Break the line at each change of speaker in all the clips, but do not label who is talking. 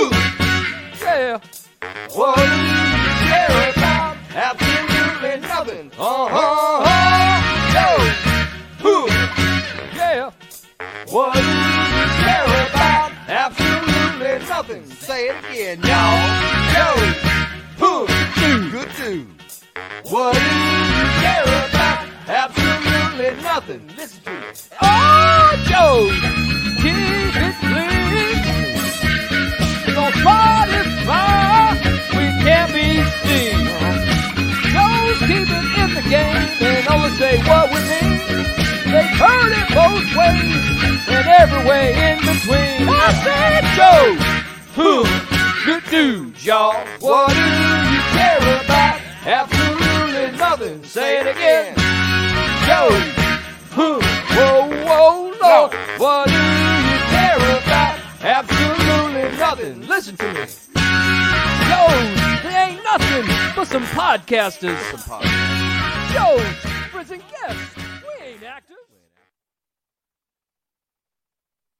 Yeah. What do you care about? Absolutely nothing. Uh huh. uh-huh. Yo. Who? Yeah. What do you care about? Absolutely nothing. Say it again, y'all. Yo. Who? Good dude. What do you care about? Absolutely nothing. Listen to it. Oh, Joe, keep it clean. We're gonna party far we can't be seen. Joe's keeping in the game and always say what we mean. They've heard it both ways and every way in between. I said, Joe, who? Good dudes, y'all. What do you care about? Absolutely nothing. Say it again. Joe, who? Whoa, whoa, Lord. What do you care about? Absolutely nothing. Listen to me. Joe, they ain't nothing but some podcasters. Joe's prison guests. We ain't actors.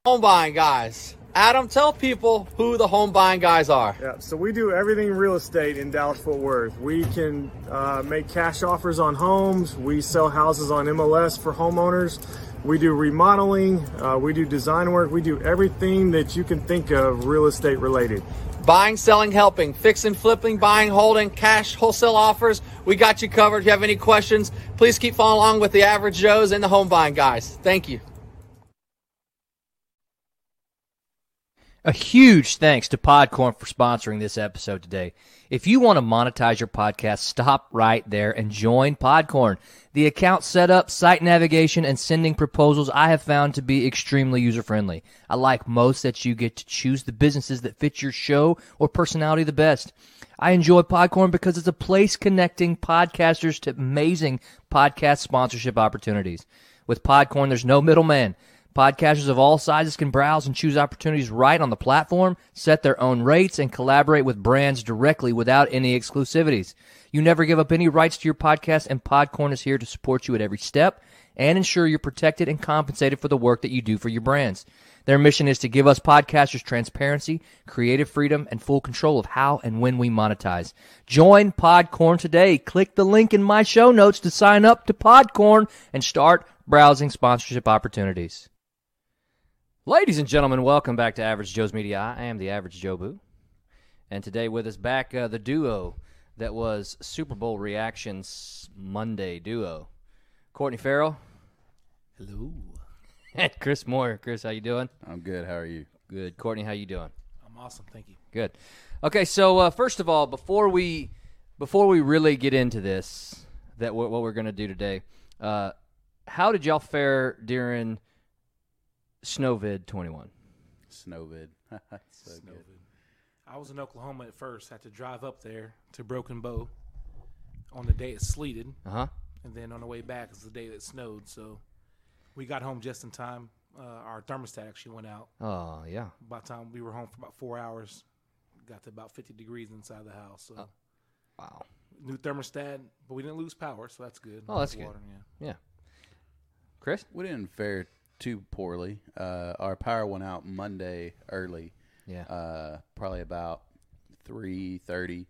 Home buying guys. Adam, tell people who the home buying guys are.
Yeah, so we do everything real estate in Dallas Fort Worth. We can uh, make cash offers on homes. We sell houses on MLS for homeowners. We do remodeling. Uh, we do design work. We do everything that you can think of real estate related.
Buying, selling, helping, fixing, flipping, buying, holding, cash, wholesale offers. We got you covered. If you have any questions, please keep following along with the average Joes and the home buying guys. Thank you.
A huge thanks to Podcorn for sponsoring this episode today. If you want to monetize your podcast, stop right there and join Podcorn. The account setup, site navigation, and sending proposals I have found to be extremely user friendly. I like most that you get to choose the businesses that fit your show or personality the best. I enjoy Podcorn because it's a place connecting podcasters to amazing podcast sponsorship opportunities. With Podcorn, there's no middleman. Podcasters of all sizes can browse and choose opportunities right on the platform, set their own rates, and collaborate with brands directly without any exclusivities. You never give up any rights to your podcast, and Podcorn is here to support you at every step and ensure you're protected and compensated for the work that you do for your brands. Their mission is to give us podcasters transparency, creative freedom, and full control of how and when we monetize. Join Podcorn today. Click the link in my show notes to sign up to Podcorn and start browsing sponsorship opportunities. Ladies and gentlemen, welcome back to Average Joe's Media. I am the Average Joe Boo, and today with us back uh, the duo that was Super Bowl reactions Monday duo, Courtney Farrell. Hello. And Chris Moore. Chris, how you doing?
I'm good. How are you?
Good. Courtney, how you doing?
I'm awesome. Thank you.
Good. Okay, so uh, first of all, before we before we really get into this, that what what we're gonna do today, uh, how did y'all fare during Snowvid 21?
Snowvid. It's so good.
I was in Oklahoma at first. Had to drive up there to Broken Bow on the day it sleeted,
Uh huh.
and then on the way back is the day that snowed. So we got home just in time. Uh, our thermostat actually went out.
Oh yeah.
By the time we were home for about four hours, got to about 50 degrees inside the house. So
Oh, Wow.
new thermostat, but we didn't lose power, so that's good.
Oh, that's good.
Yeah.
Yeah. Chris.
We didn't fare too poorly. Uh, our power went out Monday early,
Yeah.
uh, probably about three thirty.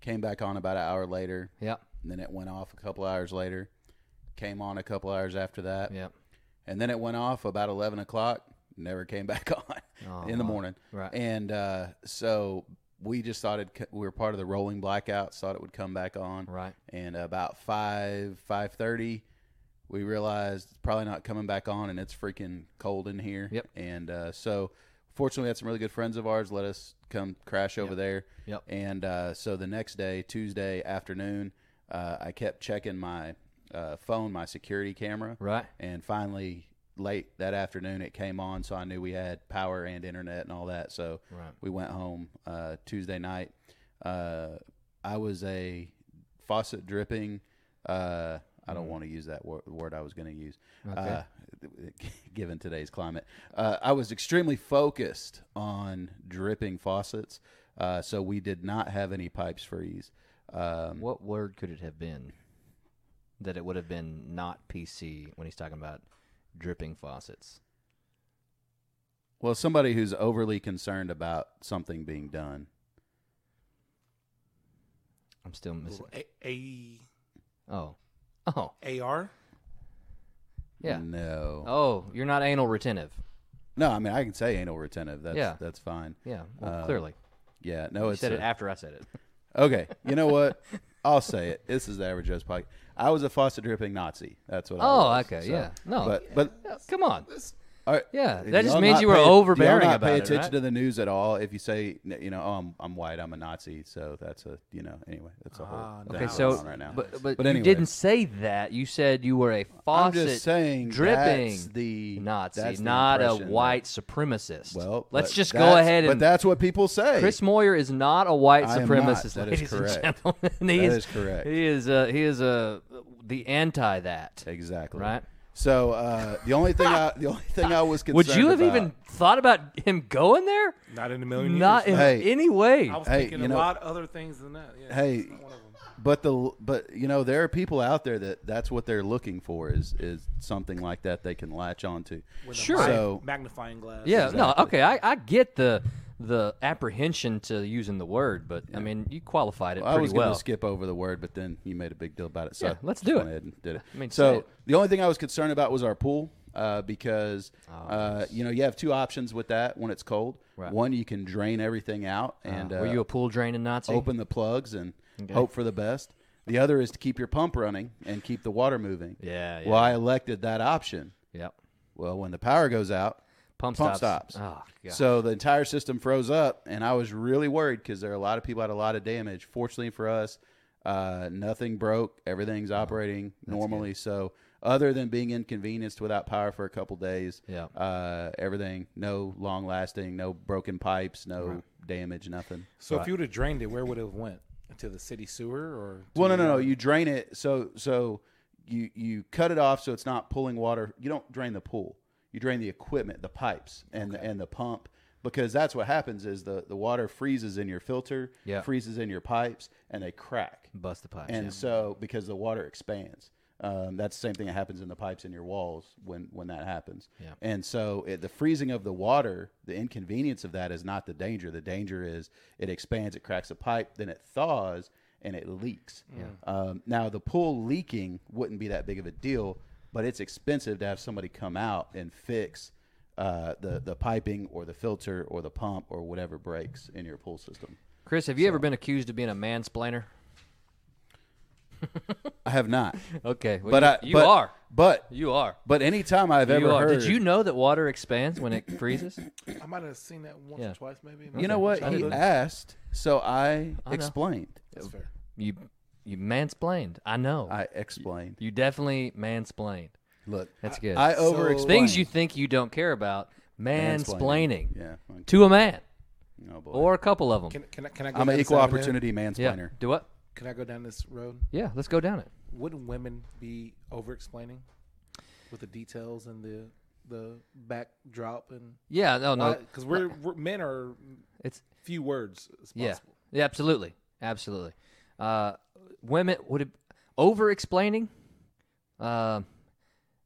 Came back on about an hour later.
yeah.
And then it went off a couple hours later. Came on a couple hours after that.
Yeah.
and then it went off about 11 o'clock never came back on in the morning
Oh, right.
and uh, so we just thought it c- we were part of the rolling blackouts thought it would come back on
Right.
and about 5 5.30 we realized it's probably not coming back on and it's freaking cold in here
Yep.
and uh, so fortunately we had some really good friends of ours let us come crash over there
Yep.
and uh, so the next day tuesday afternoon uh, i kept checking my uh, phone my security camera
Right.
and finally, late that afternoon, it came on, so I knew we had power and internet and all that. So
Right.
we went home uh, Tuesday night. Uh, I was a faucet dripping. Uh, I
Mm.
don't want to use that wor- word I was going to use, uh, given today's climate. Uh, I was extremely focused on dripping faucets, uh, so we did not have any pipes freeze. Um,
What word could it have been that it would have been not PC when he's talking about dripping faucets?
Well, somebody who's overly concerned about something being done.
I'm still missing.
A- A-
Oh, oh,
AR?
yeah.
No.
Oh, you're not anal retentive.
No, I mean I can say anal retentive. That's
Yeah.
that's fine.
Yeah, well,
Uh,
clearly.
Yeah. No,
You
it's
said
a-
it after I said it.
okay. You know what? I'll say it. This is the average Joe's podcast. I was a faucet dripping Nazi. That's what. I
Oh,
was,
okay,
so-
yeah. No,
but but
Yeah, Come on.
all right.
Yeah,
If
that just
y'all
means
not
you were
pay- do y'all
overbearing
not
about
pay
it,
attention
right?
to the news at all. If you say you know, oh, I'm, I'm white, I'm a Nazi, so that's a you know. Anyway, that's a whole.
Ah,
thing
Okay,
going
so
on right now.
but but,
But
you
anyway.
didn't say that. You said you were a
I'm
faucet
just saying
dripping
that's the
Nazi,
that's the
not a
impression that-
white supremacist.
well,
let's
but
just go
that's-
ahead and.
But that's what people say.
Chris Moyer is not a white
I am
supremacist,
not. That
ladies
is
and
correct.
gentlemen. He
That
is
is correct.
He is uh, he is uh, the anti that.
Exactly.
Right.
So uh, the only thing I the only thing I was concerned
Would you have
about-
even thought about him going there?
Not in a million
Not in
years.
Hey.
any way.
I was
Hey,
thinking
you
a
know-
lot other things than that. Yeah,
Hey.
it's not one of 'em.
But the but you know there are people out there that that's what they're looking for is is something like that they can latch onto.
With a
Sure.
mag-
So-
magnifying glass.
Yeah, no, okay, I, I get the the apprehension to using the word, but I mean you qualified it
I
pretty
was
well.
to skip over the word, but then you made a big deal about it. So
Yeah,
I
let's
just
do
went
it.
ahead and did it.
I mean, say
so
it.
the only thing I was concerned about was our pool uh, because uh, you know you have two options with that when it's cold.
Oh, Right. Uh-huh.
One you can drain everything out and uh,
Were you a pool draining Nazi?
open the plugs and hope for the best. The other is to keep your pump running and keep the water moving.
Yeah,
Well, I elected that option.
Yep.
Well, when the power goes out,
Pump,
pump
stops.
stops.
Oh, God.
So the entire system froze up, and I was really worried because there are a lot of people had a lot of damage. Fortunately for us, uh, nothing broke. Everything's operating normally. So other than being inconvenienced without power for a couple days,
Yeah.
uh, everything no long lasting, no broken pipes, no damage, nothing.
So if you would have drained it, where would it have went? To the city sewer or? to
Well, no, no,
your-
no. You drain it so so you you cut it off so it's not pulling water. You don't drain the pool. You drain the equipment, the pipes, and the, and the pump because that's what happens is the the water freezes in your filter,
Yeah.
freezes in your pipes, and they crack.
Bust the pipes.
And
yeah.
so because the water expands. Um, that's the same thing that happens in the pipes in your walls when, when that happens.
Yeah.
And so it, the freezing of the water, the inconvenience of that is not the danger. The danger is it expands, it cracks a pipe, then it thaws and it leaks. Um, now the pool leaking wouldn't be that big of a deal, but it's expensive to have somebody come out and fix uh, the the piping or the filter or the pump or whatever breaks in your pool system.
Chris, have you ever been accused of being a mansplainer?
I have not,
Okay, well,
but
you,
I,
you
but-
are.
but
You are.
But anytime I've ever
you are.
heard,
Did you know that water expands when it freezes?
I might have seen that once
Yeah.
or twice, maybe.
You know what he asked, so I, explained.
That's fair.
you you mansplained. I know.
I explained.
you definitely mansplained.
Look,
That's good.
I over explained
Things you think you don't care about, mansplaining,
Yeah, okay.
to a man
Oh, boy.
or a couple of them.
Can, can I? Can I? Go
I'm an
down
equal
this avenue?
opportunity
yeah.
mansplainer.
Do what?
Can I go down this road?
Yeah, let's go down it.
Wouldn't women be over-explaining with the details and the the backdrop and?
Yeah, no, no,
Because we're, we're men are
it's
few words as
yeah,
possible.
yeah, absolutely, absolutely. Uh, women would it over explaining? Uh,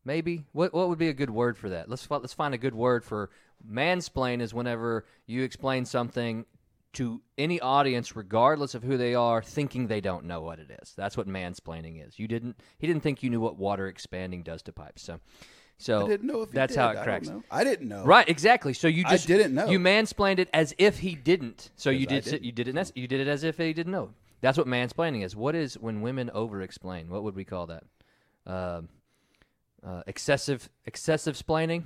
maybe what what would be a good word for that? Let's fi- let's find a good word for mansplain is whenever you explain something to any audience, regardless of who they are, thinking they don't know what it is. That's what mansplaining is. You didn't he didn't think you knew what water expanding does to pipes, so so
I didn't know if he
Oh, that's
did.
how
I
it
don't
cracks.
know. I didn't know.
Right, exactly. So you
Oh. I
just
didn't know.
You mansplained it as if he didn't. So you
I
did
didn't.
you did it as, you did it as if he didn't know. That's what mansplaining is. What is when women over-explain? What would we call that? Um uh, excessive excessive splaining.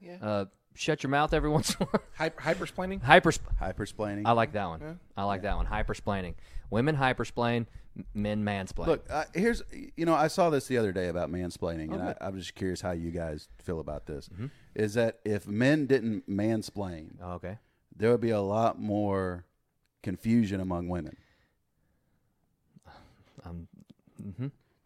Yeah.
Uh, shut your mouth every once in a while.
Hyper, hypersplaining.
Hyper.
Hypersplaining.
I like that one. I like that one. Hypersplaining. Women hypersplain. m- Men mansplain.
Look, uh, here's you know I saw this the other day about mansplaining, and I, I'm just curious how you guys feel about this.
Mm-hmm.
Is that if men didn't mansplain,
Oh, okay.
there would be a lot more confusion among women.
Um,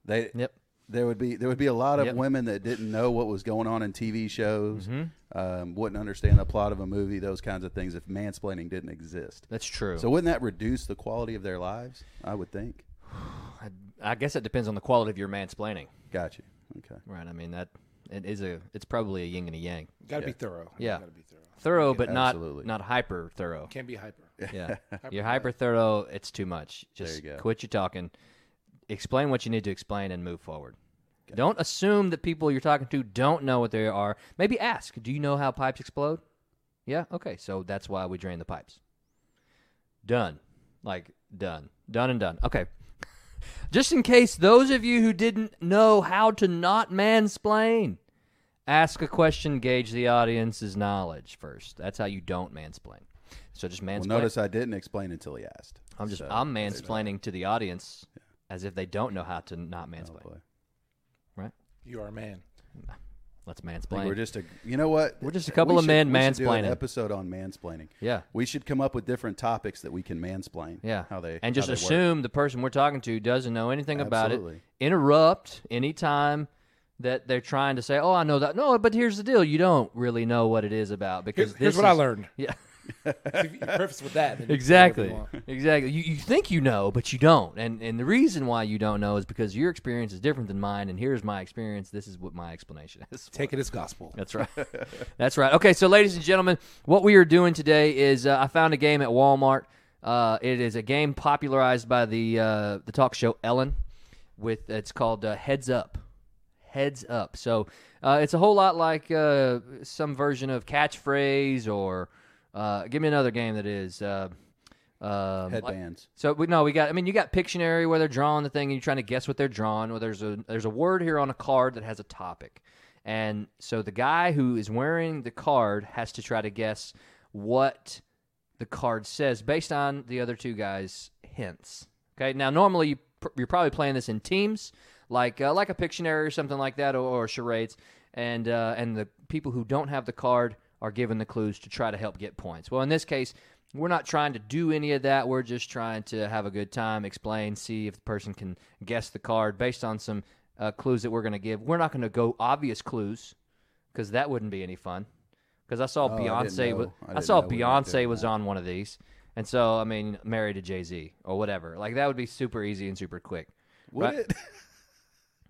They
Yep.
There would be there would be a lot of
Yep.
women that didn't know what was going on in TV shows,
Mm-hmm.
um, wouldn't understand the plot of a movie, those kinds of things if mansplaining didn't exist.
That's true.
So wouldn't that reduce the quality of their lives? I would think.
I guess it depends on the quality of your mansplaining.
Got you. Okay.
Right. I mean that It is a. It's probably a yin and a yang.
Got to be thorough.
Yeah.
Got to be thorough.
Thorough, but not
Absolutely.
not hyper thorough.
Can't be hyper.
Yeah, you're hyper thorough. It's too much. Just
you go.
quit your talking. Explain what you need to explain and move forward. Don't assume that people you're talking to don't know what they are. Maybe ask, "Do you know how pipes explode?" Yeah. Okay. So that's why we drain the pipes. Done. Like done. Done and done. Okay. Just in case those of you who didn't know how to not mansplain, ask a question, gauge the audience's knowledge first. That's how you don't mansplain. So just mansplain.
Well, notice I didn't explain until he asked.
I'm just
So,
I'm mansplaining to the audience as if they don't know how to not mansplain.
Oh, boy.
right?
You are a man.
Let's
I think
mansplain.
We're just a, you know what?
We're just a couple of men
we do an
mansplaining.
episode on mansplaining.
Yeah.
we should come up with different topics that we can mansplain.
yeah.
how they
and just
how they work.
assume the person we're talking to doesn't know anything about it.
Absolutely.
Interrupt any time that they're trying to say, "Oh, I know that." No, but here's the deal: you don't really know what it is about because
Here's,
this
here's what I
is-
learned.
Yeah.
if you preface with that, then you can say whatever
Exactly.
you want.
exactly. You, you think you know, but you don't. And and the reason why you don't know is because your experience is different than mine. And here's my experience. This is what my explanation is.
Take it as gospel.
That's right. That's right. Okay, so ladies and gentlemen, what we are doing today is uh, I found a game at Walmart. Uh, it is a game popularized by the uh, the talk show Ellen. With it's called uh, Heads Up. Heads Up. So uh, it's a whole lot like uh, some version of catchphrase or uh, give me another game that is. Uh, um, like-
headbands.
so we no, we got. I mean, you got Pictionary where they're drawing the thing, and you're trying to guess what they're drawing. Well, there's a there's a word here on a card that has a topic, and so the guy who is wearing the card has to try to guess what the card says based on the other two guys' hints. Okay, now normally you pr- you're probably playing this in teams, like uh, like a Pictionary or something like that, or, or charades, and uh, and the people who don't have the card are given the clues to try to help get points. Well, in this case, we're not trying to do any of that. We're just trying to have a good time, explain, see if the person can guess the card based on some uh, clues that we're going to give. We're not going to go obvious clues because that wouldn't be any fun. Because I saw
Oh, I didn't
Beyonce,
know.
was,
I
I,
didn't
saw
know we were doing
Beyonce was on one of these, and so I mean, married to Jay Z or whatever. Like that would be super easy and super quick.
Would
Right.
it?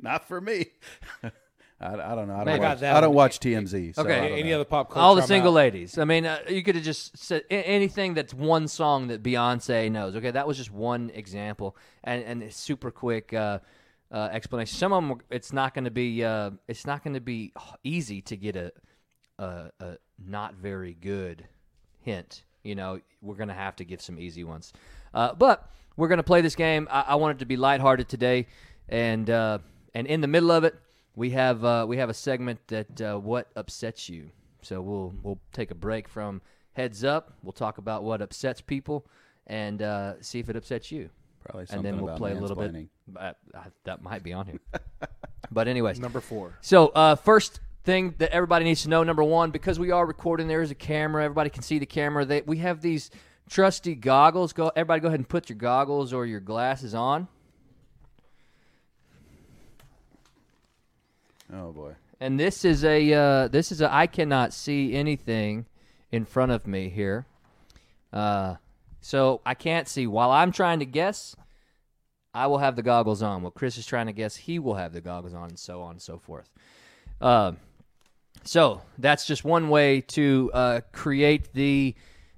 Not for me. I, I don't know. I don't,
Maybe.
watch,
I got that
I don't
one.
watch TMZ. So
Okay.
I
Yeah,
don't
Any
know.
other pop culture?
All the
I'm
single
out.
ladies. I mean, uh, you could have just said a- anything that's one song that Beyonce knows. Okay, that was just one example, and and it's super quick uh, uh, explanation. Some of them, it's not going to be uh, it's not going to be easy to get a, a a not very good hint. You know, we're going to have to give some easy ones, uh, but we're going to play this game. I, I want it to be lighthearted today, and uh, and in the middle of it. We have uh, we have a segment that uh, what upsets you. So we'll we'll take a break from heads up. We'll talk about what upsets people and uh, see if it upsets you.
Probably
and then
something
we'll
about
play a little bit.
mansplaining.
Uh, I, that might be on here. but anyways,
Number four.
so, uh, first thing that everybody needs to know, number one, because we are recording, there is a camera. Everybody can see the camera. They, we have these trusty goggles. Go, everybody, go ahead and put your goggles or your glasses on.
Oh boy.
And this is a uh, this is a I cannot see anything in front of me here. Uh, so I can't see while I'm trying to guess. I will have the goggles on. While Chris is trying to guess, he will have the goggles on, and so on and so forth. Uh, so that's just one way to uh, create the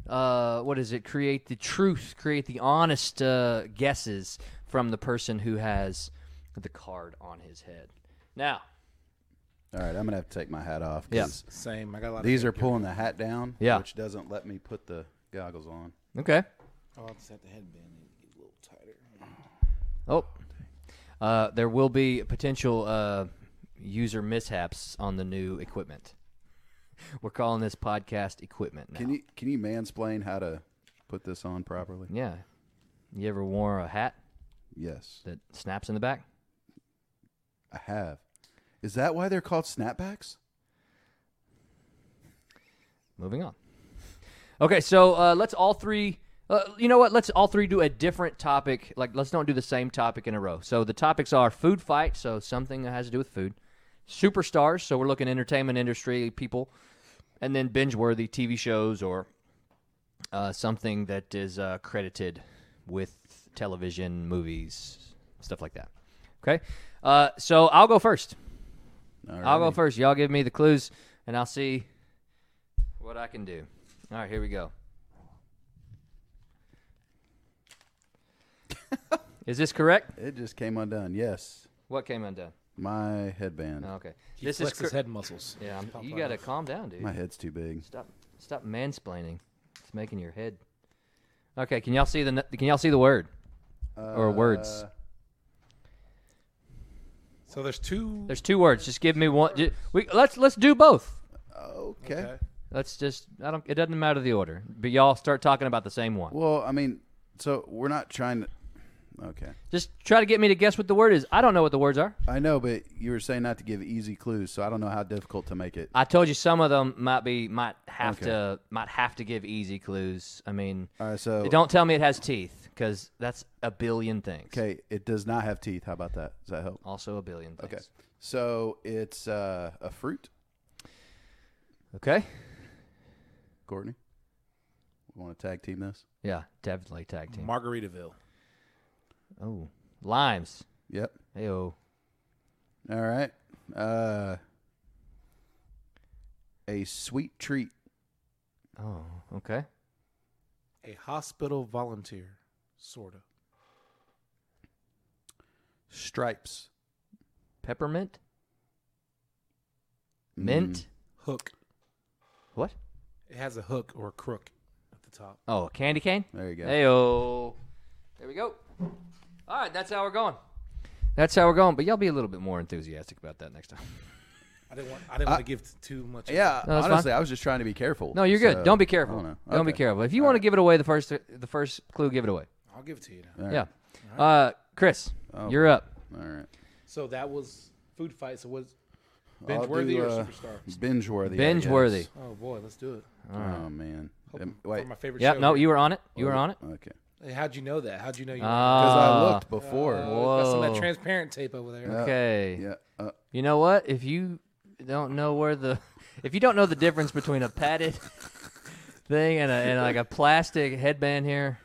uh, what is it? Create the truth, create the honest uh, guesses from the person who has the card on his head. Now,
All right, I'm gonna have to take my hat off. 'cause
Yeah.
Same. I got a lot of
These are pulling the hat down.
Yeah.
Which doesn't let me put the goggles on.
okay.
Oh, I'll just have the headband and get a little tighter.
Oh, uh, there will be potential uh, user mishaps on the new equipment. We're calling this podcast equipment now.
Can you can you mansplain how to put this on properly?
yeah. You ever wore a hat
Yes,
that snaps in the back?
I have. Is that why they're called snapbacks?
Moving on. Okay, so uh, let's all three. Uh, you know what? Let's all three do a different topic. Like, let's don't do the same topic in a row. So the topics are food fight, so something that has to do with food. Superstars, so we're looking entertainment industry people, and then binge worthy TV shows or uh, something that is uh, credited with television, movies, stuff like that. Okay, uh, so I'll go first. I'll go first. Y'all give me the clues, and I'll see what I can do. All right, here we go. Is this correct?
It just came undone. Yes,
What came undone?
my headband.
Okay,
He
this is
flexed his
cor-
head muscles.
yeah. I'm- You gotta calm down, dude.
My head's too big.
Stop, stop mansplaining. It's making your head. Okay, can y'all see the n- can y'all see the word or words?
Uh,
So there's two.
There's two words. Just give me one. ju- we let's let's do both.
Okay.
Okay.
Let's just I don't. It doesn't matter the order. But y'all start talking about the same one.
Well, I mean, so we're not trying to. Okay.
Just try to get me to guess what the word is. I don't know what the words are.
I know, but you were saying not to give easy clues, so I don't know how difficult to make it.
I told you some of them might be might have
Okay.
to might have to give easy clues. I mean,
All right, so
don't tell me it has teeth because that's a billion things.
okay, it does not have teeth. How about that? Does that help?
Also a billion things.
Okay. So it's uh, a fruit,
Okay.
Courtney. We want to tag team this?
Yeah, definitely tag team.
Margaritaville.
Oh, limes.
Yep.
Ayo.
All right. Uh, a sweet treat.
Oh, okay.
A hospital volunteer, sort of.
Stripes.
Peppermint. Mint.
Mm.
Hook.
What?
It has a hook or a crook at the top.
Oh, a candy cane.
There you go.
Ayo. There we go. All right, that's how we're going. That's how we're going. But y'all be a little bit more enthusiastic about that next time.
I didn't want. I didn't want to give t- too much.
Uh, Yeah,
No, that's
honestly, I was just trying to be careful.
No, you're
so
good. Don't be
I
careful.
don't
Don't,
know.
be
Okay.
careful. If you want to give it away, the first the first clue, give it away.
I'll give it to you now.
All right. Oh.
Yeah. Uh, Chris, you're up.
All right.
So that was food fight. So was
I'll
binge worthy
do,
or
uh,
superstar?
Binge worthy.
Binge worthy.
Oh boy, let's do it.
Oh man. Am-
For
wait.
my favorite.
Yep.
show
No,
here.
you were on it. You were on it.
Okay.
Hey, How'd you know that? How'd you know you?
Because I
Ah,
looked before.
got some of
whoa.
that transparent tape over there.
Okay.
yeah. Uh,
You know what? If you don't know where the, if you don't know the difference between a padded thing and, a, and like a plastic headband here,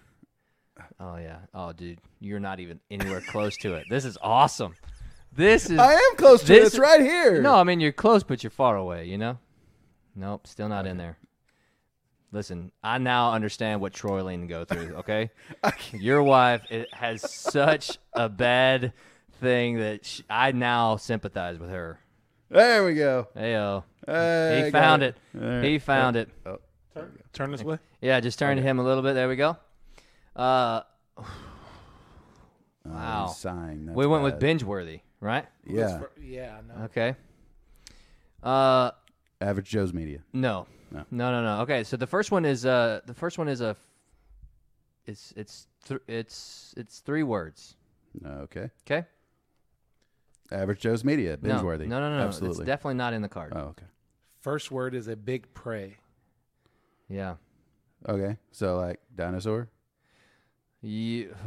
oh yeah. Oh dude, you're not even anywhere close to it. This is awesome. This is.
I am close to it.
This-
It's right here.
No, I mean you're close, but you're far away. You know. Nope, still not in there. Listen, I now understand what Troy Lane go through. Okay, your wife it has such a bad thing that sh I now sympathize with her.
There we go.
Ayo,
Hey,
he
got
found it.
Alright.
He found it.
Oh. Turn this way.
Yeah, just turn to him a little bit. There we go. Uh,
Oh,
Wow.
he's sighing. That's
we went with
bad.
binge worthy, right?
Yeah.
Yeah, I know.
Okay. Uh,
Average Joe's Media.
No.
No.
No. No. No. Okay. So the first one is uh the first one is a it's it's th- it's it's three words.
Okay.
Okay.
Average Joe's Media. Binge
no.
worthy.
No. No. No. no.
Absolutely.
It's definitely not in the card.
oh, okay.
First word is a big prey.
Yeah.
Okay. So like dinosaur.
You,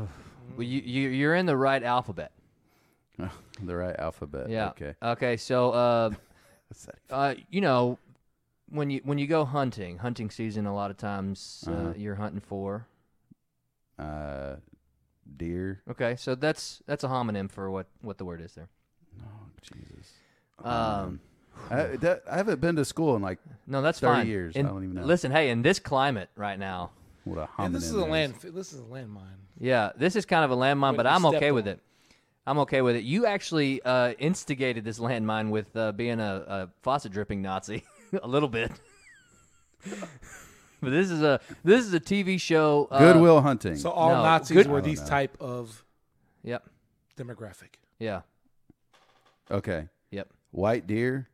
Mm-hmm.
well, you you you're in the right alphabet.
the right alphabet.
Yeah.
Okay.
Okay. So uh, uh you know when you when you go hunting hunting season a lot of times uh,
Uh-huh.
you're hunting for
Uh, deer.
okay so that's that's a homonym for what what the word is there
Oh, Jesus.
um
I, that, I haven't been to school in like
No, that's
30
fine.
years,
In-
I don't even know.
Listen, hey, in this climate right now,
what a homonym.
And this is a
is.
land. This is a landmine.
yeah, this is kind of a landmine, but
What you
I'm
stepped
okay with
on.
it. I'm okay with it. You actually uh, instigated this landmine with uh, being a, a faucet dripping Nazi, a little bit. but this is a this is a TV show. Uh,
Goodwill Hunting.
So all
No,
Nazis
good-
were these type of
Yep.
demographic.
Yeah.
okay.
Yep.
White deer.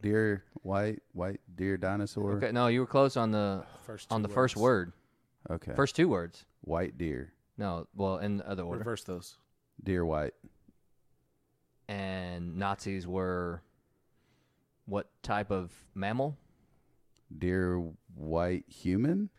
Deer. White. White deer. Dinosaur.
Okay. No, you were close on the
First
on
two
the first
words.
word,
Okay.
first two words.
White deer.
No, well, in the other order.
Reverse those.
Deer white.
And Nazis were what type of mammal?
Deer white human.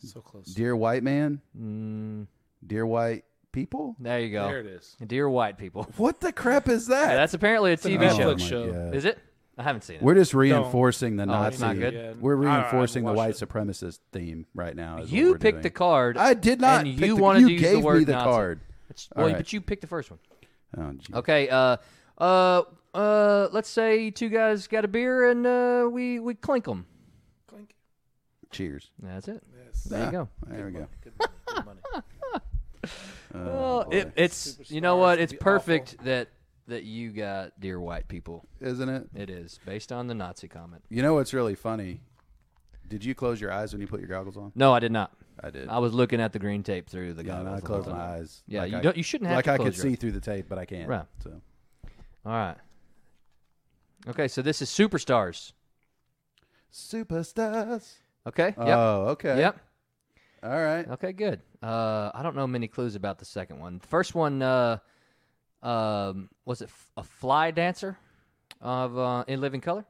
So close.
Deer white man.
Mm,
Deer white people.
There you go.
There it is.
Dear white people.
What the crap is that? Oh
Yeah, that's apparently a
an
TV
Netflix
show.
my
show.
God.
Is it? I haven't seen it.
We're just reinforcing the
Oh,
Nazi.
that's not good.
Yeah.
We're
I- I
reinforcing the
watched
white
it.
supremacist theme right now. is what
you
we're
picked the
doing.
card.
I did not.
And
pick
you
the,
wanted
you
to use
gave
the word
me the
Nazi.
card.
It's-
All
well,
right.
but you picked the first one.
Oh, gee.
Okay. Uh, uh, Uh, let's say two guys got a beer and uh, we we clink them.
Clink.
Cheers. Ah,
That's it.
Yes.
There you go.
There we go.
Good money. Good money.
Oh,
Well, it,
boy.
it's you know
Superstars
what?
would
It's
be
perfect that that you got dear white people.
isn't it?
It is based on the Nazi comment.
You know what's really funny? Did you close your eyes when you put your goggles on?
No, I did not.
I did.
I was looking at the green tape through the
Yeah, and
goggles.
I
the
closed
whole
my
time.
eyes.
Yeah,
Like
you
I-
don't. You shouldn't have
Like
to
I
close
could
your
see through the tape, but I can't.
Right.
So
All right. Okay, so this is superstars.
superstars.
Okay. Yep.
Oh, okay.
Yep.
All right.
Okay. Good. Uh, I don't know many clues about the second one. The first one, uh, um, was it f- a fly dancer of uh, in Living Color?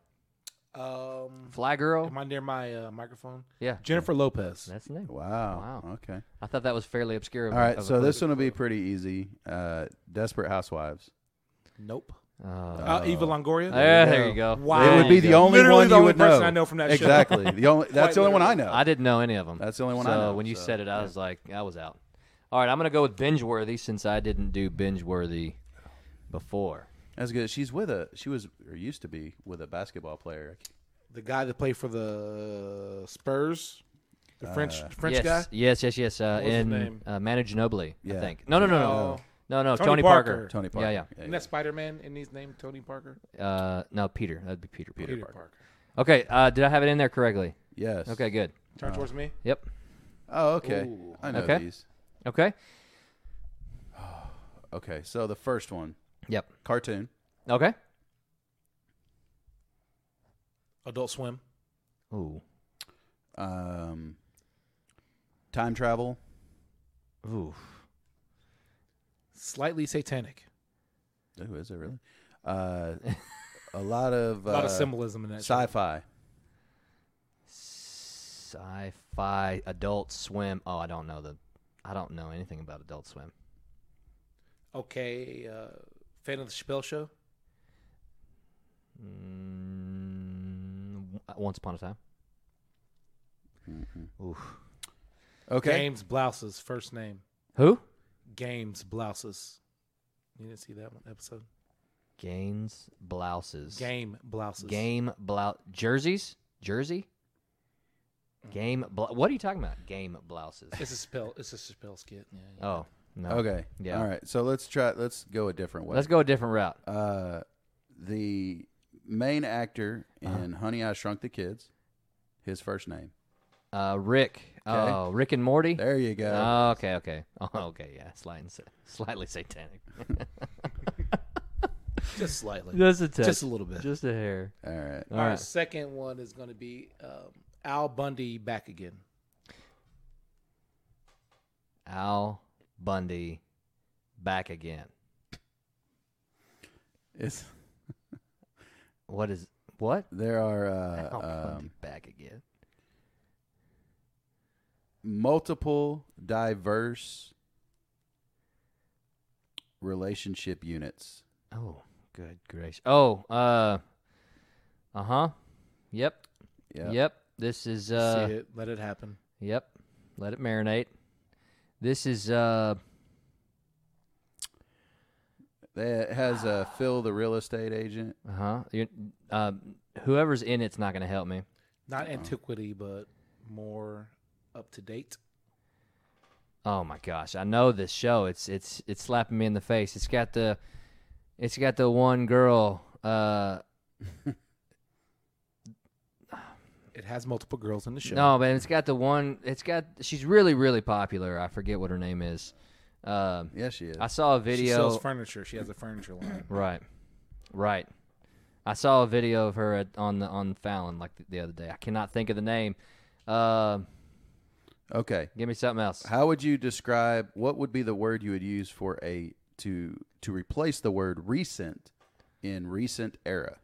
Um,
Fly girl.
am I near my uh, microphone?
yeah.
Jennifer Lopez.
That's the name.
Wow.
Wow.
Okay.
I thought that was fairly obscure. Of,
All
a-
right.
of a
So
clue.
this one will be pretty easy. Uh, Desperate Housewives.
Nope.
Uh,
Uh, Eva Longoria.
there,
there
there
you
you go.
Wow.
It
There
would
you
be the
go.
only
Literally
one
the
you
only
would
person
know.
I know from that show.
exactly. The only that's the only one I know.
I didn't know any of them.
That's the only one
so
I know,
when you
so,
said it, I was like, I was out. All right, I'm gonna go with binge worthy since I didn't do binge worthy before.
That's good. She's with a she was or used to be with a basketball player.
The guy that played for the Spurs, the French French
yes,
guy.
yes, yes, yes. Uh,
was his
in
name?
uh, Manu Ginobili, I
Yeah.
think. No, no, no, no,
No.
no, no.
Tony
Tony, Parker.
Parker.
Tony Parker.
Yeah,
Oh. Isn't that Spider Man in his name, Tony Parker?
yeah. Uh, no, Peter. That'd be Peter. Peter.
Peter Parker.
Okay. Uh, did I have it in there correctly?
Yes.
Okay, good.
Turn towards me.
Yep.
Oh, okay. I know
Okay.
these.
Okay.
Okay. So the first one,
Yep.
cartoon.
Okay.
Adult Swim.
Ooh.
Um, time travel.
Ooh.
Slightly satanic.
Ooh, is it really? Uh, a lot of
A lot
uh,
of symbolism in that. show.
sci-fi.
Sci-fi, Adult Swim. Oh, I don't know the. I don't know anything about Adult Swim.
Okay. Uh, fan of the Chappelle Show.
Mm, Once upon a time. Oof.
Okay.
Games Blouses. First name.
Who?
Games Blouses. You didn't see that one episode.
Gaines blouses.
Game Blouses.
Game blouse jerseys. Jersey. Game. Bl- what are you talking about? Game blouses.
It's a spell. It's a Chappelle skit. Yeah, yeah.
Oh no.
Okay.
Yeah.
All right. So let's try. Let's go a different way.
Let's go a different route.
Uh, the main actor
Uh-huh.
in Honey I Shrunk the Kids. His first name.
Uh, Rick. Oh, Rick and Morty.
There you go.
Oh, okay, okay. Oh, okay, yeah. Slightly, sa- slightly satanic.
Just slightly.
Just a touch.
Just a little bit.
Just a hair.
All right.
All
Our
right.
second one is going to be um, Al Bundy back again.
Al Bundy back again.
It's
What is what?
there are
Al
uh,
Bundy
um,
back again.
multiple diverse relationship units.
Oh, good gracious. Oh, uh, uh huh. Yep.
Yeah.
Yep. This is uh.
See it. Let it happen.
Yep. Let it marinate. This is uh.
That has uh, Phil, the real estate agent.
Uh huh. Um. Whoever's in it's not gonna help me.
Not antiquity, but more up to date.
Oh my gosh, I know this show. It's it's it's slapping me in the face. It's got the it's got the one girl uh
It has multiple girls in the show.
no, man, it's got the one it's got she's really really popular. I forget what her name is. Um
Yes, she is.
I saw a
She
video
sells furniture. She has a furniture line.
Right. Right. I saw a video of her at, on the on Fallon like the, the other day. I cannot think of the name. Uh,
okay.
give me something else.
How would you describe what would be the word you would use for a to to replace the word recent in recent era?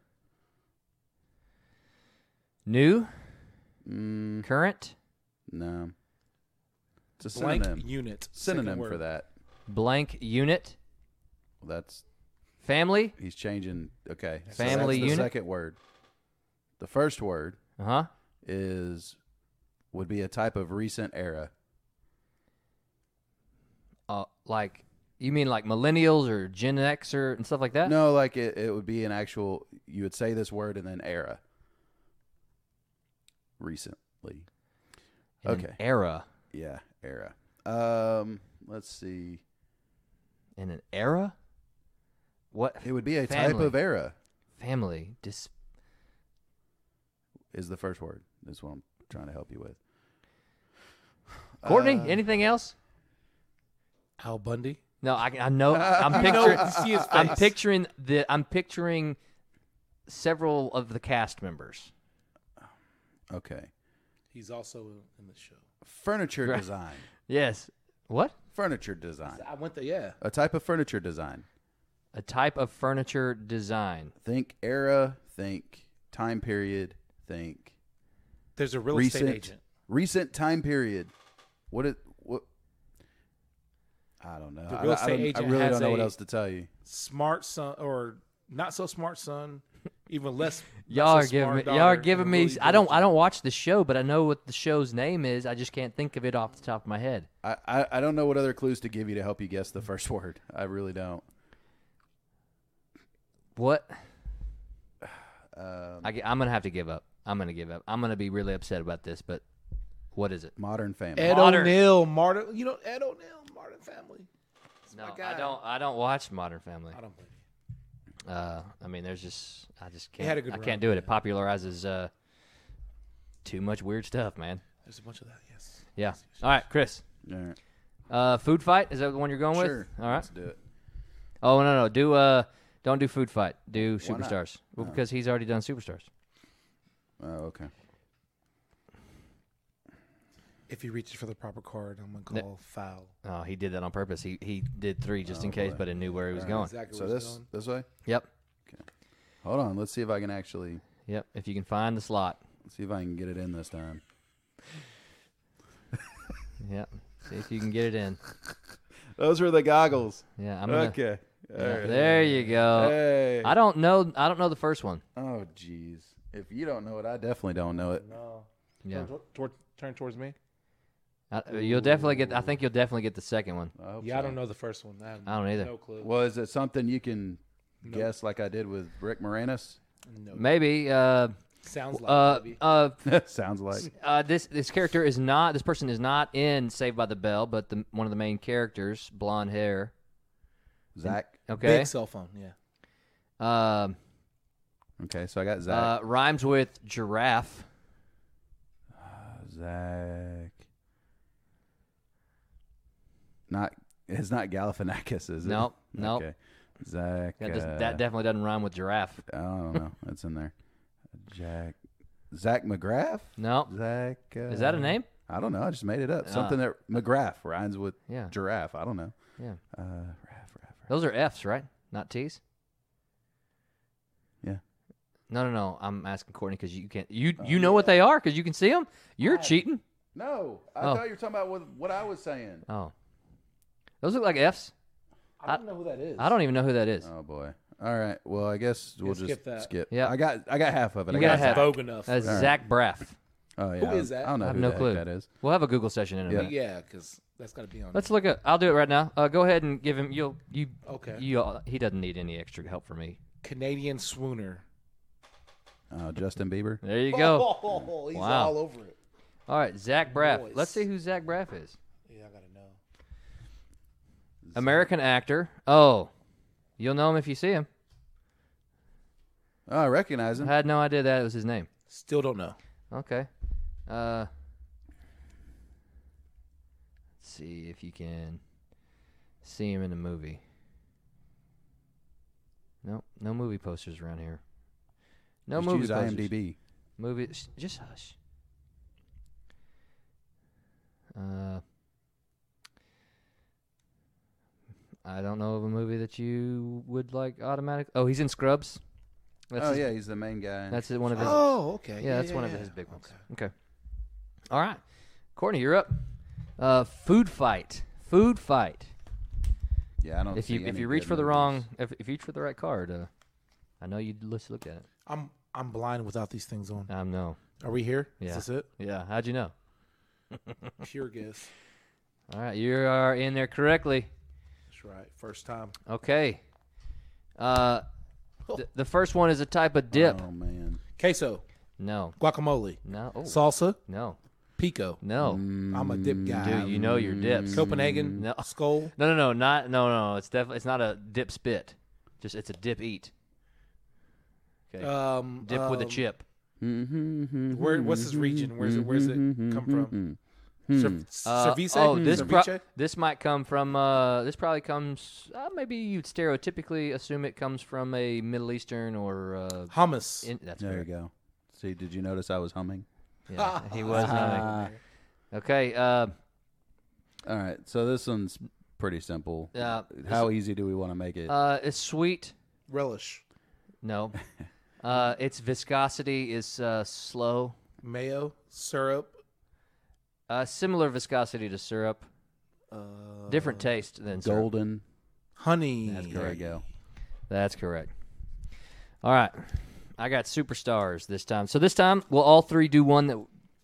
New,
Mm,
current,
no. It's a
Blank
synonym.
unit. Second
synonym for
word.
that.
blank unit,
Well, that's
family.
he's changing okay. so
Family
that's the
unit?
second word. The first word
Uh huh.
is would be a type of recent era.
Uh, like You mean like millennials or Gen Xer and stuff like that?
No, like it, it would be an actual. You would say this word and then era. Recently,
In an
okay.
era.
yeah, era. Um, let's see.
In an era? What
It would be a type
Family.
of era.
family? Dis-
Is the first word. Is what I'm trying to help you with. Uh,
Courtney, anything else?
Al Bundy.
No, I, I know. I'm picturing.
You see his face.
I'm picturing the. I'm picturing several of the cast members.
Okay.
He's also in the show.
Furniture design.
Yes. What?
Furniture design.
I went there. Yeah,
A type of furniture design.
A type of furniture design.
Think era. Think time period. Think
there's a real
recent
estate agent.
recent time period. What it what? I don't know.
The
I-
real
I,
estate
don't- I
agent
really
has
don't know what
a-
else to tell you.
Smart son, or not so smart son, even less. not
Y'all are
so
giving
smart
me. Y'all
daughter,
are
and
giving
a
me.
really
I don't. I
diligent-
don't watch the show, but I know what the show's name is. I just can't think of it off the top of my head.
I, I, I don't know what other clues to give you to help you guess the first word. I really don't.
What?
Um,
I, am gonna have to give up. I'm gonna give up. I'm gonna be really upset about this. But what is it?
Modern Family.
Ed
Modern.
O'Neill, Martin. You know Ed O'Neill, Martin family.
No, I
guy.
don't. I don't watch Modern Family.
I don't believe you.
Uh, I mean, there's just I just can't.
had a good
I
run,
can't do it. It popularizes uh, too much weird stuff, man.
There's a bunch of that. Yes.
Yeah. All right, Chris.
All right.
Uh, food fight is that the one you're going
Sure.
with? All right.
Let's do it.
Oh no no do uh don't do food fight. Do
not?
superstars well, because he's already done superstars.
Oh, okay.
If he reaches for the proper card, I'm gonna call foul.
Oh, he did that on purpose. He he did three just
Oh,
in case, but he knew where he was going.
Exactly.
So
where he's
this
going.
this way.
Yep.
Hold on. Let's see if I can actually
Yep. If you can find the slot.
let's see if I can get it in this time.
Yep. See if you can get it in.
Those were the goggles.
Yeah. I'm gonna,
Okay. All
yeah,
right.
There you
uh,
go.
Hey.
I don't know. I don't know the first one.
Oh, jeez. If you don't know it, I definitely don't know it.
No.
Yeah.
Turn, toward, turn towards me.
I, you'll definitely get. I think you'll definitely get the second one.
I hope
Yeah, I
so.
don't know the first one. I, have
I don't either.
No clue.
Well, is it something you can guess like I did with Rick Moranis?
Maybe. Uh.
Sounds like
Uh.
maybe.
Uh.
Sounds like.
Uh, this this character is not this person is not in Saved by the Bell, but the, one of the main characters, blonde hair.
Zach.
Okay.
Big cell phone. Yeah.
Um,
Okay, so I got Zach.
uh, rhymes with giraffe. Uh,
Zach. Not it's not Galifianakis, is it?
Nope, nope.
Okay. Zach.
That, does,
uh,
that definitely doesn't rhyme with giraffe.
I don't know. That's in there. Jack. Zach McGrath.
No.
Zach. Uh,
Is that a name? Uh.
I don't know. I just made it up. Something that McGrath rhymes with
Yeah.
giraffe. I don't know.
Yeah.
Uh, raff, raff, raff.
Those are F's, right? Not T's.
Yeah.
No, no, no. I'm asking Courtney because you can't. You you know what they are because you can see them. You're cheating.
No, I
Oh.
thought you were talking about what, what I was saying.
Oh. Those look like F's.
I don't know who that is.
I don't even know who that is.
Oh boy. All right. Well, I guess we'll just skip.
skip that.
Yeah.
I got. I got half of it.
You
I
got
got,
That's
half.
vogue enough.
That's
right.
Zach Braff.
Oh yeah.
Who is that?
I don't know
I have
who
no
the
clue.
heck that is.
We'll have a Google session in a
Yeah.
minute.
yeah, because that's got to be on.
Let's look at. I'll do it right now. Uh, go ahead and give him. You'll you.
Okay.
You. He doesn't need any extra help from me.
Canadian swooner.
Oh, Justin Bieber.
There you go.
Oh, he's
Wow. all
over it.
All right, Zach Braff.
Voice.
Let's see who Zach Braff is.
Yeah, I gotta know.
American actor. Oh, you'll know him if you see him.
Oh, I recognize
I
him.
had no idea that was his name.
Still don't know.
Okay. Uh, let's see if you can see him in a movie. Nope, no movie posters around here. No
Just
movie
use
posters.
IMDb.
Movie. sh- Just hush. Uh, I don't know of a movie that you would like automatic. Oh, he's in Scrubs. That's
oh
his,
yeah, he's the main guy.
That's his- one of his.
Oh, okay.
yeah, that's one of his big ones. Okay. All right, Courtney, you're up. Uh, food fight. Food fight.
yeah. I don't.
If you
see
if
any
you reach
good
for the
movies.
wrong if, if you reach for the right card, uh, I know you'd let's look at it.
I'm I'm blind without these things on.
I um, know.
Are we here?
Yeah.
Is this it?
Yeah. How'd you know?
Pure guess.
All right, you are in there correctly.
That's That's right. First time.
Okay. Uh, th- the first one is a type of dip.
Oh man,
Queso,
No,
guacamole,
no, oh,
salsa,
no,
pico.
no.
Mm.
I'm a dip guy.
Mm,
Mm.
Dude, you know your dips.
Copenhagen,
No.
Skull.
No, no, no, not no, no. It's definitely it's not a dip spit. Just it's a dip eat. Okay.
Um,
dip with a
um,
chip.
Where, what's this region? Where's it? Where's it come from? Cer-
Mm-hmm, Uh,
Cerveza.
oh, this pro-
Ceviche?
this might come from. Uh, this probably comes. Uh, maybe you'd stereotypically assume it comes from a Middle Eastern or. Uh,
hummus.
in, that's
there you
fair.
go. See, did you notice I was humming?
Yeah, he was
Ah.
humming. Okay. Uh,
All right, so this one's pretty simple.
Yeah.
How easy do we want to make it?
uh, it's sweet.
relish,
No. Uh, its viscosity is uh, slow.
mayo, syrup.
Uh, similar viscosity to syrup. Different taste than syrup.
Golden.
honey.
There you go.
That's correct. All right. I got superstars this time. So this time we'll all three do one that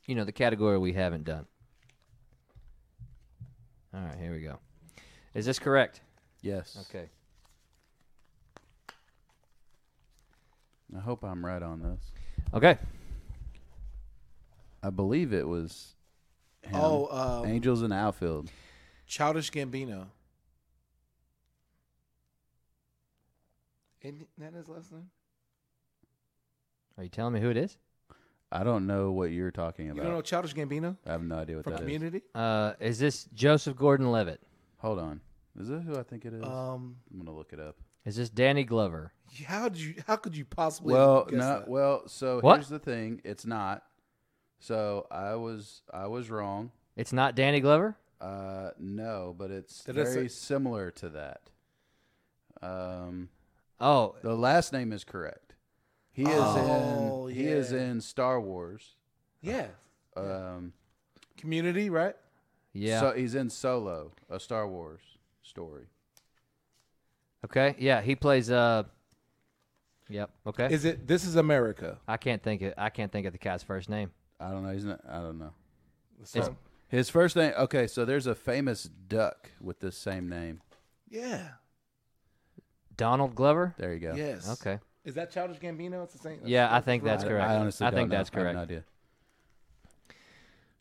you know, the category we haven't done. All right, here we go. Is this correct?
Yes.
Okay.
I hope I'm right on this.
Okay.
I believe it was him.
Oh, um,
Angels in the Outfield.
Childish Gambino. Isn't that his last name?
Are you telling me who it is?
I don't know what you're talking
You
about.
don't know Childish Gambino
I have no idea what that
from
is.
Community?
Uh is this Joseph Gordon Levitt?
Hold on. Is that who I think it is?
Um,
I'm gonna look it up.
Is this Danny Glover?
how did you? How could you possibly?
Well,
guess
no.
that?
Well, so
What?
here's the thing. It's not. So I was I was wrong.
It's not Danny Glover?
Uh, no, but it's
Did I say-
very similar to that. Um,
Oh,
the last name is correct. He is
Oh,
in. He is
yeah.
in Star Wars.
yeah,
Um,
Community, right?
yeah.
So he's in Solo, a Star Wars story.
okay. Yeah, he plays uh Yep. Okay.
Is it? This is America.
I can't think of I can't think of the cat's first name.
I don't know. He's not. I don't know.
It's-
His first name. Okay, so there's a famous duck with this same name.
Yeah.
Donald Glover?
There you go.
Yes.
Okay.
Is that Childish Gambino? It's the same.
Yeah, I think that's
I,
correct.
I honestly
I think
don't know.
that's
I have
correct.
no idea.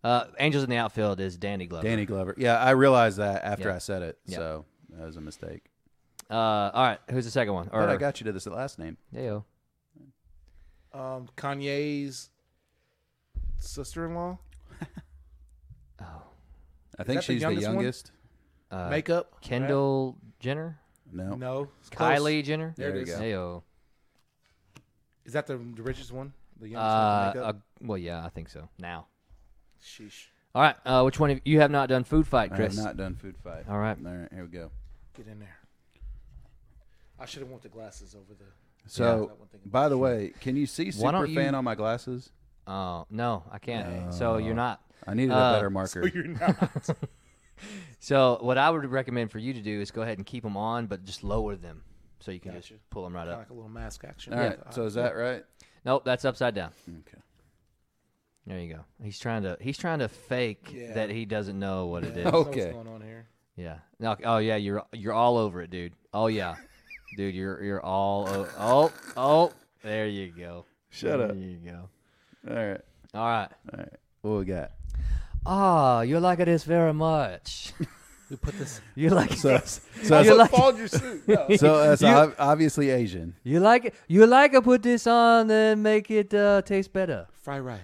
Uh, Angels in the Outfield is Danny Glover.
Danny Glover. Yeah, I realized that after
Yeah.
I said it.
Yeah.
So that was a mistake.
Uh, all right, who's the second one? Or,
But I got you to this last name.
Ayo.
Um, Kanye's sister-in-law
I think
that the
she's the
youngest one?
youngest.
Uh,
makeup.
Kendall Jenner,
No.
right? No. it's close.
Kylie Jenner.
There There you you
Ayo.
Is that the, the richest one? The
Uh,
youngest one with
uh,
makeup?
well, yeah, I think so. Now,
Sheesh.
all right. Uh, which one of you have not done food fight,
I have
Chris?
not done food fight.
All right.
All right. Here we go.
Get in there. I should have went the glasses over the.
So,
That one thing.
by the way, can you see
Why don't
super fan
you-
on my glasses?
Oh no, I can't. So you're not.
I needed
Uh,
a better marker.
So what I would recommend for you to do is go ahead and keep them on, but just lower them so you can just pull them right up.
like a little mask action.
All right. So is that right?
Nope, that's upside down.
Okay.
There you go. He's trying to he's trying to fake
Yeah.
that he doesn't know what it is.
Oh.
okay.
Okay.
What's going on here?
Yeah. No, oh yeah, you're you're all over it, dude. Oh yeah. dude, you're you're all o- oh oh there you go.
Shut
There
up.
you go.
All right.
All right.
All right. What we got?
Ah, you like this very much.
We put this.
You like
So, so,
you
so,
like
your suit. No.
that's
You-
ob- obviously Asian.
you like it. You like to put this on and make it uh, taste better.
Fry right.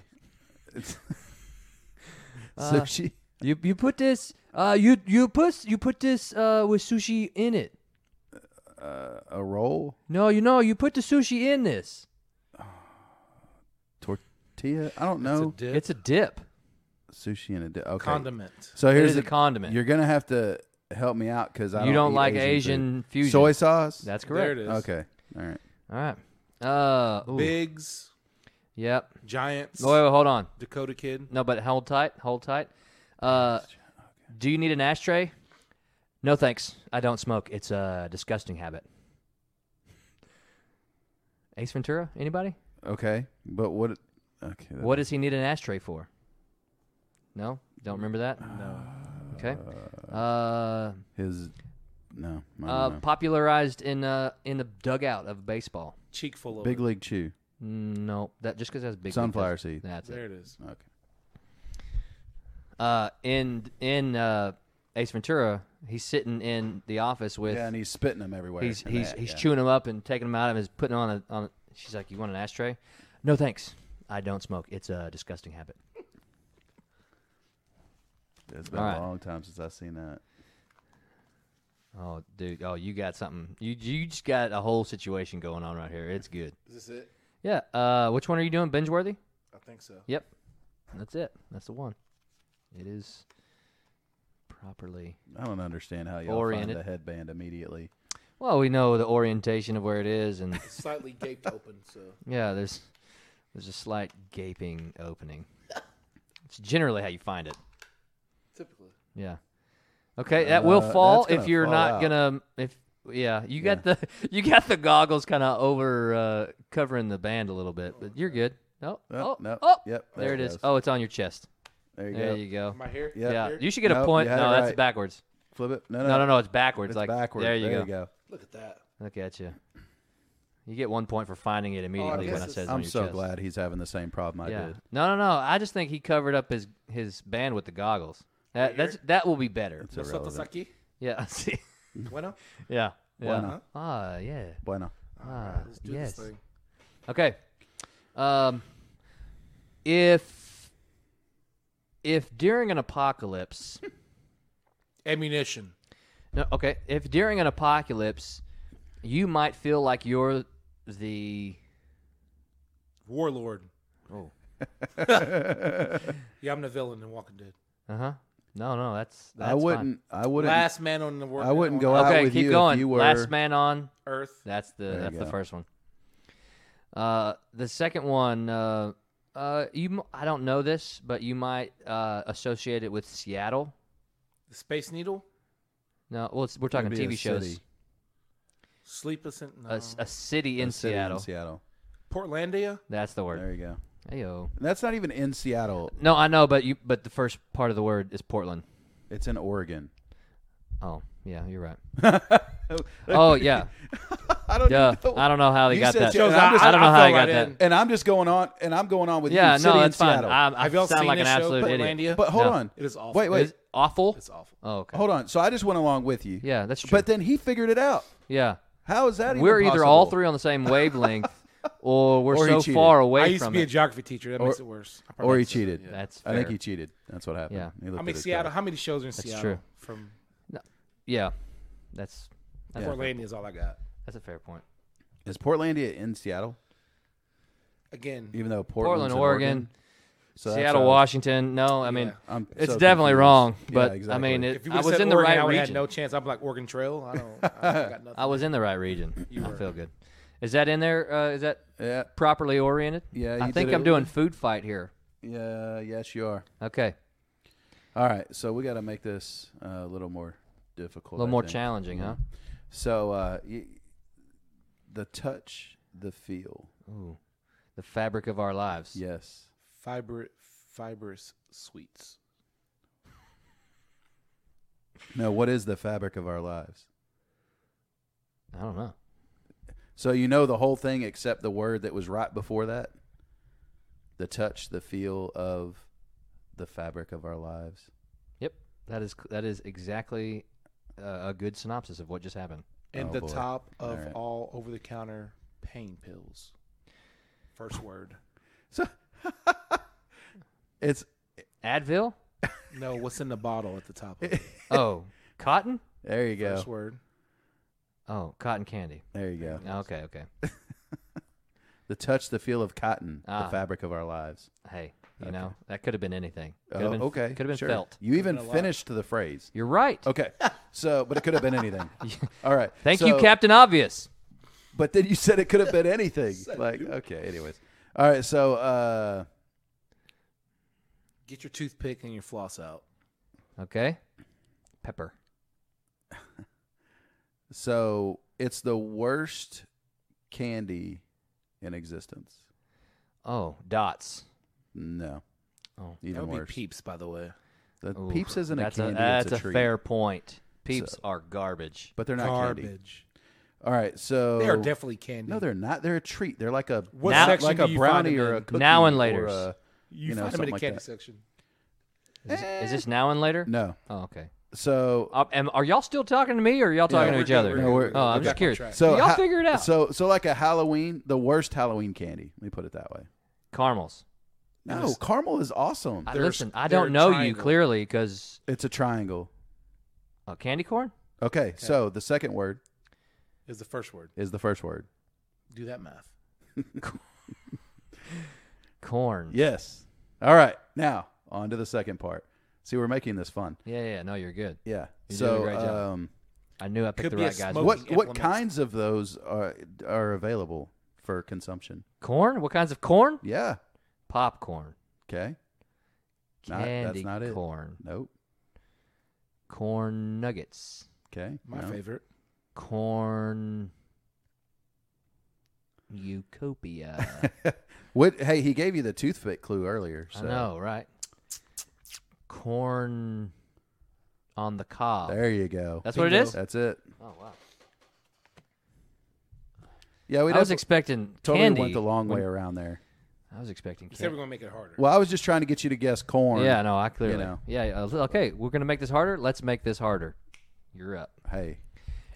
Uh.
Sushi.
You you put this uh you you put you put this uh with sushi in it.
A roll.
No, you know you put the sushi in this.
Tortilla. I don't know.
dip.
Oh, It's a dip.
Sushi and a di- okay.
condiment.
So here's
is a
the-
condiment.
You're gonna have to help me out because I
you don't
eat
like
Asian
Asian,
food.
fusion.
soy sauce.
That's correct.
There it is.
okay. All right.
All right. Uh, ooh.
Biggs,
Yep.
Giants,
Wait, wait, hold on.
Dakota Kid.
No, but hold tight. Hold tight. Uh, do you need an ashtray? No, thanks. I don't smoke. It's a disgusting habit. Ace Ventura? Anybody?
Okay. But what? Okay. that-
What does he need an ashtray for? No? Don't remember that? No. Okay. Uh,
His No, I don't
Uh,
know.
popularized in uh, in the dugout of baseball.
Cheek full of
Big
it.
League Chew.
Mm, No, that just because that's big.
Sunflower
that's-
seed.
That's
There
it.
it is.
Okay.
Uh, in in uh, Ace Ventura, he's sitting in the office with.
Yeah, and he's spitting them everywhere.
he's
and
he's
that,
he's
yeah.
chewing them up and taking them out of his putting on a on. A, she's like, "You want an ashtray? No, thanks. I don't smoke. It's a disgusting habit."
It's been
All right.
a long time since I've seen that.
Oh, dude. Oh, you got something. You you just got a whole situation going on right here. It's good.
Is this it?
Yeah. Uh, which one are you doing? Binge worthy?
I think so.
Yep. That's it. That's the one. It is properly.
I don't understand how y'all
Oriented.
find the headband immediately.
Well, we know the orientation of where it is, and
Slightly gaped open, so
yeah, there's there's a slight gaping opening. It's generally how you find it.
typically.
Yeah. Okay, that will
Uh,
fall
that's gonna
if you're
fall
not
out.
gonna if yeah you got the you got the goggles kind of over uh, covering the band a little bit, but you're good. Oh
Oh,
oh
no.
oh
Yep,
there,
there
it
it
is.
goes.
Oh, it's on your chest.
There you
There
go.
you go.
Am I here?
Yeah.
Yeah,
Here?
you should get a
Nope,
point.
you had
No,
it
that's
right.
backwards.
Flip it. No, no,
No, no, no, it's backwards.
It's
like
backwards.
There you go.
Look at that.
Look at you. You get one point for finding it immediately
Oh, guess
when I
it's-
said it's on
I'm
your
so
chest.
glad he's having the same problem I
Yeah.
did.
No, no, no. I just think he covered up his his band with the goggles. That that's that will be better.
It's
Nosotros
irrelevant.
aquí.
Yeah. See.
Bueno.
Yeah.
Why
Yeah.
not?
Ah, yeah.
Bueno.
Ah,
Let's do
yes.
this thing.
Okay. Um, if if during an apocalypse,
Ammunition.
no, okay, if during an apocalypse, you might feel like you're the
Warlord.
Oh.
Yeah, I'm the villain in Walking Dead.
uh huh. No, no, that's, that's
I
fine.
wouldn't. I wouldn't.
Last man on the world.
I wouldn't go out
Okay,
with
keep
you
going.
if you were.
Last man on.
Earth.
That's the
you
that's the
go.
first one. Uh, the second one. Uh, uh, you. m- I don't know this, but you might uh associate it with Seattle.
The Space Needle.
No, well, it's, we're talking
be a
TV shows.
city.
Sleepless in no.
a, s- a city in
A city
Seattle.
In Seattle.
Portlandia.
That's the
There
word.
you go.
Ayo.
And that's not even in Seattle.
No, I know, but you but the first part of the word is Portland.
It's in Oregon.
Oh, yeah, you're right. oh yeah,
I don't
yeah.
know.
I don't know how they
You
got
said
that.
Joe's-
I,
I-
don't know
I- I
how they
fell
got
right
that.
in.
and I'm just going on, and I'm going on with
Yeah,
you. City
no,
in
that's fine.
Seattle.
I, I
Have y'all
sound
seen
like an
this show,
absolute idiot.
Portlandia?
But hold
No.
on.
It is awful.
Wait, wait.
Is it awful.
It's awful.
Oh, okay.
Hold on. So I just went along with you.
Yeah, that's true.
But then he figured it out.
yeah,
How is that?
we're
even
either all
possible?
three on the same wavelength, or we're
Or he
so
cheated.
far
I
away
used to
from
be a
it.
geography teacher. That makes it worse. I probably
Or he
said that,
cheated.
yeah.
That's
I think
fair.
he cheated. That's what happened.
Yeah.
He
I
looked at
mean,
his
Seattle.
card.
How many shows are in Seattle?
true.
From
Yeah, that's that's, a,
Portlandia is all I got.
that's a fair point.
Is Portlandia in Seattle?
Again,
Even though Portland's
Portland,
in
Oregon,
So that's
Seattle,
how-
Washington. No, I mean.
Yeah.
I'm
It's
so
definitely
confused.
wrong,
Yeah,
but I
exactly.
mean,
if
it,
you
I
would've
was
said
in the
Oregon, I
right
would've
region.
Had no chance. I'm like Oregon Trail. I don't. I got nothing.
I was in the right region. I feel good. Is that in there? Uh, is that
Yeah,
properly oriented?
Yeah,
I
you
think
did
I'm
it.
doing food fight here.
yeah, yes, you are.
Okay,
All right, so we got to make this uh, a little more difficult,
a little
I
more
think.
challenging, huh?
So, uh, y- the touch, the feel,
The fabric of our lives.
yes,
Fiber, fibrous sweets.
no. What is the fabric of our lives?
I don't know.
So you know the whole thing except the word that was right before that. The touch, the feel of the fabric of our lives.
Yep, that is that is exactly uh, a good synopsis of what just happened.
And
Oh,
the
boy.
top of
All right.
all over-the-counter pain pills. First word.
So it's
Advil.
No, what's in the bottle at the top? Of it?
Oh, cotton.
there you go,
First word.
Oh, cotton candy.
there you go.
Okay, okay.
The touch, the feel of cotton,
Ah.
the fabric of our lives.
Hey, you know that could have been anything. Could
Oh,
have been,
okay,
Could have been
sure.
felt.
You even finished the phrase.
You're right.
Okay, so but it could have been anything. All right,
Thank
so-
you, Captain Obvious.
But then you said it could have been anything. like okay, anyways. All right, so uh,
Get your toothpick and your floss out.
Okay. Pepper.
so it's the worst candy in existence.
Oh, dots.
No.
Oh.
even
that would
worse.
be Peeps, by the way.
The
Ooh,
peeps isn't
that's
a candy.
that's
it's a, treat.
fair point. Peeps are garbage.
but they're not candy. Oh.
Garbage.
All right, so
They are definitely candy.
no, they're not. They're a treat. They're like a
What
now,
section
like
do
a
you find
brownie
them
or a
in?
cookie
Now and
or
laters.
a-
you,
you know,
find them in
something
the
like
candy
that.
section.
Is, is this now and later?
no.
Oh, okay.
So
Uh, am, are y'all still talking to me, or are y'all talking
we're
to each
good,
other?
we're good, we're good.
oh,
We're
I'm
back
just
on
curious.
track.
so
y'all
ha-
figure it out.
So so like a Halloween, the worst Halloween candy. Let me put it that way.
Caramels.
No, caramel is awesome.
I,
They're-
listen, I
they're a
don't know you
triangle.
clearly because
It's a triangle.
uh, candy corn.
Okay, so the second word
Is the first word.
is the first word.
Do that math.
Corn.
Yes. All right. Now on to the second part. See, we're making this fun.
Yeah, yeah. No, you're good.
Yeah.
You're doing a
so,
great job.
um,
I knew I picked
Could
the
be a
right guys.
smoke.
what
Cooking
what
implements.
kinds of those are are available for consumption?
Corn? What kinds of corn?
Yeah.
Popcorn.
Okay. Not- that's
Candy
not it.
corn.
Nope.
Corn nuggets.
Okay.
My
No.
favorite.
Corn. Utopia.
What? Hey, he gave you the toothpick clue earlier. So.
I know, right? Corn on the cob.
There you go.
That's what it is?
That's it.
Oh wow!
Yeah, we
I was
definitely-
expecting
totally
candy.
went the long way around there.
I was expecting
You said we're
candy.
gonna make it harder.
Well, I was just trying to get you to guess corn.
Yeah, no, I clearly.
know.
Yeah, yeah, okay. We're gonna make this harder. Let's make this harder. You're up.
Hey,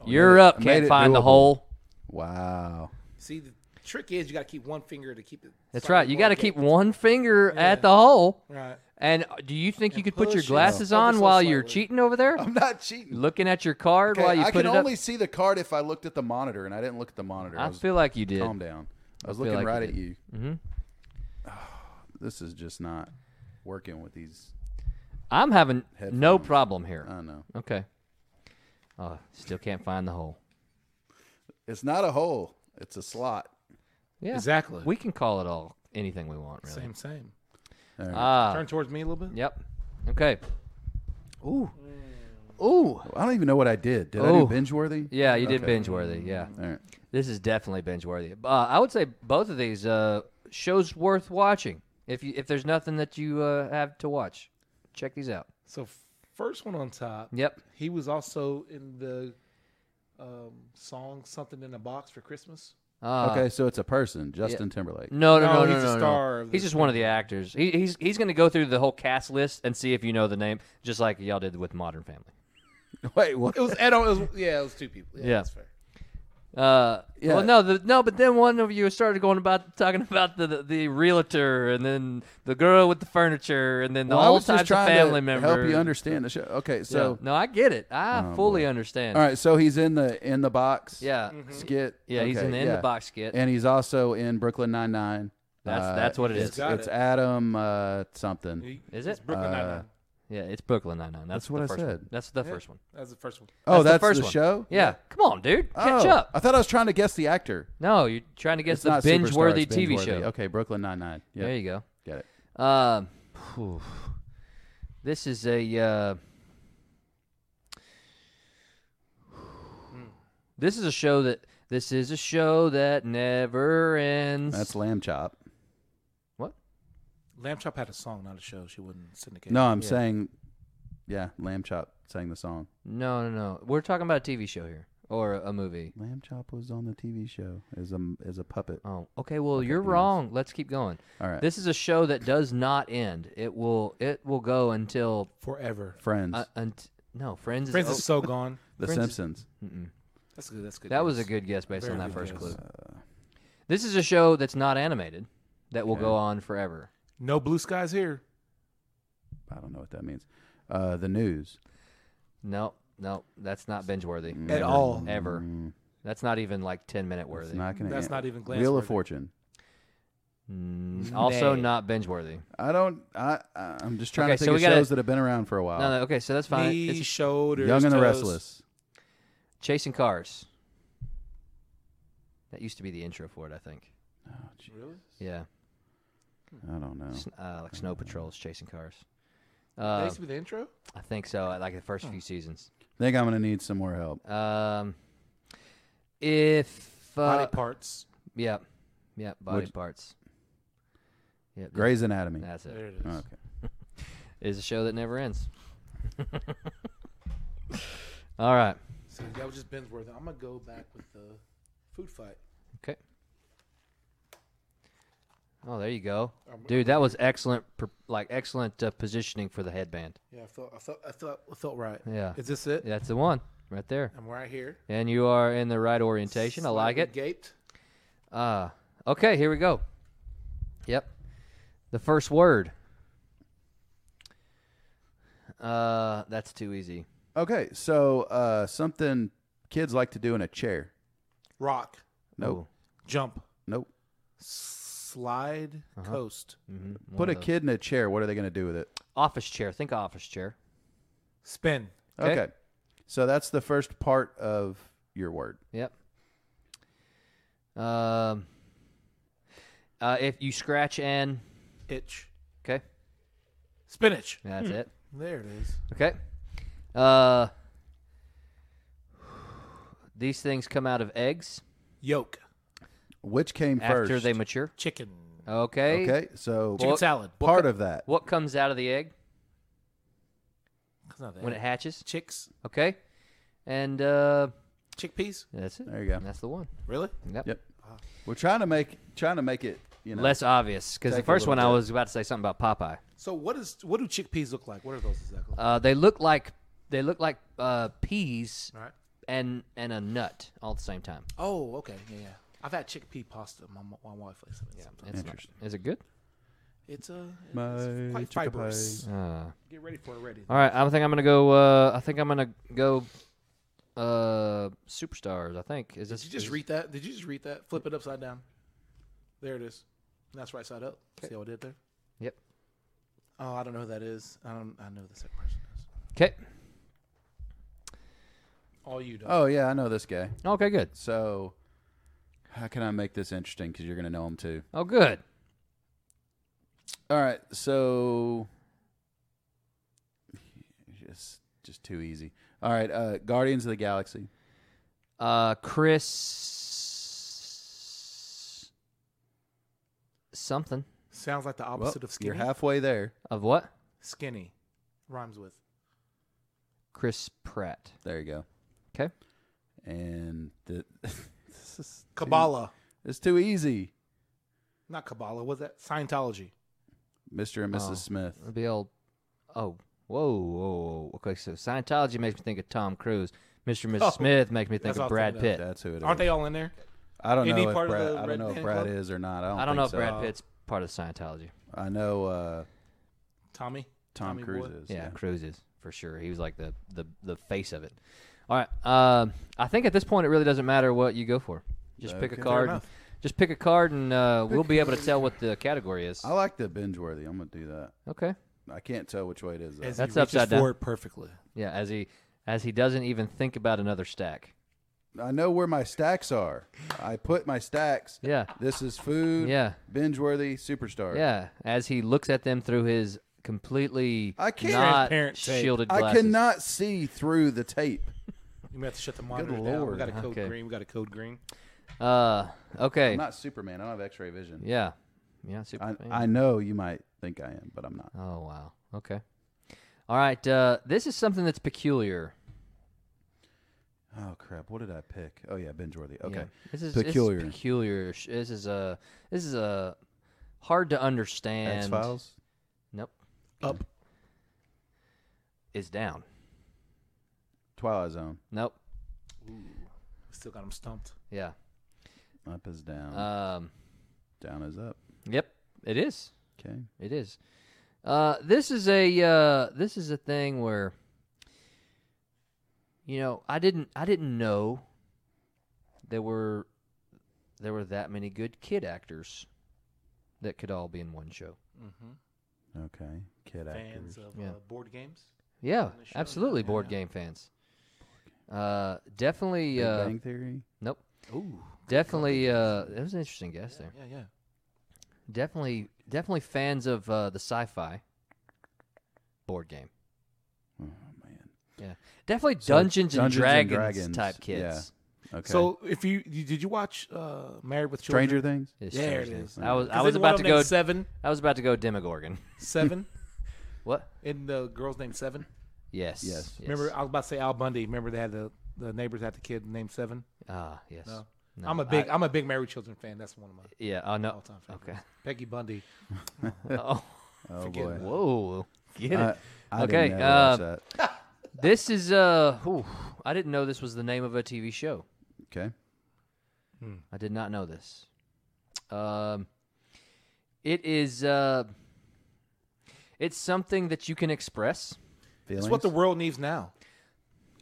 You're up.
Oh, made
Can't
it
find the
doable.
hole.
wow.
See, the trick is you got to keep one finger to keep it.
That's
slightly
right. You got to
elongated.
keep one finger at the hole.
Right.
And uh, do you think you could put your
push it
glasses
up.
on
Focus on
while you're
slightly.
cheating over there?
I'm not cheating.
Looking at your card
Oh. Okay,
while you
I
put
can
it
only
up?
see the card if I looked at the monitor, and I didn't look at the monitor.
I
was-
feel like you did.
calm down. I was
feel
looking
like you
right
did. Mm-hmm.
at you. Mm-hmm. this is just not working with these.
I'm having no
Headphones.
problem here.
I don't know.
Okay. Uh, still can't find the hole.
It's not a hole. It's a slot.
Yeah.
Exactly.
We can call it all anything we want, really.
Same, same.
Ah.
Turn towards me a little bit.
Yep. Okay. Ooh. Ooh.
I don't even know what I did. Did I
Oh.
do binge worthy?
Yeah, you did
Okay.
binge worthy. Yeah.
All right.
This is definitely binge worthy. Uh, I would say both of these uh, shows worth watching. If you if there's nothing that you uh, have to watch, check these out.
So f- first one on top.
Yep.
He was also in the um, song "Something in a Box for Christmas."
Uh,
okay, so it's a person, Justin Timberlake.
No, no, no,
No,
no,
he's
no,
the
no.
star of
he's
this
just one of the actors. He, he's he's going to go through the whole cast list and see if you know the name, just like y'all did with Modern Family.
Wait, what?
It was Ed. O- It was, yeah, it was two people. Yeah,
Yeah.
that's fair.
Uh,
Yeah.
Well, no, the, no, but then one of you started going about talking about the, the, the realtor and then the girl with the furniture and then the
Well, I
whole
was just
types of
trying
family
to
members.
help you understand the show. Okay,
Yeah.
so Oh,
no, I get it. I fully understand.
all right, so he's in the in the box.
Yeah.
Mm-hmm.
skit.
Yeah, he's
Okay,
in the in the box skit.
and he's also in Brooklyn Nine Nine.
That's that's what it
it's,
is.
got
it's
it.
Adam uh, something.
He-
Is
it's
it?
Brooklyn Nine-Nine.
Yeah, it's Brooklyn Nine Nine. That's,
That's what
the
I
first one.
said.
That's the first one.
That's the first one.
Oh, that's,
the, first
the,
one.
show.
Yeah. come on, dude, catch
Oh,
up.
I thought I was trying to guess the actor.
No, you're trying to guess
It's
the
not
binge worthy
Superstar, it's
TV
Binge-worthy.
show.
Okay, Brooklyn Nine Nine. Yeah,
There you go.
got it.
Um, whew. this is a. Uh,
Hmm.
this is a show that. This is a show that never ends.
That's Lamb Chop.
what?
Lamb Chop had a song, not a show. She wouldn't syndicate.
No, I'm saying, yeah, Lamb Chop sang the song.
No, no, no. We're talking about a TV show here or a, a movie.
Lamb Chop was on the TV show as a as a puppet.
Oh, okay. Well, you're wrong. Let's keep going.
All right.
This is a show that does not end. It will. It will go until.
forever.
Friends,
Uh, unt- no, Friends.
Friends
is,
is
o-
so gone.
The
Friends-
Simpsons.
That's good. That's good.
That was a
guess.
good guess based on
Very
that
good
first
guess.
clue. This is a show that's not animated that will go on forever.
No blue skies here.
I don't know what that means. Uh, the news.
No, no, that's not binge worthy
At all.
ever. That's not even like 10 minute worthy.
It's not gonna.
That's
end.
not even
Wheel of
glance-worthy.
Fortune.
Mm, also
Nay.
not binge worthy.
I don't. I. I- I'm just trying
Okay,
to think
so
of
we gotta-
shows that have been around for a
Oh.
while.
No, no, okay, so that's fine.
Knee,
It's
shoulders,
Young and the
toes.
Restless.
chasing cars. That used to be the intro for it, I think.
Really?
Yeah.
I don't know.
S- Uh, like Snow Patrol's chasing cars.
That
Uh,
used to be the intro.
I think so, uh, like the first few seasons.
think I'm gonna need some more help.
Um, if.
Body
Uh,
parts.
Yep. Yep. Body
Would-
parts. Yep. that-
Grey's Anatomy.
That's
There
it.
it is.
Okay.
It's a show that never ends. All right.
So that was just Ben's worth. I'm gonna go back with the food fight.
Okay. Oh, there you go, dude. That was excellent, per- like excellent uh, positioning for the headband.
Yeah, I felt, I felt, I felt, I felt right.
Yeah.
Is this it?
That's the one right there,
I'm right here.
and you are in the right orientation. I like
Slightly
it.
Gaped.
Uh, okay, here we go. Yep. The first word. Uh, that's too easy.
Okay, so uh, something kids like to do in a chair.
Rock.
Nope.
Jump.
Nope.
Slide.
Uh-huh.
Coast.
Put a kid in a chair. What are they going to do with it?
Office chair. Think office chair.
Spin.
Okay.
Okay.
So that's the first part of your word.
Yep. Um. Uh, if you scratch and
Itch.
okay,
Spinach.
Hmm.
that's it.
There it is.
Okay. Uh, these things come out of eggs
Yolk.
Which came
after
first?
they mature.
Chicken.
Okay.
okay. So
Chicken salad.
part of that.
What comes out of the egg
It's not that.
when it hatches?
Chicks.
Okay. And uh,
Chickpeas.
that's it.
There you go.
That's the one.
Really?
Yep. We're trying to make trying to make it you know
Less obvious because the
Take a
first
little
one I
bit.
was about to say something about Popeye.
So what is what do chickpeas look like? What are those exactly?
Uh, they look like they look like uh, peas
All right.
and and a nut all at the same time.
Oh, okay. Yeah, yeah. I've had chickpea pasta. My, mo- my wife likes it. sometimes.
It's not- is it good?
It's a
My
it's quite
chicken
fibrous.
Uh,
Get ready for it. Ready.
all right. I think I'm gonna go. Uh, I think I'm gonna go. Uh, superstars. I think is this
Did you just
is-
read that? Did you just read that? Flip it upside down. There it is. And that's right side up. See how I did there?
Yep.
Oh, I don't know who that is. I don't. I know who the second person is.
Okay.
All you don't.
Oh yeah, I know this guy.
Okay. Good.
So how can I make this interesting cuz you're going to know him too.
Oh, good.
All right. So just just too easy. All right, uh Guardians of the Galaxy.
Uh, Chris. Something
Sounds like the
Well,
opposite of
you're
skinny.
halfway there.
of what?
skinny rhymes with
Chris Pratt.
There you go.
Okay.
And the this is too-
Kabbalah.
It's too easy.
Not Kabbalah. Was that Scientology?
Mr. and Mrs.
Oh.
Smith.
It'll be old. Oh, whoa, whoa, whoa. Okay, so Scientology makes me think of Tom Cruise. Mr. and Mrs.
Oh,
Smith makes me think
that's
of
what I was
Brad
thinking
Pitt.
of.
That's who it is.
Aren't they all in there?
I don't
Any
know if
part of
Brad,
the
I
Red
don't know if
Band
Brad
Club?
is or not. I don't,
I don't
think
know if
so.
Brad Pitt's part of Scientology.
I know uh,
Tommy.
Tom
Tommy
Cruise
Boy.
is.
Yeah, Cruise is for sure. He was like the the, the face of it. All right. Um, I think at this point it really doesn't matter what you go for. Just pick a
Okay.
card. and-
enough.
Just pick a card, and uh, we'll be able to tell what the category is.
I like the binge worthy. I'm gonna do that.
Okay.
I can't tell which way it is. Though.
As
That's
he reaches
upside down.
for it perfectly.
Yeah. As he as he doesn't even think about another stack.
I know where my stacks are. I put my stacks.
Yeah.
This is food.
Yeah.
Binge worthy superstar.
Yeah, as he looks at them through his completely
I can't-
not
Transparent tape.
shielded
I
glasses.
cannot see through the tape.
You may have to shut the monitor down. We
lord.
got a code
Okay.
green. We got a code green.
Uh, okay.
I'm not Superman. I don't have X-ray vision.
yeah. Yeah. Super.
I,
fan.
I know you might think I am, but I'm not.
oh wow. Okay. All right. Uh, this is something that's peculiar.
Oh crap! What did I pick? Oh yeah, binge worthy. Okay.
Yeah. This is
Peculiar.
This is peculiar. Sh- This is a. This is a hard to understand.
X Files.
Nope.
Up.
Is down.
Twilight Zone.
Nope.
Still got him stumped.
Yeah.
Up is down.
Um.
down is up.
Yep. It is.
Okay.
It is. Uh, this is a uh, this is a thing where you know I didn't I didn't know there were there were that many good kid actors that could all be in one show.
Okay. Kid
Fans
actors.
of
Yeah.
uh, board games.
Yeah,
the show,
absolutely.
yeah.
Board game fans. Uh, definitely.
Big
Uh,
Bang Theory.
nope.
Ooh.
Definitely. Uh, that was an interesting guess there.
Yeah, yeah.
Definitely. Definitely fans of uh, the sci-fi board game.
Oh man.
Yeah, definitely
So,
Dungeons, and,
Dungeons and
Dragons
Dragons,
type
yeah.
kids.
Okay.
So if you, you did you watch uh, Married with Children?
Stranger Things.
It's
There it
Stranger
is.
Things. I was I
'Cause
was
isn't one
about
of
to
them
go.
named seven.
I was about to go Demogorgon.
Seven.
What?
and the girl's named Seven.
Yes.
Yes.
yes.
Remember, I was about to say Al Bundy. Remember they had the the neighbors had the kid named Seven.
Ah, yes.
No.
No,
I'm a big I, am a big Mary Children fan. That's one of my
Yeah. Oh no.
all time favorites.
Okay.
Peggy Bundy.
Oh.
Oh
Forget
boy.
Whoa. Get it.
I, Uh, I
Okay,
Didn't know
uh, This is uh. whew, I didn't know this was the name of a TV show.
Okay.
I did not know this. Um, it is uh, it's something that you can express.
Feelings.
It's what the world needs now.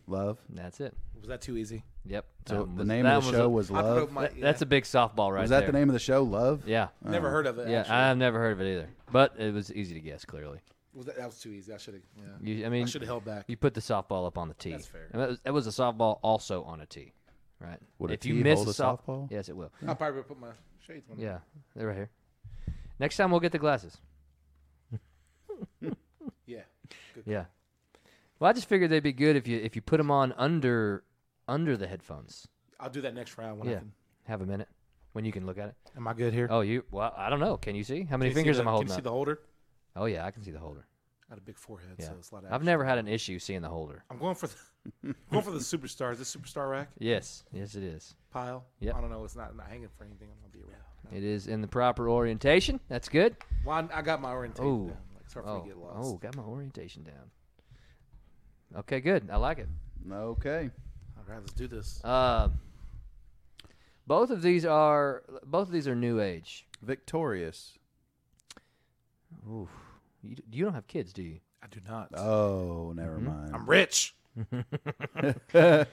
love.
That's it.
Was that too easy?
Yep.
So
That
the
was-
name
that
of the
was a-
show was
I put up
Love.
my,
that- that's a big softball right
Was that
there.
the name of the show? Love.
Yeah.
Never heard of it.
Yeah,
actually.
I've never heard of it either, but it was easy to guess. Clearly,
was that, that was too easy. I should have. Yeah.
you, I mean,
I should have held back.
You put the softball up on the tee.
That's fair.
And that was, that was a softball also on a tee, right?
Would a
if you
tee
miss
hold
a
a
soft-
softball?
yes, it will.
I probably would put my shades on.
Yeah, they're right here. Next time we'll get the glasses.
Yeah. Good.
Yeah. Well, I just figured they'd be good if you if you put them on under under the headphones.
I'll do that next round when I
Yeah.
can.
Have a minute when you can look at it.
Am I good here?
Oh, you? Well, I don't know. Can you see how
Can
many
you see
fingers
the-
am I holding
Can you see
up?
the holder?
oh yeah, I can see the holder.
I had a big forehead,
Yeah.
so it's a lot of.
I've
action.
never had an issue seeing the holder.
I'm going for the going for the superstar. Is this superstar rack
Yes, yes, it is.
pile?
Yep.
I don't know. It's not not hanging for anything. I'm gonna be around.
It is in the proper orientation. That's good.
Well, I, I got my orientation.
Ooh.
down. Like, sorry
Oh,
if we get lost.
oh, got my orientation down. Okay, good. I like it.
Okay.
All right, let's do this.
Uh, both of these are both of these are new age.
Victorious.
Oof. You, you don't have kids, do you?
I do not.
Oh, never
Mm-hmm.
mind.
I'm rich.
Uh,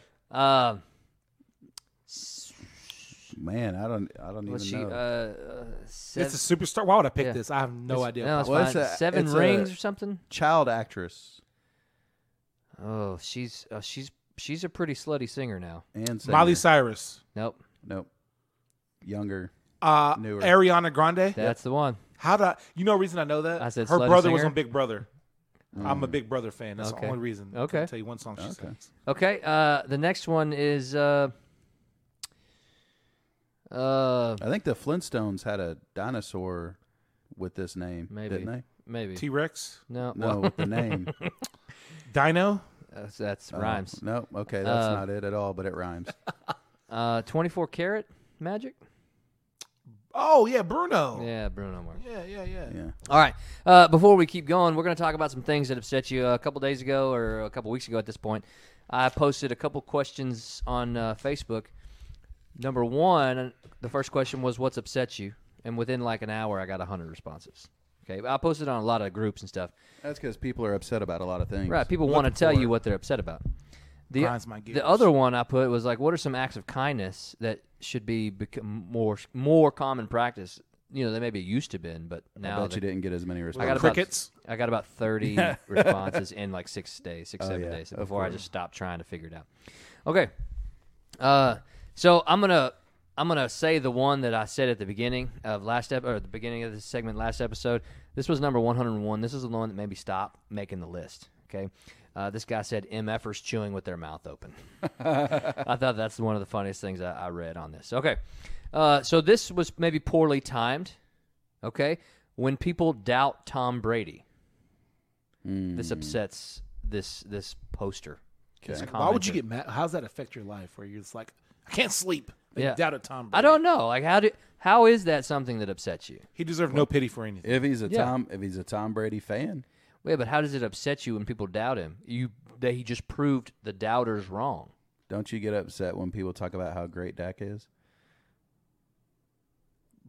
Man, I don't. I don't even
was she?
know.
Uh, uh, seven,
It's a superstar. Why would I pick
Yeah.
this? I have no idea.
no, it's
Well,
fine.
it's a-
seven
it's a-
rings or something.
Child actress
Oh, she's uh, she's she's a pretty slutty singer now.
and singer.
Miley Cyrus,
Nope,
Nope. Younger.
uh,
Newer.
Ariana Grande.
that's the one.
How do I, you know? the Reason I know that
I said
her
slutty
brother was
singer? Mm.
on Big Brother. I'm a Big Brother fan. That's
Okay.
the only reason.
Okay.
I can tell you one song she sings.
Okay, uh, the next one is uh, uh,
I think the Flintstones had a dinosaur with this name,
maybe
didn't they?
maybe
T Rex,
no
No, with the name.
Dino.
that's,
Uh,
that's rhymes.
No, okay, that's
Uh,
not it at all, but it rhymes.
Uh, twenty four karat magic.
Oh yeah, Bruno.
Yeah, Bruno Mars.
Yeah, yeah, yeah.
Yeah.
All right. Uh, before we keep going, we're going to talk about some things that upset you uh, a couple days ago or a couple weeks ago at this point. I posted a couple questions on uh, Facebook. Number one, the first question was, What's upset you? And within like an hour, I got 100 responses. Okay. I posted on a lot of groups and stuff.
That's because people are upset about a lot of things.
Right. People want to tell you what they're upset about. The,
Grinds my gears.
the other one I put was like, what are some acts of kindness that should be become more more common practice? You know, they maybe used to been, but
I
now
bet
they-
you didn't get as many responses.
I got about-
Crickets.
I got about 30 responses in like six days, six, seven
Oh, yeah,
days
of
before I just stopped trying to figure it out. Okay. Uh, so I'm gonna I'm gonna say the one that I said at the beginning of last ep- or at the beginning of this segment last episode. This was number 101. This is the one that made me stop making the list. Okay. Uh, this guy said MFers chewing with their mouth open. I thought that's one of the funniest things I, I read on this. Okay. Uh, so this was maybe poorly timed. Okay. When people doubt Tom Brady, this upsets this this poster. This
Why would
commenter.
you get mad? How does that affect your life? Where you're just like, I can't sleep. They
Yeah.
doubted Tom. Brady.
I don't know. Like how do how is that something that upsets you?
He deserved no pity for anything.
if he's a
Yeah.
Tom, if he's a Tom Brady fan,
Wait, but how does it upset you when people doubt him? You that he just proved the doubters wrong.
don't you get upset when people talk about how great Dak is?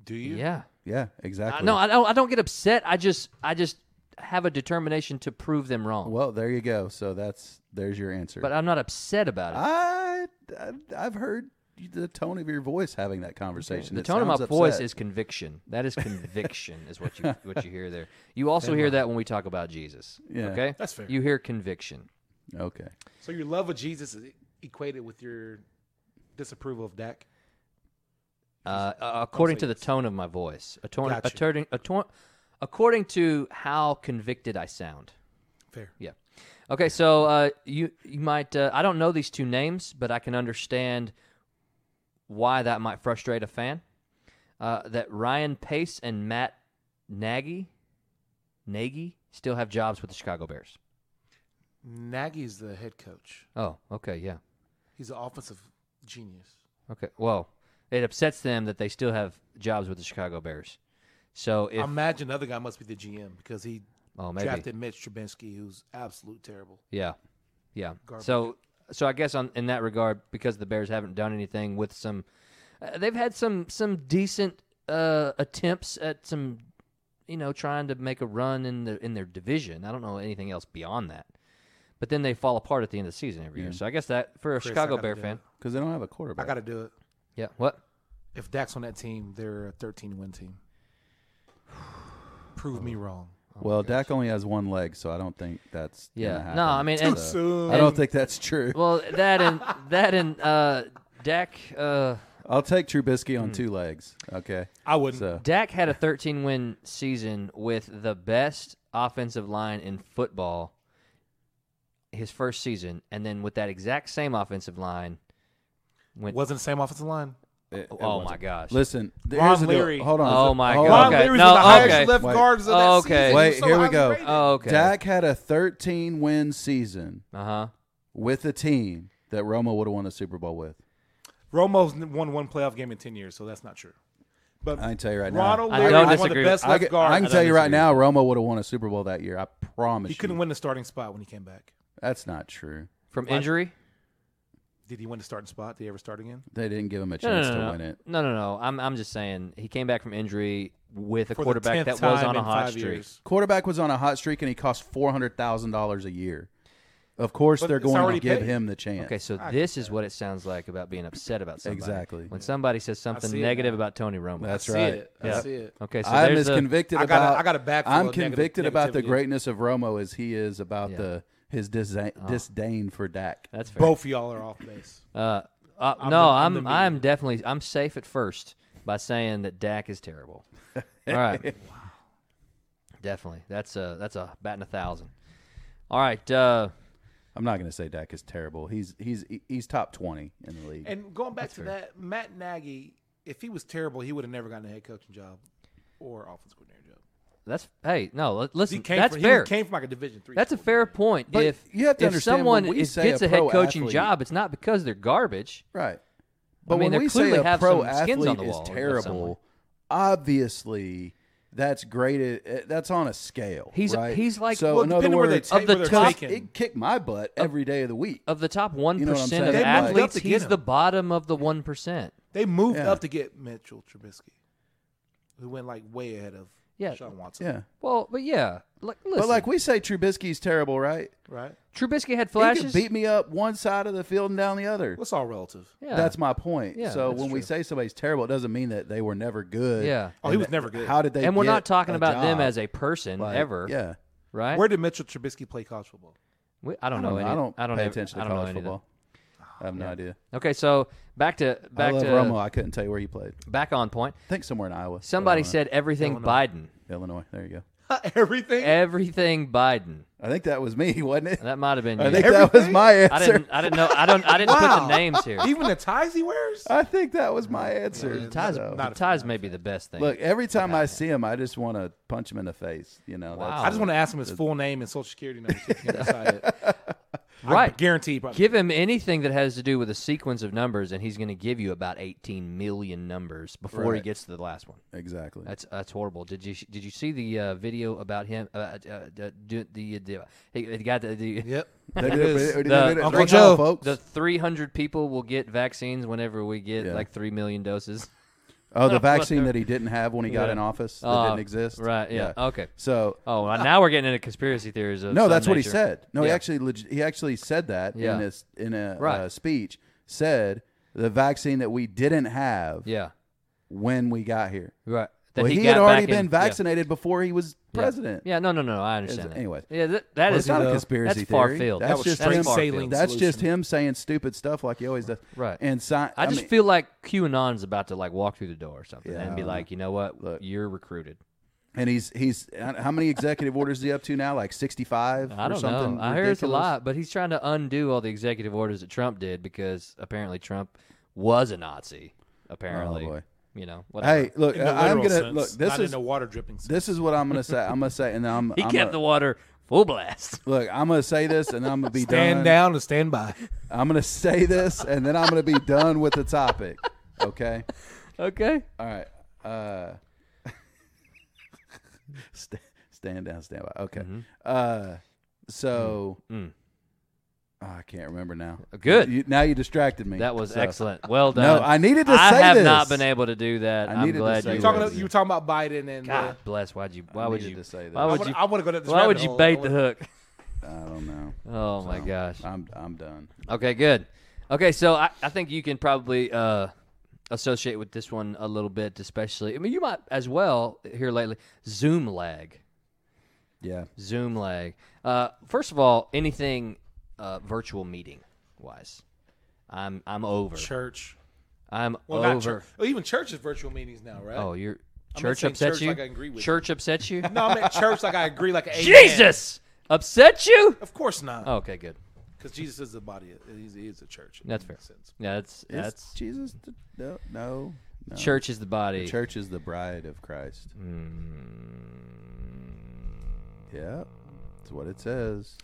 Do you?
Yeah.
Yeah,
I,
exactly.
no, I don't I don't get upset. I just I just have a determination to prove them wrong.
well, there you go. So that's there's your answer.
but I'm not upset about it.
I, I I've heard the tone of your voice having that conversation.
the
It
tone of my
sounds upset.
voice is conviction. That is conviction, is what you what you hear there. You also hear that when we talk about Jesus.
Yeah.
okay,
That's fair.
You hear conviction.
okay.
So your love of Jesus is equated with your disapproval of Dak.
Uh, uh, according to the tone of my voice, a torn,
Gotcha.
a turning- a torn- according to how convicted I sound.
Fair.
Yeah. Okay, so uh, you you might uh, I don't know these two names, but I can understand why that might frustrate a fan. Uh, that Ryan Pace and Matt Nagy, Nagy still have jobs with the Chicago Bears.
Nagy's the head coach.
Oh, okay, yeah.
He's an offensive genius.
Okay. Well, it upsets them that they still have jobs with the Chicago Bears. So if
I imagine the other guy must be the GM because he
oh maybe
drafted Mitch Trubinsky, who's absolute terrible.
yeah yeah so so I guess on in that regard because the Bears haven't done anything with some uh, they've had some some decent uh, attempts at some you know trying to make a run in the in their division. I don't know anything else beyond that. But then they fall apart at the end of the season every year. So I guess that for a
I
Chicago
gotta
Bear
do
fan,
because they don't have a
I
quarterback.
got to do it.
yeah. What?
If Dak's on that team, they're a 13 win team. Prove me wrong.
well, Dak only has one leg, so I don't think that's gonna
Oh, Yeah.
happen.
No, I mean and,
So, I don't think that's true.
well that and that and uh, Dak. Uh,
I'll take Trubisky on two legs. Okay,
Hmm. I wouldn't.
so
Dak had a 13 win season with the best offensive line in football his first season, and then with that exact same offensive line.
Wasn't the same offensive line.
it- it
oh my
wasn't.
gosh.
Listen, th-
Ron
here's the deal.
Leary.
Hold on.
Oh
So-
my
hold
God.
on.
Okay.
Leary was
No,
the highest
okay.
left
Wait.
guards of Oh, that
Oh, Okay.
season.
Wait,
He was so
here we
highly
go.
rated.
Oh, okay.
Dak had a 13 win season
Uh huh.
with a team that Roma would have won a Super Bowl with.
Romo's n- won one playoff game in 10 years, so that's not true. But
I can tell you
Ron
right now.
I don't
O'Leary was one of
disagree
the
with-
best
I
left
can,
guards.
I can tell you right now, Roma would have won a Super Bowl that year. I promise
He couldn't
you.
win the starting spot when he came back.
That's not true.
From injury?
Did he win the starting spot? Did he ever start again?
They didn't give him a
No, no,
chance
no,
to
no.
win it.
No, no, no. I'm, I'm just saying he came back from injury with a
For the
quarterback
10th
that was
time
on a
in
hot
five
streak.
years.
Quarterback was on a hot streak and he cost four hundred thousand dollars a year. Of course,
But
they're
it's
going to
already
give
paid.
him the chance.
Okay, so this is what it sounds like about being upset about somebody.
Exactly.
When somebody says something
see it
negative
now.
about Tony Romo.
that's
I
right.
see it. I
Yeah.
see it.
okay, so
I'm
there's
as
the-
convicted
I gotta-
about.
I gotta back full
I'm
of negative-
convicted about the
negativity.
greatness of Romo as he is about
Yeah. Uh-huh.
the his disa- disdain for Dak.
That's fair.
Both of y'all are off base.
Uh, uh,
I'm
no, I'm
the- I'm
I'm,
the mediator.
definitely I'm safe at first by saying that Dak is terrible. All right. Definitely. That's a that's a batting a thousand. All right. Uh,
I'm not going to say Dak is terrible. He's he's he's top twenty in the league.
And going back to that, Matt Nagy, if he was terrible, he would have never gotten a head coaching job or offense coordinator job.
that's hey no li-
He
listen
came
that's
from,
fair.
He came from like a Division three.
that's a
school.
fair point.
But
if
you have to
if
understand,
someone
when we
is-
say
gets
a
a, head
pro
coaching
athlete-
job, it's not because they're garbage.
Right. But
mean,
when
they
we
clearly
say a
have
pro
some skins
athlete
on the wall
is
with someone.
terrible, obviously that's great. At, that's on a scale.
He's-
right?
he's like- Oh.
so.
Well,
in other
depending where they
words,
take,
of the
where they're
top-
taken.
it kicked my butt every day of the week.
Of the top one
know what I'm
percent of
saying? They moved up
athletes,
to get
he's
him.
the bottom of the one percent.
They moved
Yeah.
up to get Mitchell Trubisky, who went like way ahead of
Yeah.
Sean Watson.
Yeah,
Well, but yeah, like listen,
but like we say, Trubisky's terrible, right?
Right?
Trubisky had
He could
flashes.
beat me up one side of the field and down the other.
Well, it's all relative.
yeah,
That's my point.
Yeah,
so
that's
when we
true.
say somebody's terrible, it doesn't mean that they were never good.
Yeah.
Oh, he was never good.
How did they?
and we're
get
not talking
a
about them
job?
as a person
Like,
ever,
Yeah,
right?
Where did Mitchell Trubisky play college football?
We, I don't
I
know.
don't,
Any,
I don't,
I don't
pay
ever-
attention to
I don't know
college
any of that.
football. I have no idea.
Okay, so back to back
I love
to
Romo. I couldn't tell you where he played.
back on point.
I think somewhere in Iowa.
Somebody
Illinois.
said everything Biden,
Illinois. There you go.
Everything.
everything Biden.
I think that was me, wasn't it?
That might have been
I
you.
think that was my answer.
I didn't. I didn't know. I don't. I didn't put
Wow.
the names here.
Even the ties he wears?
I think that was my answer.
The ties,
So-
the ties may be the best thing.
Look, every time I see him, I just want to punch him in the face. You know, that's-
Wow.
I just want to ask him his full name and social security number. so he can decide it. I
right?
guarantee he probably.
Give him anything that has to do with a sequence of numbers, and he's going to give you about 18 million numbers before he
Right.
gets to the last one.
exactly.
That's that's horrible. Did you did you see the uh, video about him? Uh, uh, uh, do- the the he he got the, the
yep.
They
It
did it-
is.
they did
The-
it right
Uncle
now,
Joe.
folks.
The 300 people will get vaccines whenever we get
Yeah.
like 3 million doses.
oh, the vaccine that he didn't have when he got
Yeah.
in office that
Uh,
didn't exist.
Right, yeah. Okay.
So
Oh, well, now we're getting into conspiracy theories. Of
No,
some
that's what he
nature.
said. No, he
Yeah.
actually leg- he actually said that
Yeah.
in his in a
Right.
uh, speech. Said the vaccine that we didn't have
Yeah.
when we got here.
Right. That
Well, he, had
got
already
back
been
in- yeah.
vaccinated before he was
Yeah.
president.
Yeah. no, no, no, no. I understand. that.
anyways.
yeah, that, that
Well,
is
it's not a
though.
conspiracy
That's far
theory.
field.
That was
that's
just him
far
sailing.
field.
That's just
solution.
him saying stupid stuff like he always does.
Right.
And sci-
I just
mean,
feel like QAnon's about to like walk through the door or something and be
Yeah.
like, you know what,
Look.
you're recruited.
and he's he's how many executive orders is he up to now? Like sixty five
I
or
don't
something.
know. I hear it's a
ridiculous?
lot, but he's trying to undo all the executive orders that Trump did because apparently Trump was a Nazi. Apparently,
Oh, boy.
you know. Whatever.
Hey, look,
In the
I- I'm
literal
gonna
sense,
look. This
not
is
in a water dripping sense.
this is what I'm gonna say. I'm gonna say, and I'm
he
I'm
kept
a-
the water Full blast.
Look, I'm gonna say this, and I'm gonna be
Stand
done.
down and stand by.
I'm gonna say this, and then I'm gonna be done with the topic. Okay.
Okay.
All right. Uh, st- stand down, stand by. Okay.
Mm-hmm.
Uh, so
Mm,
mm. Oh, I can't remember now.
Good.
You, now you distracted me.
That was
So-
excellent. Well
No,
done.
I needed to
I
say
have
this.
not been able to do that.
I
I am
needed to
glad
say
you.
this.
Talking
were.
about, you were talking about Biden and uh,
God bless. Why'd you? Why
I
would
needed
you?
to say
Why
this.
would
I
you?
wanna- I wanna go down this
Why would
rabbit
you
hole. I
bait the
wanna-
hook?
I don't know.
Oh my
So,
gosh.
I'm I'm done.
Okay, good. Okay, so I, I think you can probably uh, associate with this one a little bit, especially. I mean, you might as well here lately. Zoom lag.
Yeah.
Zoom lag. Uh, first of all, anything uh, virtual meeting wise, I'm I'm over.
church.
I'm
Well, not
over.
church. Well, even church is virtual meetings now, right?
Oh, your
I'm not
church
saying
upsets
church
you.
like I agree with
church upsets you.
No, I'm at church like I agree, like amen.
Jesus Oh. upset you.
Of course not,
Okay, good.
because Jesus is the body. of- He's, he is the church. in
That's fair.
that sense.
Yeah, that's
Is
that's
Jesus. The, no, no, no.
church is the body.
Church is the bride of Christ. Yeah, that's what it says.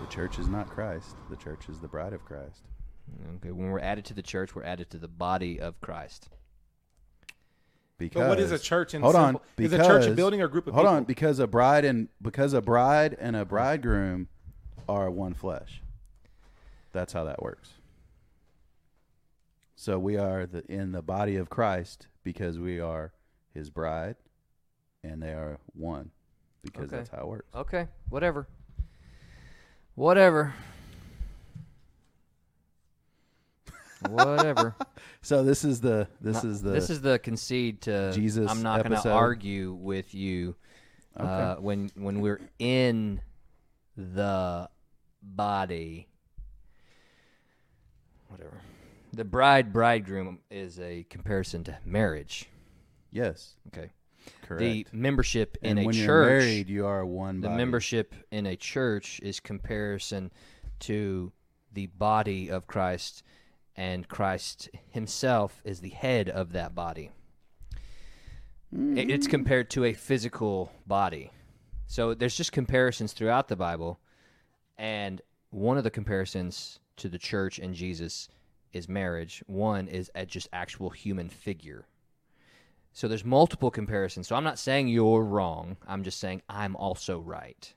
The church is not Christ. The church is the bride of Christ.
Okay, when we're added to the church, we're added to the body of Christ.
Because
But what is a church in
hold on?
simple- is a church a
because-
building or a group of
hold on?
people?
Because a bride and because a bride and a bridegroom are one flesh. That's how that works. So we are the, in the body of Christ because we are His bride, and they are one because
Okay.
that's how it works.
Okay, whatever. Whatever. whatever.
So this is the this is the
this is the concede to
Jesus
I'm not going to
episode.
argue with you uh, when when we're in the body. Whatever. The bride bridegroom is a comparison to marriage.
yes
Okay.
correct.
The membership in
and
a
when
church.
you're married, you are one.
the
body.
membership in a church is comparison to the body of Christ, and Christ himself is the head of that body. It-
Mm-hmm.
It's compared to a physical body. So there's just comparisons throughout the Bible, and one of the comparisons to the church and Jesus is marriage. One is at just actual human figure. So there's multiple comparisons. So I'm not saying you're wrong. I'm just saying I'm also right.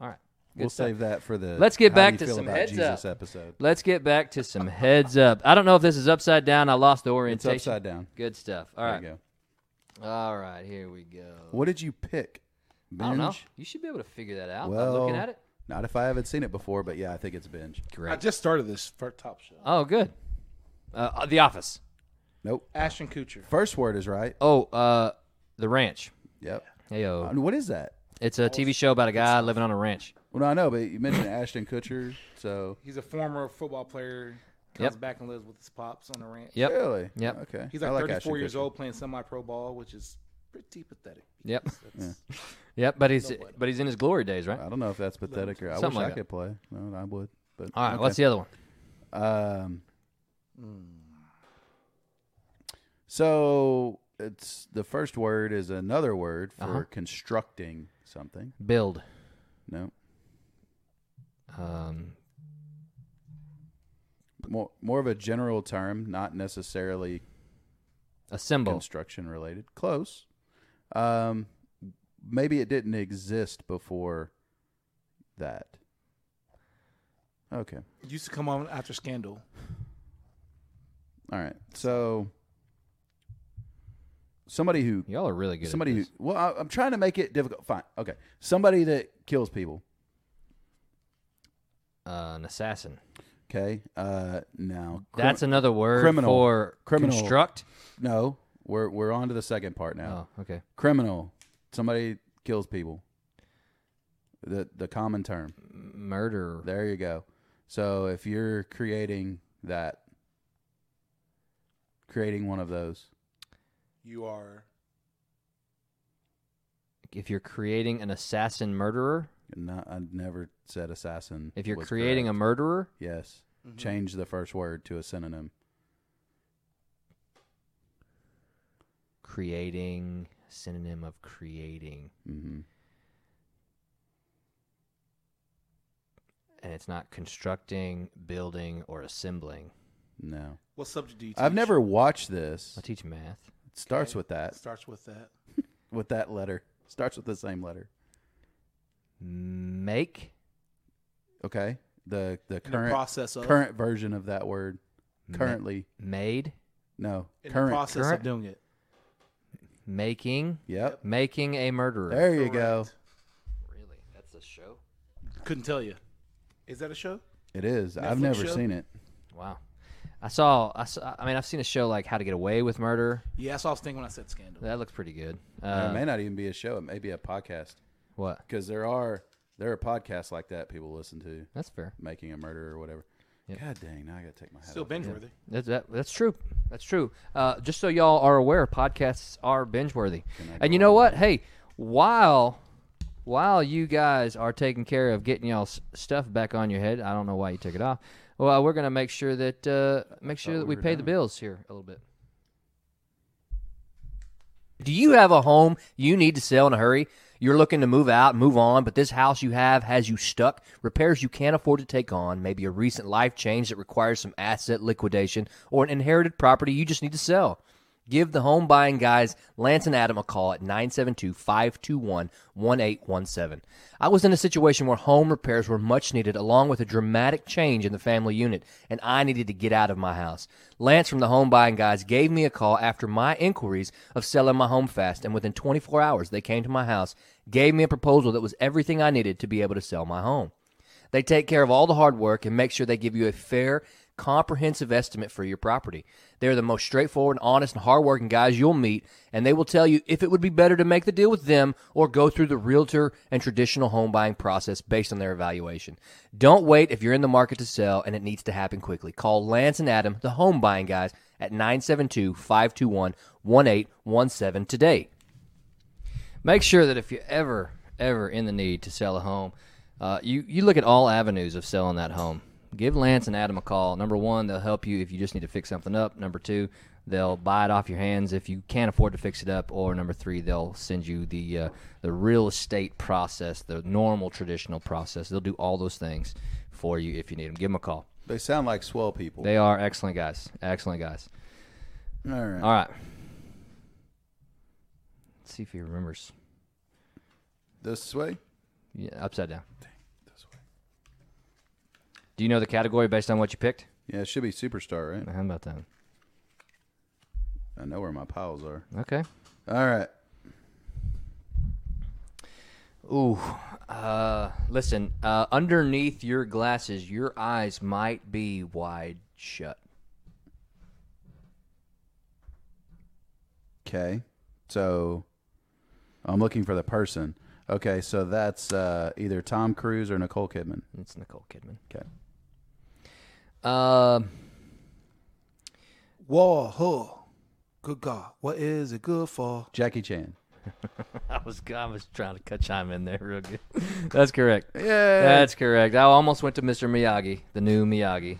All right. Good
We'll
stuff.
save that for the.
Let's get
how
back
you
to
feel
some
about
heads up.
Jesus episode.
Let's get back to some heads up. I don't know if this is upside down. I lost the
It's
orientation.
upside down.
Good stuff. All
There you
right.
go.
All right. Here we go.
What did you pick? Binge?
I don't know. You should be able to figure that out
Well,
by looking at it.
Not if I haven't seen it before, but yeah, I think it's binge.
Great.
I just started this for top show.
oh, good. Uh, uh, the Office.
Nope.
Ashton Kutcher.
First word is right.
Oh, uh, The Ranch.
Yep.
Hey, yo.
And what is that?
It's a TV show about a guy living on a ranch.
Well, no, I know, but you mentioned Ashton Kutcher, so
He's a former football player. Comes
Yep.
back and lives with his pops on the ranch.
Yep.
really,
Yep.
okay.
He's
I
like, 34
Ashton
years
Kutcher.
old playing semi-pro ball, which is pretty pathetic.
Yep.
because that's-
Yep. But he's but he's in his glory days, right?
I don't know if that's pathetic or I
Something
wish
like
I
that.
could play. No, I would. But
All right.
okay.
What's the other one?
Um,
Hmm.
so it's the first word is another word for
Uh-huh.
constructing something.
Build.
No,
Um,
more more of a general term, not necessarily
a symbol.
construction related. Close. Um, maybe it didn't exist before that. Okay.
It used to come on after Scandal.
All right. So somebody who
Y'all are really good.
somebody
at
who
this.
well I, i'm trying to make it difficult fine okay somebody that kills people
uh, an assassin.
okay uh now crim-
That's another word
criminal.
for
Criminal.
construct.
no we're we're on to the second part now
Oh, okay.
criminal somebody kills people the the common term
Murder.
there you go so if you're creating that creating one of those
You are
If you're creating an assassin murderer,
no, i never said assassin
if you're
was
creating a
correct.
murderer,
yes
Mm-hmm.
change the first word to a synonym
creating synonym of creating,
Mm-hmm.
and it's not constructing, building, or assembling.
No,
What subject do you? Teach?
I've never watched this.
I teach math.
It starts with that.
Starts with that.
With that letter. Starts with the same letter.
Make
Okay. The the
In the
current
process of
current version of that word.
Ma-
Currently,
made
no.
in
current.
the process
current-
of doing it.
making
Yep.
making a murderer.
There you go.
Really, that's a show.
Couldn't tell you. Is that a show?
It is. I've
Netflix
never
show?
seen it.
Wow. I saw, I saw. I mean, I've seen a show like How to Get Away with Murder.
Yeah, that's what I was thinking when I said scandal.
That looks pretty good.
It
Uh,
may not even be a show. It may be a podcast
what?
because there are there are podcasts like that people listen to,
That's fair.
making a murder or whatever. God dang! Now I gotta take my hat
Still
off.
binge worthy.
That's, that, that's true. That's true. Uh, just so y'all are aware, podcasts are binge worthy. And you know what? Hey, while while you guys are taking care of getting y'all s- stuff back on your head, I don't know why you took it off. Well, we're gonna make sure that uh, make sure that we, pay the bills here a little bit. Do you have a home you need to sell in a hurry? You're looking to move out, move on, but this house you have has you stuck, repairs you can't afford to take on, maybe a recent life change that requires some asset liquidation, or an inherited property you just need to sell. Give the home buying guys, Lance and Adam, a call at 972 521 1817. I was in a situation where home repairs were much needed, along with a dramatic change in the family unit, and I needed to get out of my house. Lance from the Home Buying Guys gave me a call after my inquiries of selling my home fast, and within 24 hours, they came to my house, gave me a proposal that was everything I needed to be able to sell my home. They take care of all the hard work and make sure they give you a fair, comprehensive estimate for your property. They're the most straightforward, honest, and hardworking guys you'll meet, and they will tell you if it would be better to make the deal with them or go through the realtor and traditional home buying process based on their evaluation. Don't wait if you're in the market to sell and it needs to happen quickly. Call Lance and Adam, the home buying guys, at 972 521 1817 today make sure that if you're ever ever in the need to sell a home uh, you, you look at all avenues of selling that home give lance and adam a call number one they'll help you if you just need to fix something up number two they'll buy it off your hands if you can't afford to fix it up or number three they'll send you the uh, the real estate process the normal traditional process they'll do all those things for you if you need them give them a call
They sound like swell people.
they are excellent guys excellent guys
All right.
all right let's see if he remembers
This way.
yeah, upside down
This way.
Do you know the category based on what you picked?
Yeah, it should be superstar, right?
How about that?
I know where my piles are.
Okay.
All right.
Ooh. Uh, listen, uh, underneath your glasses, your eyes might be wide shut.
Okay. So I'm looking for the person. Okay, so that's uh, either Tom Cruise or Nicole Kidman.
It's Nicole Kidman.
Okay.
Um,
Whoa, ho. Good God. What is it good for?
Jackie Chan.
I was I was trying to cut chime in there real good. That's correct.
Yeah.
That's correct. I almost went to Mr. Miyagi, the new Miyagi.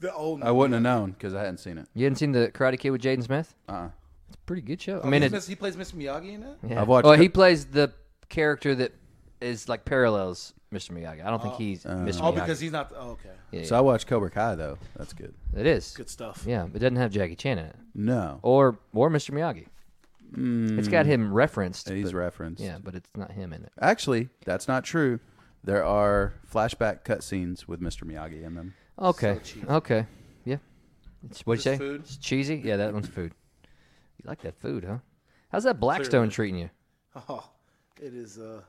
The old
Uh,
I wouldn't have known because I hadn't seen it.
You hadn't seen the Karate Kid with Jaden Smith?
Uh-uh. Oh,
It's a pretty good show. I mean, it,
he plays Mr. Miyagi in that?
Yeah.
I've watched
Well,
it.
he plays the character that is like parallels Mr. Miyagi. I don't think he's
Uh,
Mr.
Oh,
Miyagi.
because he's not. Oh, okay.
Yeah.
So I watched Cobra Kai, though. That's good.
it is.
Good stuff.
Yeah, it doesn't have Jackie Chan in it,
No.
or or Mr. Miyagi.
Hmm.
It's got him referenced.
He's
but-
referenced.
yeah, but it's not him in it.
Actually, that's not true. There are flashback cutscenes with Mr. Miyagi in them.
Okay, okay, yeah. It's, what'd you
This
say?
food?
It's cheesy. Yeah, that one's food. You like that food, huh? How's that Blackstone treating you?
Oh, it is uh,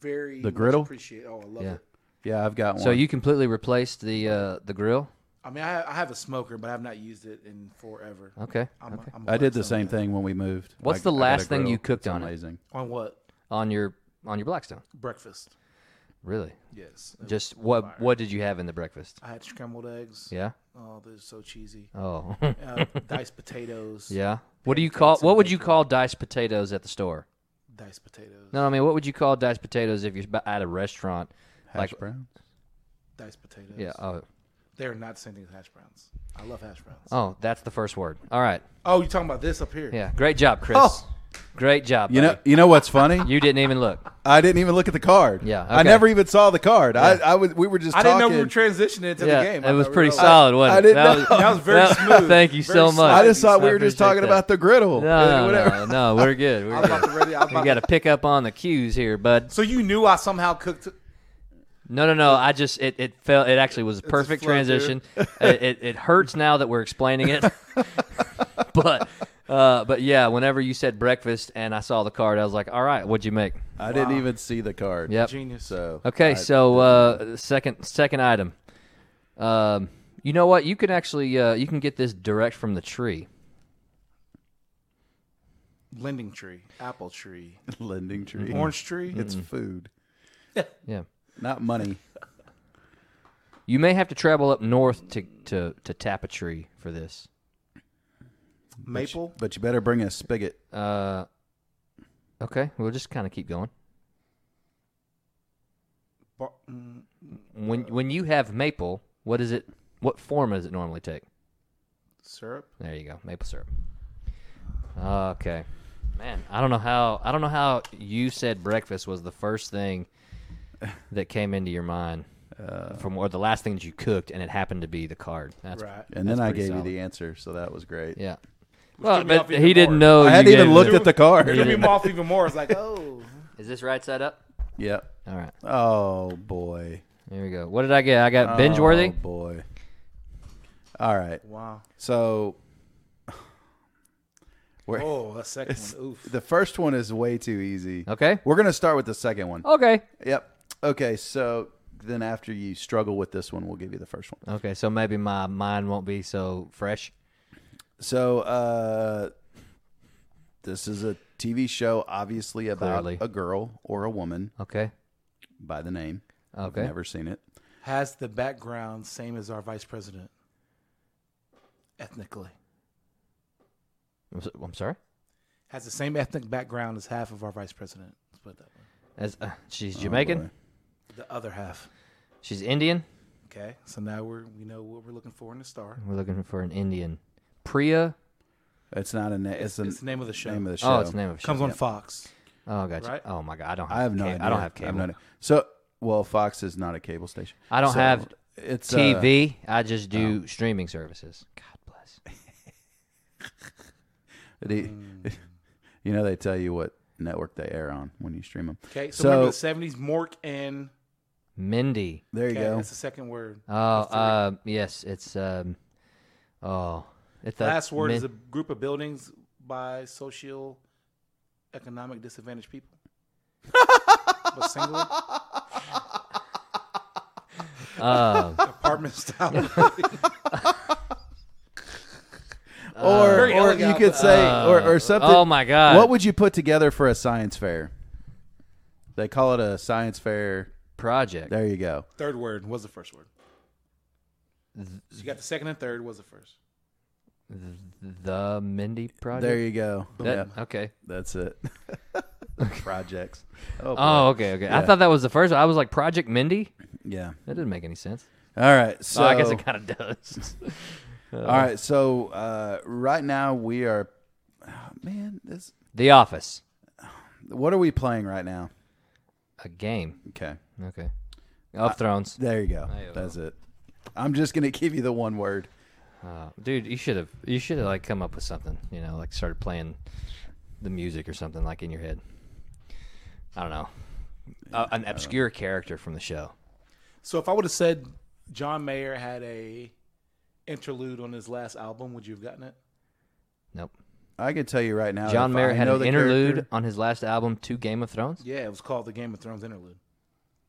very.
The
much
griddle?
Appreciate. Oh, I love
Yeah.
it.
Yeah, I've got one.
So you completely replaced the uh, the grill.
I mean, I, I have a smoker, but I've not used it in forever.
Okay.
I'm, okay. I'm
I did the same thing when we moved.
What's
I-
the
I got a
last thing
grill.
you cooked
It's
on it?
Amazing.
On what?
On your on your Blackstone.
Breakfast.
Really?
Yes.
Just what what did you have in the breakfast?
I had scrambled eggs.
Yeah.
Oh, they're so cheesy.
Oh.
Uh, diced potatoes.
yeah. What do you call what would you call diced potatoes at the store?
Diced potatoes.
No, I mean, what would you call diced potatoes if you're b- at a restaurant?
Hash
Like- uh,
brown?
Diced potatoes.
Yeah. Uh- Oh,
They're not the same thing as hash browns. I love hash browns.
oh, that's the first word. All right.
Oh, you're talking about this up here?
Yeah. Great job, Chris.
Oh,
Great job.
You know,
buddy.
you know what's funny?
you didn't even look.
I didn't even look at the card.
Yeah,
I
okay.
never even saw the card. I, I was, we were just.
I didn't know we were
talking.
transitioning into
Yeah,
the game.
it
I
was
thought we
pretty
were-
solid, wasn't
I
it?
didn't
that
know.
Was,
That was very smooth.
Thank you
Very
so much.
I just thought
I
we were just
appreciate
talking
that.
about the griddle.
No,
and
no,
whatever.
no, we're good. We're
about
good.
to ready- I was
We
about
got
to-
to pick up on the cues here, bud.
So you knew I somehow cooked.
No, no, no. I just it it felt it actually was a perfect
flow, dude.
transition. Uh, it, it it hurts now that we're explaining it, but uh, but yeah. Whenever you said breakfast and I saw the card, I was like, all right, what'd you make?
I didn't even see the card.
Yep.
Genius.
So
Okay,
I-
so uh, second second item. Um, you know what? You can actually uh, you can get this direct from the tree.
Lending tree, apple tree,
lending tree,
orange tree.
It's
Mm.
food,
Yeah.
not money.
You may have to travel up north to, to, to tap a tree for this.
maple.
But you better bring a spigot.
Uh, okay, we'll just kind of keep going.
bar- mm,
When when you have maple, what is it? What form does it normally take?
syrup.
There you go, maple syrup. Okay, man, I don't know how I don't know how you said breakfast was the first thing that came into your mind from or the last thing that you cooked, and it happened to be the card. That's
Uh, Right.
And then I gave
solid.
you the answer, so that was great.
Yeah. Well,
threw me
but
off even
he didn't
more.
know.
I
you
hadn't even
gave
looked
the-
at the card.
Threw me off even more. It's like, oh,
Is this right side up?
Yep.
All right.
Oh boy.
There we go. What did I get? I got binge worthy.
Oh boy. All right.
wow.
So we're,
Oh, a second one. Oof.
the first one is way too easy.
Okay. Oh.
We're gonna start with the second one.
Okay.
Yep. Okay. So then after you struggle with this one, we'll give you the first one.
Okay. So maybe my mind won't be so fresh.
So uh, this is a TV show, obviously about
Clearly.
a girl or a woman
Okay.
by the name.
Okay.
Never seen it.
Has the background same as our vice president, ethnically.
I'm, so, am sorry.
Has the same ethnic background as half of our vice president. Let's put it that way.
As uh, she's
Oh,
Jamaican.
boy.
The other half.
she's Indian.
Okay, so now we're we know what we're looking for in the star.
We're looking for an Indian. Priya.
It's not a. Na- it's,
It's,
an-
it's the name of the show.
name of the show.
Oh, it's the name of a show.
Comes on Fox.
Oh, gotcha.
right?
Oh my God. I don't. Have
I have no.
cable.
Idea.
I don't have
I
cable.
no idea. so well, Fox is not a cable station.
I don't
So,
have
it's uh,
TV. I just do streaming services. God bless.
the-
Hmm.
you know, they tell you what network they air on when you stream them.
Okay, so,
So-
remember the seventies Mork and
Mindy.
There you
okay,
go.
that's the second word.
Oh, uh, yes, it's um, oh, it's that
Last word
min-
is a group of buildings by social economic disadvantaged people. but single
uh,
apartment style.
Uh,
or
Very
or you
elegant,
could say Uh, or, or something.
oh my God.
What would you put together for a science fair? They call it a science fair.
project.
There you go.
third word was the first word. So you got the second and third was the first.
The Mindy project.
There you go.
That-
Yeah,
Okay.
that's it. Projects. Oh, boy.
Oh, okay, okay. I thought that was the first. one. I was like, Project Mindy.
yeah.
That didn't make any sense.
All right. So
oh, I guess it kind of does.
All
Uh-huh.
right, so uh, right now we are, oh, man. This
the Office,
what are we playing right now?
a game.
Okay,
Okay. Of Thrones,
there you go. That's it. I'm just gonna give you the one word.
Uh, dude. You should have. You should have like come up with something. You know, like started playing the music or something like in your head. I don't know. Uh, an obscure character from the show.
So if I would have said John Mayer had a interlude on his last album, would you have gotten it?
Nope.
I can tell you right now.
John
Uh, if
Mayer
I
had
know
an
the
interlude
character-
on his last album to Game of Thrones.
Yeah, it was called the Game of Thrones interlude.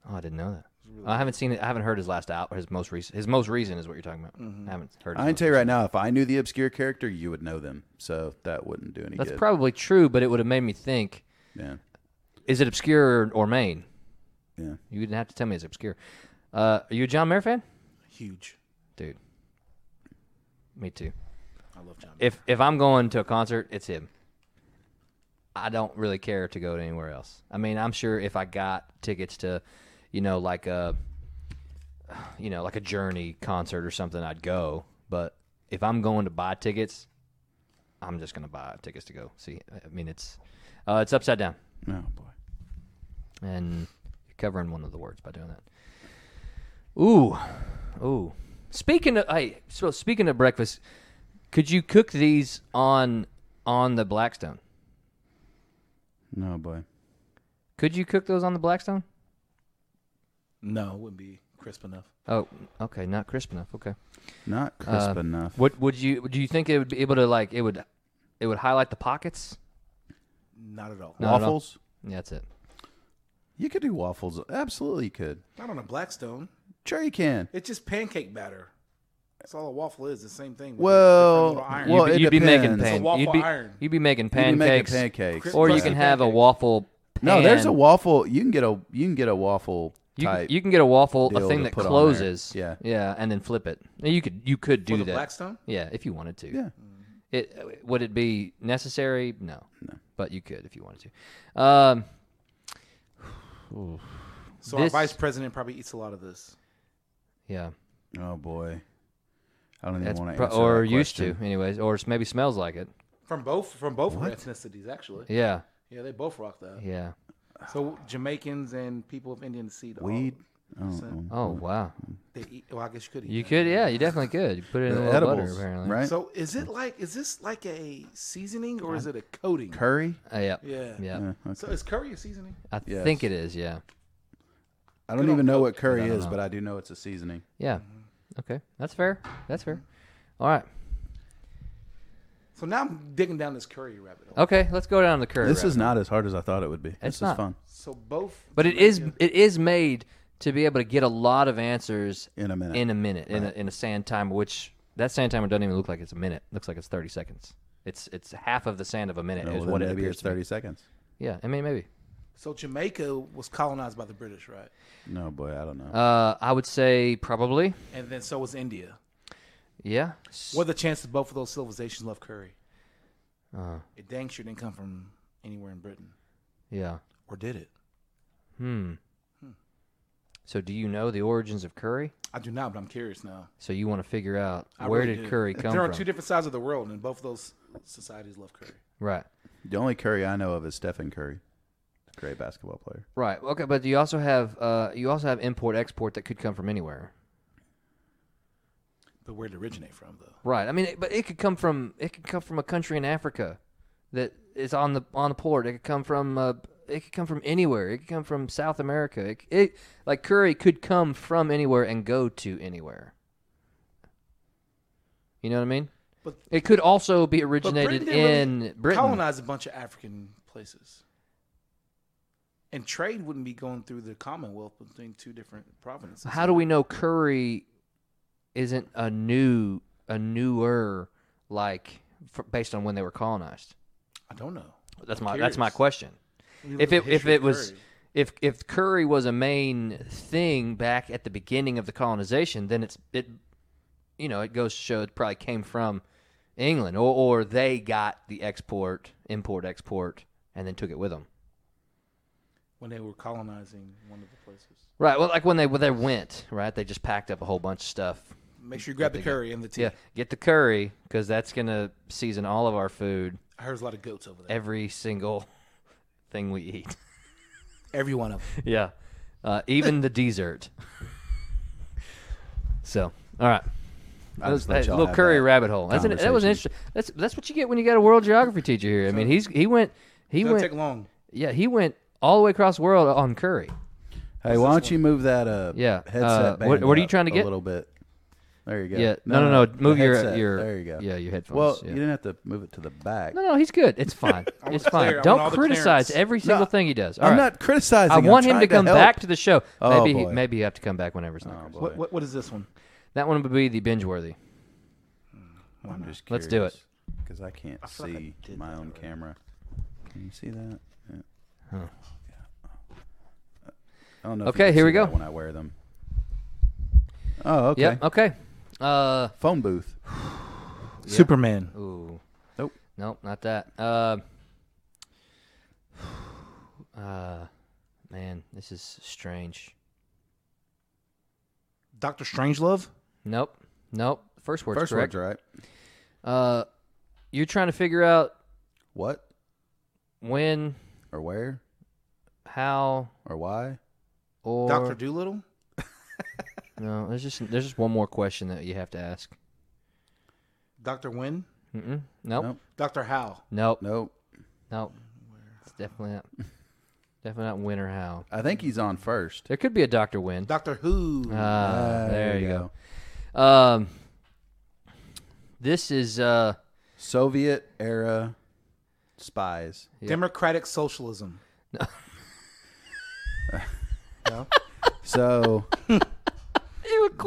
Oh, I didn't know that. I haven't seen it. I haven't heard his last album. His most recent. His most recent is what you're talking about. I haven't heard.
Mm-hmm.
his
I can
most-
tell you right now. If I knew the obscure character, you would know them. So that wouldn't do any
That's
good.
probably true, but it would have made me think:
yeah,
Is it obscure or, or main?
yeah.
You didn't have to tell me it's obscure. Uh, are you a John Mayer fan,
Huge.
dude? Me too.
I love John. Mayer.
If if I'm going to a concert, it's him. I don't really care to go to anywhere else. I mean, I'm sure if I got tickets to, you know, like a, you know, like a Journey concert or something, I'd go. But if I'm going to buy tickets, I'm just gonna buy tickets to go see. I mean, it's Uh, it's upside down,
Oh boy.
and you're covering one of the words by doing that. Ooh, ooh. Speaking of, hey, so speaking of breakfast, could you cook these on on the Blackstone?
No boy.
Could you cook those on the Blackstone?
No, it wouldn't be crisp enough.
Oh, okay, not crisp enough. Okay.
Not crisp enough.
Uh, What would you? Do you think it would be able to like? It would, it would highlight the pockets.
Not at all.
No, no, no.
Waffles?
Yeah, that's it.
You could do waffles. Absolutely you could.
Not on a Blackstone.
Sure you can.
It's just pancake batter. That's all a waffle is. The same thing. with a
Well,
different little iron.
well,
you'd
it
be, you'd be making
depends. It's a
pan.
waffle
you'd be,
iron.
You'd be making
You can make it
pancakes,
pancakes.
or you
but-
can have a waffle.
No, there's a
pan.
waffle. You can get a you can get a waffle
You, can-
type.
you can get a waffle, a
deal
thing
to
that
put on there.
closes.
Yeah.
yeah, and then flip it. And You could you could do
For the
that.
Blackstone?
Yeah, if you wanted to.
Yeah.
It would it be necessary? No. No. But you could if you wanted to. Um,
So
This-
our vice president probably eats a lot of this.
yeah.
oh boy. I don't even
That's
want to
pro-
answer
or
that
used
question.
to, anyways, or s- maybe smells like it.
From both from both ethnicities, actually.
Yeah,
Yeah, they both rock that.
yeah.
So Jamaicans and people of Indian seed all-
Weed?
Oh
Mm-hmm.
wow,
They eat. Well, I guess you could eat.
you
that.
could, yeah, you definitely could. You put it in a little
edibles,
butter, apparently.
right?
So is it like is this like a seasoning or is it a coating?
Curry?
Uh, yeah,
Yeah.
yeah.
Yeah, okay.
So is curry a seasoning?
I
Yes.
think it is. Yeah,
I don't even know what curry is, but I do know it's a seasoning.
yeah.
Mm-hmm.
Okay, that's fair. That's fair. All right.
So now I'm digging down this curry rabbit hole.
Okay, let's go down the curve.
This is not as hard as I thought it would be. this
not.
is fun.
So both.
but it is it is made to be able to get a lot of answers
In a minute.
In a minute, in a in a sand time, which that sand timer doesn't even look like it's a minute. looks like it's thirty seconds. It's it's half of the sand of a minute
Oh,
is
well,
what
then
it
maybe
appears
it's
to be.
30 seconds.
Yeah, I mean maybe.
So Jamaica was colonized by the British, right?
No, boy, I don't know.
Uh, I would say probably.
And then so was India.
Yeah.
What are the chances both of those civilizations love curry?
Uh-huh.
it dang sure didn't come from anywhere in Britain,
Yeah. Hmm.
or did it? Hmm.
So do you know the origins of curry?
I do not, but I'm curious now.
So you want to figure out
I
where
really
did
do.
curry come
There are
from?
two different sides of the world, and both of those societies love curry.
right.
the only curry I know of is Stephen Curry, great basketball player.
Right. Okay, but you also have uh, you also have import export that could come from anywhere.
But where did it originate from, though?
Right. I mean, it- but it could come from it could come from a country in Africa that is on the on the port. It could come from uh, it could come from anywhere. It could come from South America. It, it like curry could come from anywhere and go to anywhere. You know what I mean?
But-
it could also be
But
originated in
didn't really
Britain.
Colonized a bunch of African places. And trade wouldn't be going through the Commonwealth between two different provinces.
How do we know curry isn't a new a newer like f based on when they were colonized?
I don't know.
That's
I'm
my that's my
curious.
question.
You
If
look at
it
the
if
history
it
of
was
curry.
if if curry was a main thing back at the beginning of the colonization, then it's it you know, it goes to show it probably came from England or or they got the export, import export and then took it with them.
when they were colonizing one of the places,
Right. Well, like when they when they went, right? They just packed up a whole bunch of stuff
make sure you grab the curry and the tea.
Yeah, get the curry because that's gonna season all of our food,
I heard there's a lot of goats over there.
every single thing we eat.
Every one of them.
yeah, uh, even the dessert. So, all right,
I just let
That
y'all
little
have
curry
that
rabbit hole. That's an, that was an
conversation.
interesting. That's that's what you get when you got a world geography teacher here. I mean, he's he went he
Don't take
went
long.
yeah he went all the way across the world on curry.
Hey, why don't you move that uh,
Yeah,
headset?
uh,
band
what- what are you
up
trying to get?
A little bit. There you go.
Yeah, no, no, no,
the
move your
headset.
your
There you go.
yeah your headphones.
Well,
yeah.
you didn't have to move it to the back.
no, no, he's good. It's fine. it's
clear. I
fine.
want all
Don't
the
criticize
clearance.
every single thing he does. All
I'm
right.
not criticizing.
I
I'm
want him to
trying
come
help.
back to the show.
Oh,
maybe he,
boy. Oh,
maybe you have to come back whenever it's not.
What, what, what is this one?
that one would be the binge worthy.
I'm just
Let's do it.
because I can't see my own camera. Can you see that? Yeah. Yeah. I don't know. if you
Okay,
can
here we
see that
go.
When I wear them. Oh, okay.
Yep. Okay. Uh.
Phone booth.
Superman.
Ooh.
Nope.
Nope. Not that. Uh. Uh. Man, this is strange.
Doctor Strangelove.
Nope. Nope. First word's
First
correct.
word's right.
Uh, you're trying to figure out
What?
when,
or where
how,
or why?
or
Doctor Doolittle.
no. There's just there's just one more question that you have to ask.
Doctor Wynn.
Mm-mm. Nope. Nope.
Nope.
Doctor How.
Nope.
Nope.
It's definitely not. definitely not when or how.
I think he's on first. Uh,
There could be a Doctor Win.
Doctor Who.
Ah, there,
we
you go. Um, this is uh,
Soviet era spies.
Democratic Socialism.
Uh,
So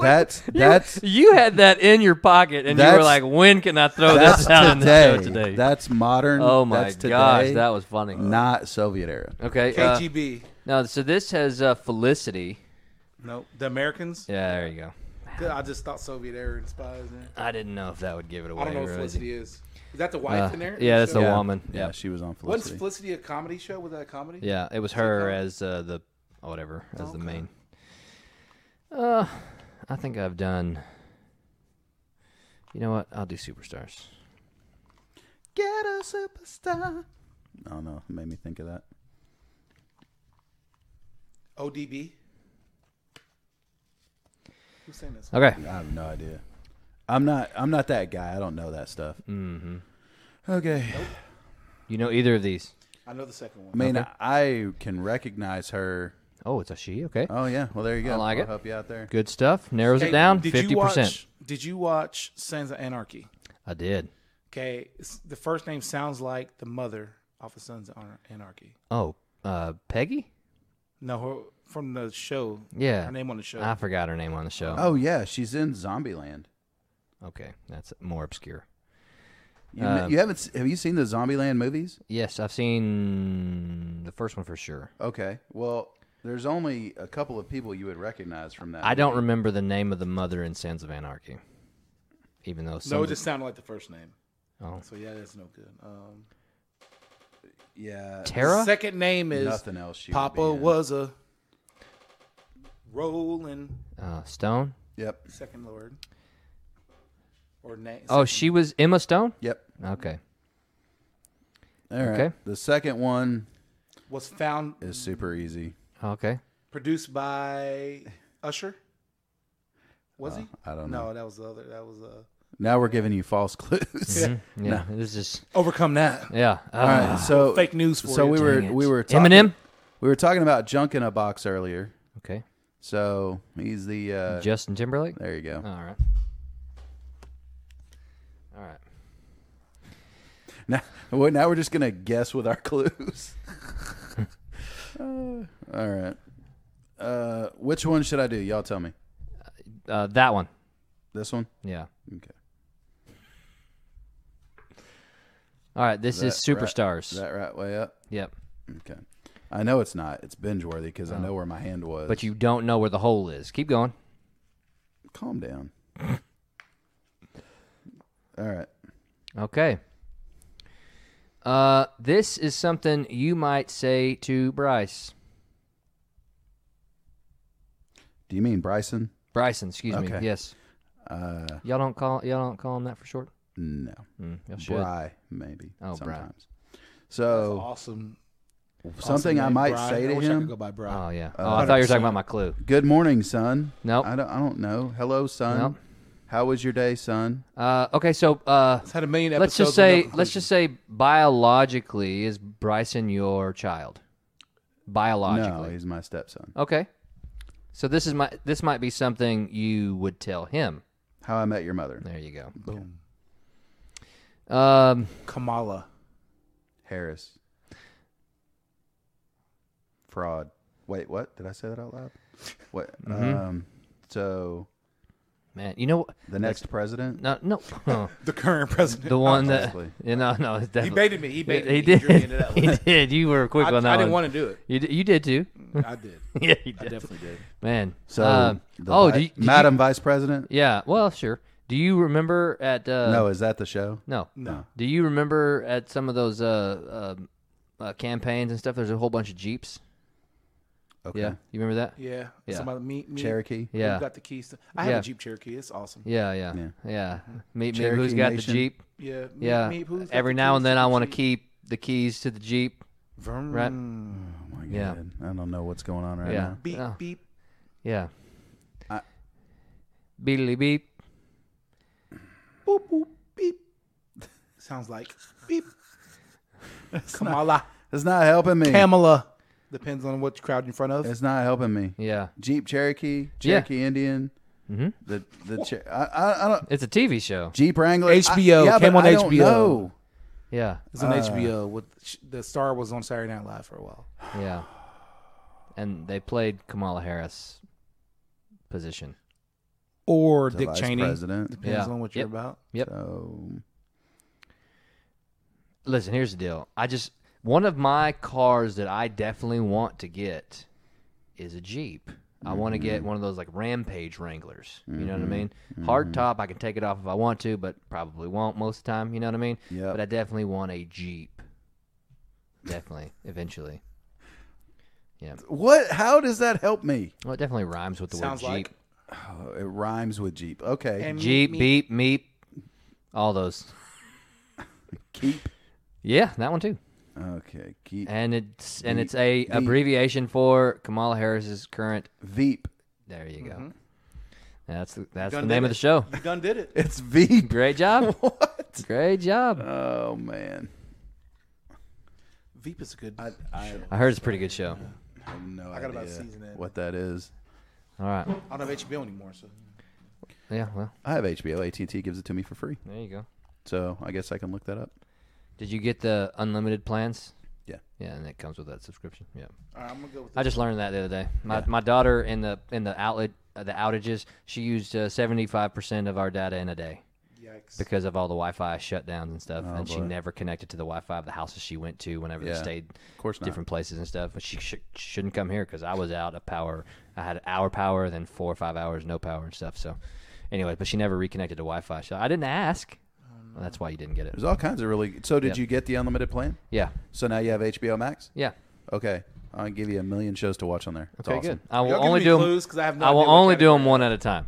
that's that's
you had that in your pocket, and you were
That's-
like, "When can I throw
that's
this out in the
today.
show today?"
That's modern.
oh my
that's today,
gosh, that was funny.
not Soviet era.
okay, uh,
KGB.
no, so this has uh, Felicity.
no, the Americans.
Yeah, there you go.
Good, I just thought Soviet era and spies. man.
I didn't know if that would give it away.
I don't know what
really.
Felicity is. Is that the wife
Uh,
in there?
yeah, that's the
Yeah.
woman.
Yeah,
Yeah,
she was on
What's
Felicity.
Felicity a comedy show? Was that a comedy?
yeah, it was her as uh, the oh, whatever as the
Okay.
main. Uh, I think I've done. You know what? I'll do superstars.
Get a superstar. I don't know. It made me think of that.
ODB. Who's saying this?
Okay.
I have no idea. I'm not. I'm not that guy. I don't know that stuff. Mm-hmm. Okay.
You know either of these?
I know the second one.
I mean, I can recognize her.
Oh, it's a she. Okay.
Oh yeah. Well, there you go.
I like
will
it.
help you out there.
Good stuff. Narrows
Uh, Hey,
it down.
did
Fifty
You
percent.
watch, did you watch Sons of Anarchy?
I did.
Okay, it's- the first name sounds like the mother off of Sons of Anar- Anarchy.
Oh, uh, Peggy.
No, her, from the show.
Yeah.
her name on the show. Uh-huh.
I forgot her name on the show.
Oh yeah, she's in Zombieland.
Okay, that's more obscure.
You, kn-
Um,
you haven't. s- Have you seen the Zombieland movies?
Yes, I've seen the first one for sure.
Okay. Well, there's only a couple of people you would recognize from that.
I don't remember the name of the mother in Sons of Anarchy, even though some
no,
of
it
the-
just sounded like the first name.
Oh.
So yeah, that's no good. Um,
Yeah.
Tara.
second name is
Nothing else. She would
Papa
be in.
was a rolling
Uh, Stone.
Yep.
second lord or name.
Oh, she was Emma Stone.
Yep.
Okay.
All right.
Okay.
The second one
was found
is super easy.
Okay.
produced by Usher. Was he?
Uh, I don't
No, that was the other. That was uh,
Now we're giving you false clues.
Yeah. This is just
overcome that
yeah. Uh,
All right. So
Ah, fake news for
So
you.
we were
dang it.
we were talking,
Eminem.
We were talking about junk in a box earlier.
Okay.
So he's the uh,
Justin Timberlake.
there you go.
All right. All right.
Now, well, now we're just gonna guess with our clues. Uh, all right. Uh, which one should I do? Y'all tell me.
Uh, that one.
This one.
Yeah.
Okay.
All right. This is
That right-
superstars.
Is that right way up?
Yep.
Okay. I know it's not. It's binge worthy because I know where my hand was.
Oh. But you don't know where the hole is. Keep going.
calm down. all right.
Okay. Uh, this is something you might say to Bryce.
Do you mean Bryson?
Bryson, excuse me.
Okay.
Yes. Uh, y'all don't call y'all don't call him that for short.
No.
Y'all should.
Bry, maybe.
Oh, Bry.
sometimes.
That's
So
awesome. awesome
something I
name,
might
Brian.
say
I
to
wish I could go
him.
by Brian.
Oh yeah. Oh, I thought you were talking about my clue.
Good morning, son.
Nope.
I don't. I don't know. Hello, son.
Nope.
How was your day, son?
Uh, okay, so uh,
It's had a million episodes.
let's just
with no
say let's
conclusion.
just say biologically is Bryson your child? Biologically.
No, he's my stepson.
Okay. So this is my this might be something you would tell him.
How I met your mother.
There you go. Boom. Um
Kamala.
Harris. Fraud. Wait, what? Did I say that out loud? What?
Mm-hmm.
Um, so
man, you know
the next president.
no no
The current president.
the one that
Exactly.
yeah, no no it's
He
definitely
baited me. He baited me.
he
drew me into
did
that
he
one.
did you were quick
I,
on that
I didn't
one.
want to do it.
you did, you did too
I did.
yeah you
I
did
definitely did.
man
So
Um,
the
oh
vi-
do you, did you-
Madam Vice President.
yeah well sure do you remember at uh,
no, is that the show?
no
No.
do you remember at some of those uh, uh, uh campaigns and stuff there's a whole bunch of jeeps
Oh, Okay.
yeah you remember that
Yeah.
Yeah.
Somebody meet me.
Cherokee.
who
yeah
got the keys. To, I have
Yeah.
a Jeep Cherokee. It's awesome.
yeah yeah yeah,
Yeah.
meet me
Cherokee
who's got the
Nation.
jeep
Yeah. meet
yeah
me, who's got
every
the
now and
keys
then I
the
want to
Jeep? Mm.
keep the keys to the jeep
Vroom.
Right.
Oh my
Yeah.
God. I don't know what's going on right
Yeah. Uh,
now.
Beep
Yeah.
beep.
Yeah.
I-
Beedly beep.
Boop boop beep. Sounds like beep. Kamala.
It's not helping me.
Pamela. Depends on what crowd you're in front of.
It's not helping me.
Yeah.
Jeep Cherokee,
Yeah.
Cherokee Indian. Mm-hmm. The the Che- I, I, I don't
It's a TV show.
Jeep Wrangler. I-
HBO,
yeah,
came
but
on
I don't
HBO.
know.
Yeah.
It's on HBO. With the star was on Saturday Night Live for a while.
Yeah. And they played Kamala Harris position.
Or
The
Dick
vice
Cheney.
president. Um,
Depends
Yeah.
on what you're
Yep.
about.
So
Listen, here's the deal. I just one of my cars that I definitely want to get is a Jeep. I want to get one of those like Rampage Wranglers. You know what I mean? Hard top. I can take it off if I want to, but probably won't most of the time. You know what I mean?
Yep.
But I definitely want a Jeep. Definitely, eventually.
what? How does that help me?
Well, it definitely rhymes with the
Sounds
word Jeep.
like.
Oh, it rhymes with Jeep. Okay.
And
Jeep,
me-
beep, meep, all those.
keep.
Yeah, that one too.
Okay. Keep.
And it's and
The-
it's a
the-
abbreviation for Kamala Harris's current.
Veep.
There you go.
Mm-hmm.
That's the, that's the
done
name of
did
the
it.
show.
You done did it.
It's Veep.
Great job.
What?
Great job.
Oh man.
Veep is a good.
I, I
I heard it's a pretty good show.
have no
got
idea
about season in.
what that is.
All right.
I don't have HBO anymore, so
Yeah. Well,
I have HBO. AT and T gives it to me for free,
there you go.
so I guess I can look that up.
Did you get the unlimited plans?
Yeah.
Yeah, and it comes with that subscription. Yeah.
All right, I'm gonna go with.
I just learned that the other day. My my daughter in the in the outlet uh, the outages she used seventy five percent of our data in a day.
Yikes.
because of all the Wi-Fi shutdowns and stuff, and she
Oh, boy.
never connected to the Wi-Fi of the houses she went to whenever
Yeah.
they stayed,
course not.
different places and stuff. But she sh- shouldn't come here because I was out of power. I had hour power, then four or five hours no power and stuff. So, anyway, but she never reconnected to Wi-Fi. So I didn't ask.
Um,
Well, that's why you didn't get it.
There's all kinds of really. So did you get the unlimited plan?
Yeah,
So now you have HBO Max.
yeah.
Okay, I'll give you a million shows to watch on there. It's
Very
awesome.
good. I will
Y'all give
only
me
do 'em-
clues 'cause I have no
I will
idea what
only do them
category.
one at a time.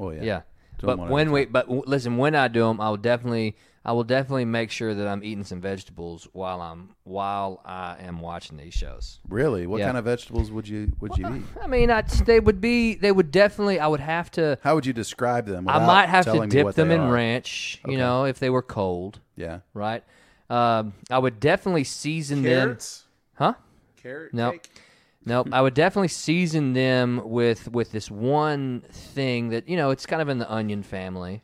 Oh yeah.
Yeah.
Do
But
'em one at a
when we, but w- listen, when I do them, I will definitely, I will definitely make sure that I'm eating some vegetables while I'm while I am watching these shows.
Really? What
Yeah.
kind of vegetables would you would you eat?
I mean, I, they would be, they would definitely, I would have to,
How would you describe them?
I
without
might have to
telling me
dip
what
them
they
in
are?
ranch, you know, if they were cold,
Yeah.
right? Um, I would definitely season
carrots.
them, huh?
Carrot.
No.
cake?
Nope.
Hmm.
I would definitely season them with with this one thing that you know it's kind of in the onion family,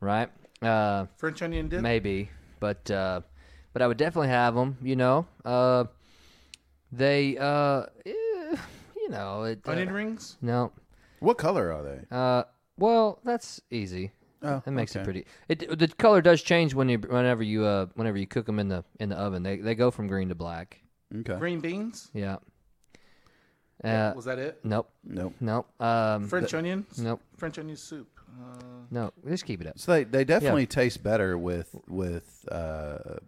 right? Uh,
French onion dip.
maybe but uh but i would definitely have them you know uh they uh eh, you know it uh,
Onion rings.
no
What color are they?
uh well that's easy
Oh,
that makes
okay.
it pretty it the color does change when you whenever you uh whenever you cook them in the in the oven they they go from green to black
okay.
Green beans.
yeah uh
Was that it?
nope
Nope.
nope um
French onions.
nope
French onion soup. Uh,
Mm.
no just keep it up
So they, they definitely taste better with with uh, uh,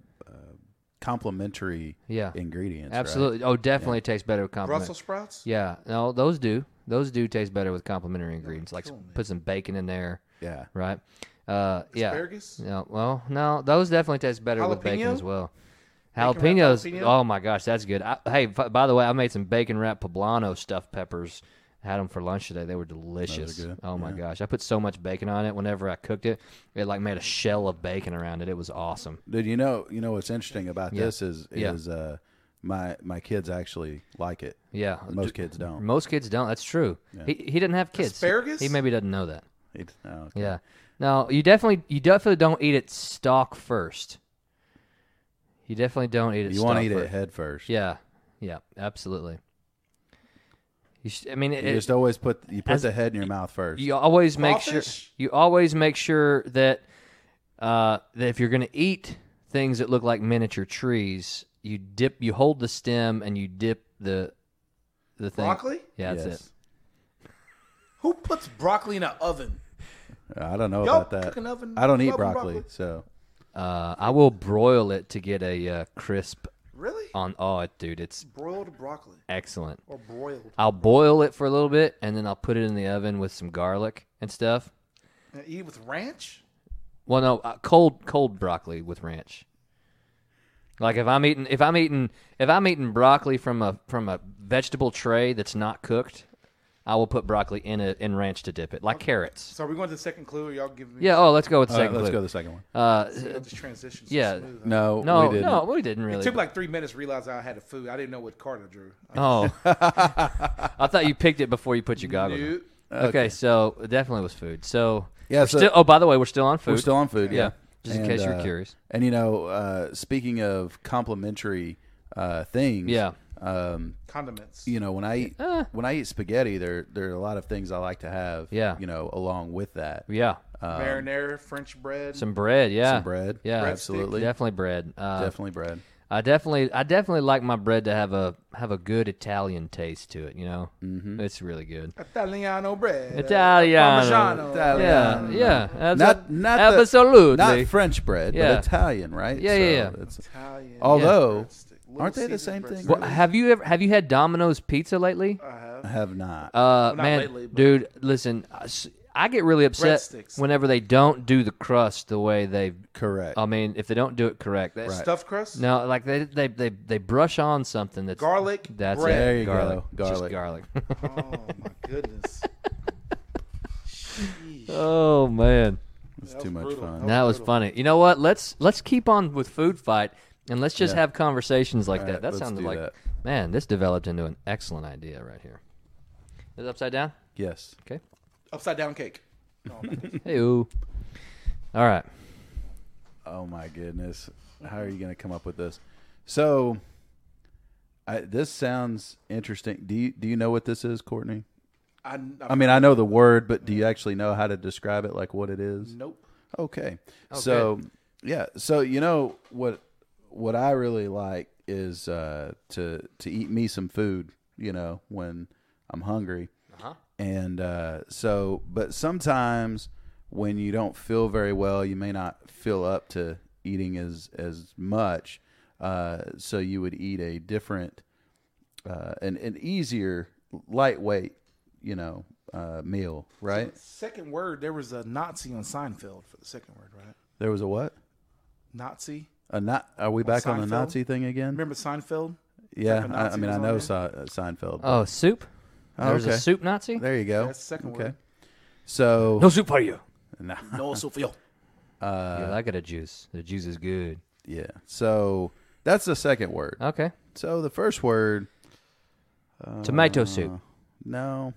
complementary
Yeah.
ingredients. right?
absolutely oh definitely tastes better with compliments
Brussels sprouts.
Yeah, no, those do. Those do taste better with complimentary ingredients. Like put some bacon in there,
Yeah.
right? Uh, yeah.
Asparagus?
No, well, no, those definitely taste better with bacon
Jalapeno?
as well.
wrapped
Jalapenos.
jalapeno?
Oh my gosh, that's good. I, hey, f- by the way, I made some bacon wrapped poblano stuffed peppers. Had them for lunch today. They were delicious.
good,
Oh my gosh, I put so much bacon on it. Whenever I cooked it, it like made a shell of bacon around it. It was awesome.
Dude, you know you know what's interesting about this is
Yeah.
is uh, my my kids actually like it.
Yeah.
Most kids don't.
Most kids don't. That's true. He, he didn't have kids.
Asparagus?
He maybe doesn't know that.
It- oh, okay.
Yeah. No, you definitely you definitely don't eat it stock first. You definitely don't eat it.
You
want
want to eat it head first.
Yeah. Yeah. Absolutely. You sh- I mean, it,
You just always put you put
As-
the head in your mouth first.
you always make sure
Crawfish?
you always make sure that uh, that if you're going to eat things that look like miniature trees, you dip you hold the stem and you dip the the thing.
Broccoli?
Yeah, that's
Yes.
it.
Who puts broccoli in an oven?
Uh, I don't know
Y'all
about that.
cook an oven-
I don't eat
oven
broccoli,
broccoli?
so
Uh, I will broil it to get a uh, crisp
Really?
on. Oh, it- dude, it's
Broiled broccoli
excellent.
Uh. or broiled?
I'll boil it for a little bit and then I'll put it in the oven with some garlic and stuff.
And eat it with ranch.
Well, no, uh, cold cold broccoli with ranch. Like if I'm eating if I'm eating if I'm eating broccoli from a from a vegetable tray that's not cooked, I will put broccoli in a in ranch to dip it, like carrots.
So are we going to the second clue? Or y'all giving me
Yeah. Oh, let's go with the
All right,
second.
let's
clue.
go to the second one.
Uh,
See how this transition. so
yeah.
smooth.
No,
no,
we didn't.
no, we didn't
It
really.
took like three minutes to realize I had a food. I didn't know what card I drew. I
oh, I thought you picked it before you put your goggles. on.
knew-
Okay. so it definitely was food. So
Yeah,
we're
so-
still. Oh, by the way, we're still on food.
We're still on food. Yeah.
Yeah, just in case you were
uh,
curious.
And you know, uh, speaking of complimentary uh, things,
Yeah. Uh.
Um,
condiments.
you know, when I eat when I eat spaghetti, there there are a lot of things I like to have.
Yeah.
You know, along with that,
Yeah,
marinara, French bread.
some bread. Yeah,
Some bread.
Yeah,
absolutely,
Definitely bread. Uh,
definitely bread.
I definitely, I definitely like my bread to have a have a good Italian taste to it. You know, mm-hmm. it's really good.
Italiano bread.
Italiano.
Parmigiano.
Yeah, yeah. That's
Not
a-
not the-
absolutely.
not French bread,
Yeah.
but Italian, right?
Yeah, yeah, yeah.
it's-
Italian.
although,
Breadstick. Little
aren't they the
Caesar's
same thing?
Well, have you ever have you had Domino's pizza lately?
I have not.
Uh,
Uh, not
man,
lately, but-
dude, listen, I s- I get really upset
Breadsticks.
whenever they don't do the crust the way they.
Correct.
I mean, if they don't do it correct, that's
Stuffed crust?
No, like they they they, they brush on something that's
Garlic
That's
bread.
it.
There you
garlic.
go.
Just garlic.
Oh, my goodness.
oh man,
it's too much
brutal.
fun.
that was funny. You know what? Let's let's keep on with food fight and let's just have conversations like that.
right,
That
let's
sounded
do
like
that.
man, this developed into an excellent idea right here. Is it upside down?
Yes.
Okay.
Upside down cake.
Hey ooh. All right.
Oh my goodness. How are you going to come up with this? So, I, this sounds interesting. Do you do you know what this is, Courtney?
I, uh, I'm,
I mean, I know the word, but do you actually know how to describe it, like what it is?
nope.
Okay. So yeah. So you know what what I really like is uh, to to eat me some food. You know when I'm hungry. And uh, so, but sometimes when you don't feel very well, you may not feel up to eating as as much. Uh, so you would eat a different, uh, an an easier, lightweight, you know, uh, meal. Right?
Second word, there was a Nazi on Seinfeld for the second word, right?
There was a what?
Nazi.
A not, are we back on the
Seinfeld?
Nazi thing again?
Remember Seinfeld?
yeah,
like a
I, I
Nazi
mean,
was
I
on
know
there?
Se- uh, Seinfeld.
Oh, soup.
Oh,
There's
okay.
a soup Nazi.
There you go.
That's the second
okay.
word.
So
No soup for you.
No, so for you.
yeah, Uh, I got a juice. The juice is good.
yeah, so that's the second word.
Okay.
So the first word,
Tomato soup.
no,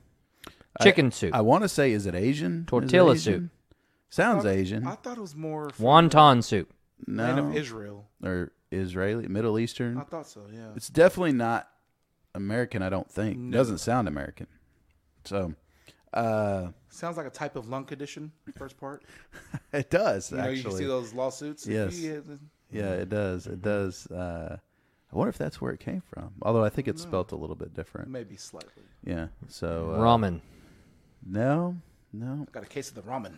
Chicken soup.
Uh, I want to say, is it Asian? Is it
Tortilla
Asian?
soup.
Sounds Asian.
I thought it was more from
Wonton soup.
the land of
no,
Israel.
or Israeli, Middle Eastern.
I thought so, yeah.
It's definitely not American. I don't think. Doesn't sound American. So uh,
Sounds like a type of lung condition, first part.
it does
You know,
actually.
you can see those lawsuits.
Yes.
Yeah, the-
Yeah, it does. It does. Uh, I wonder if that's where it came from. Although I think it's spelt a little bit different.
Maybe slightly.
Yeah. So uh,
Ramen.
no, no,
Got a case of the ramen.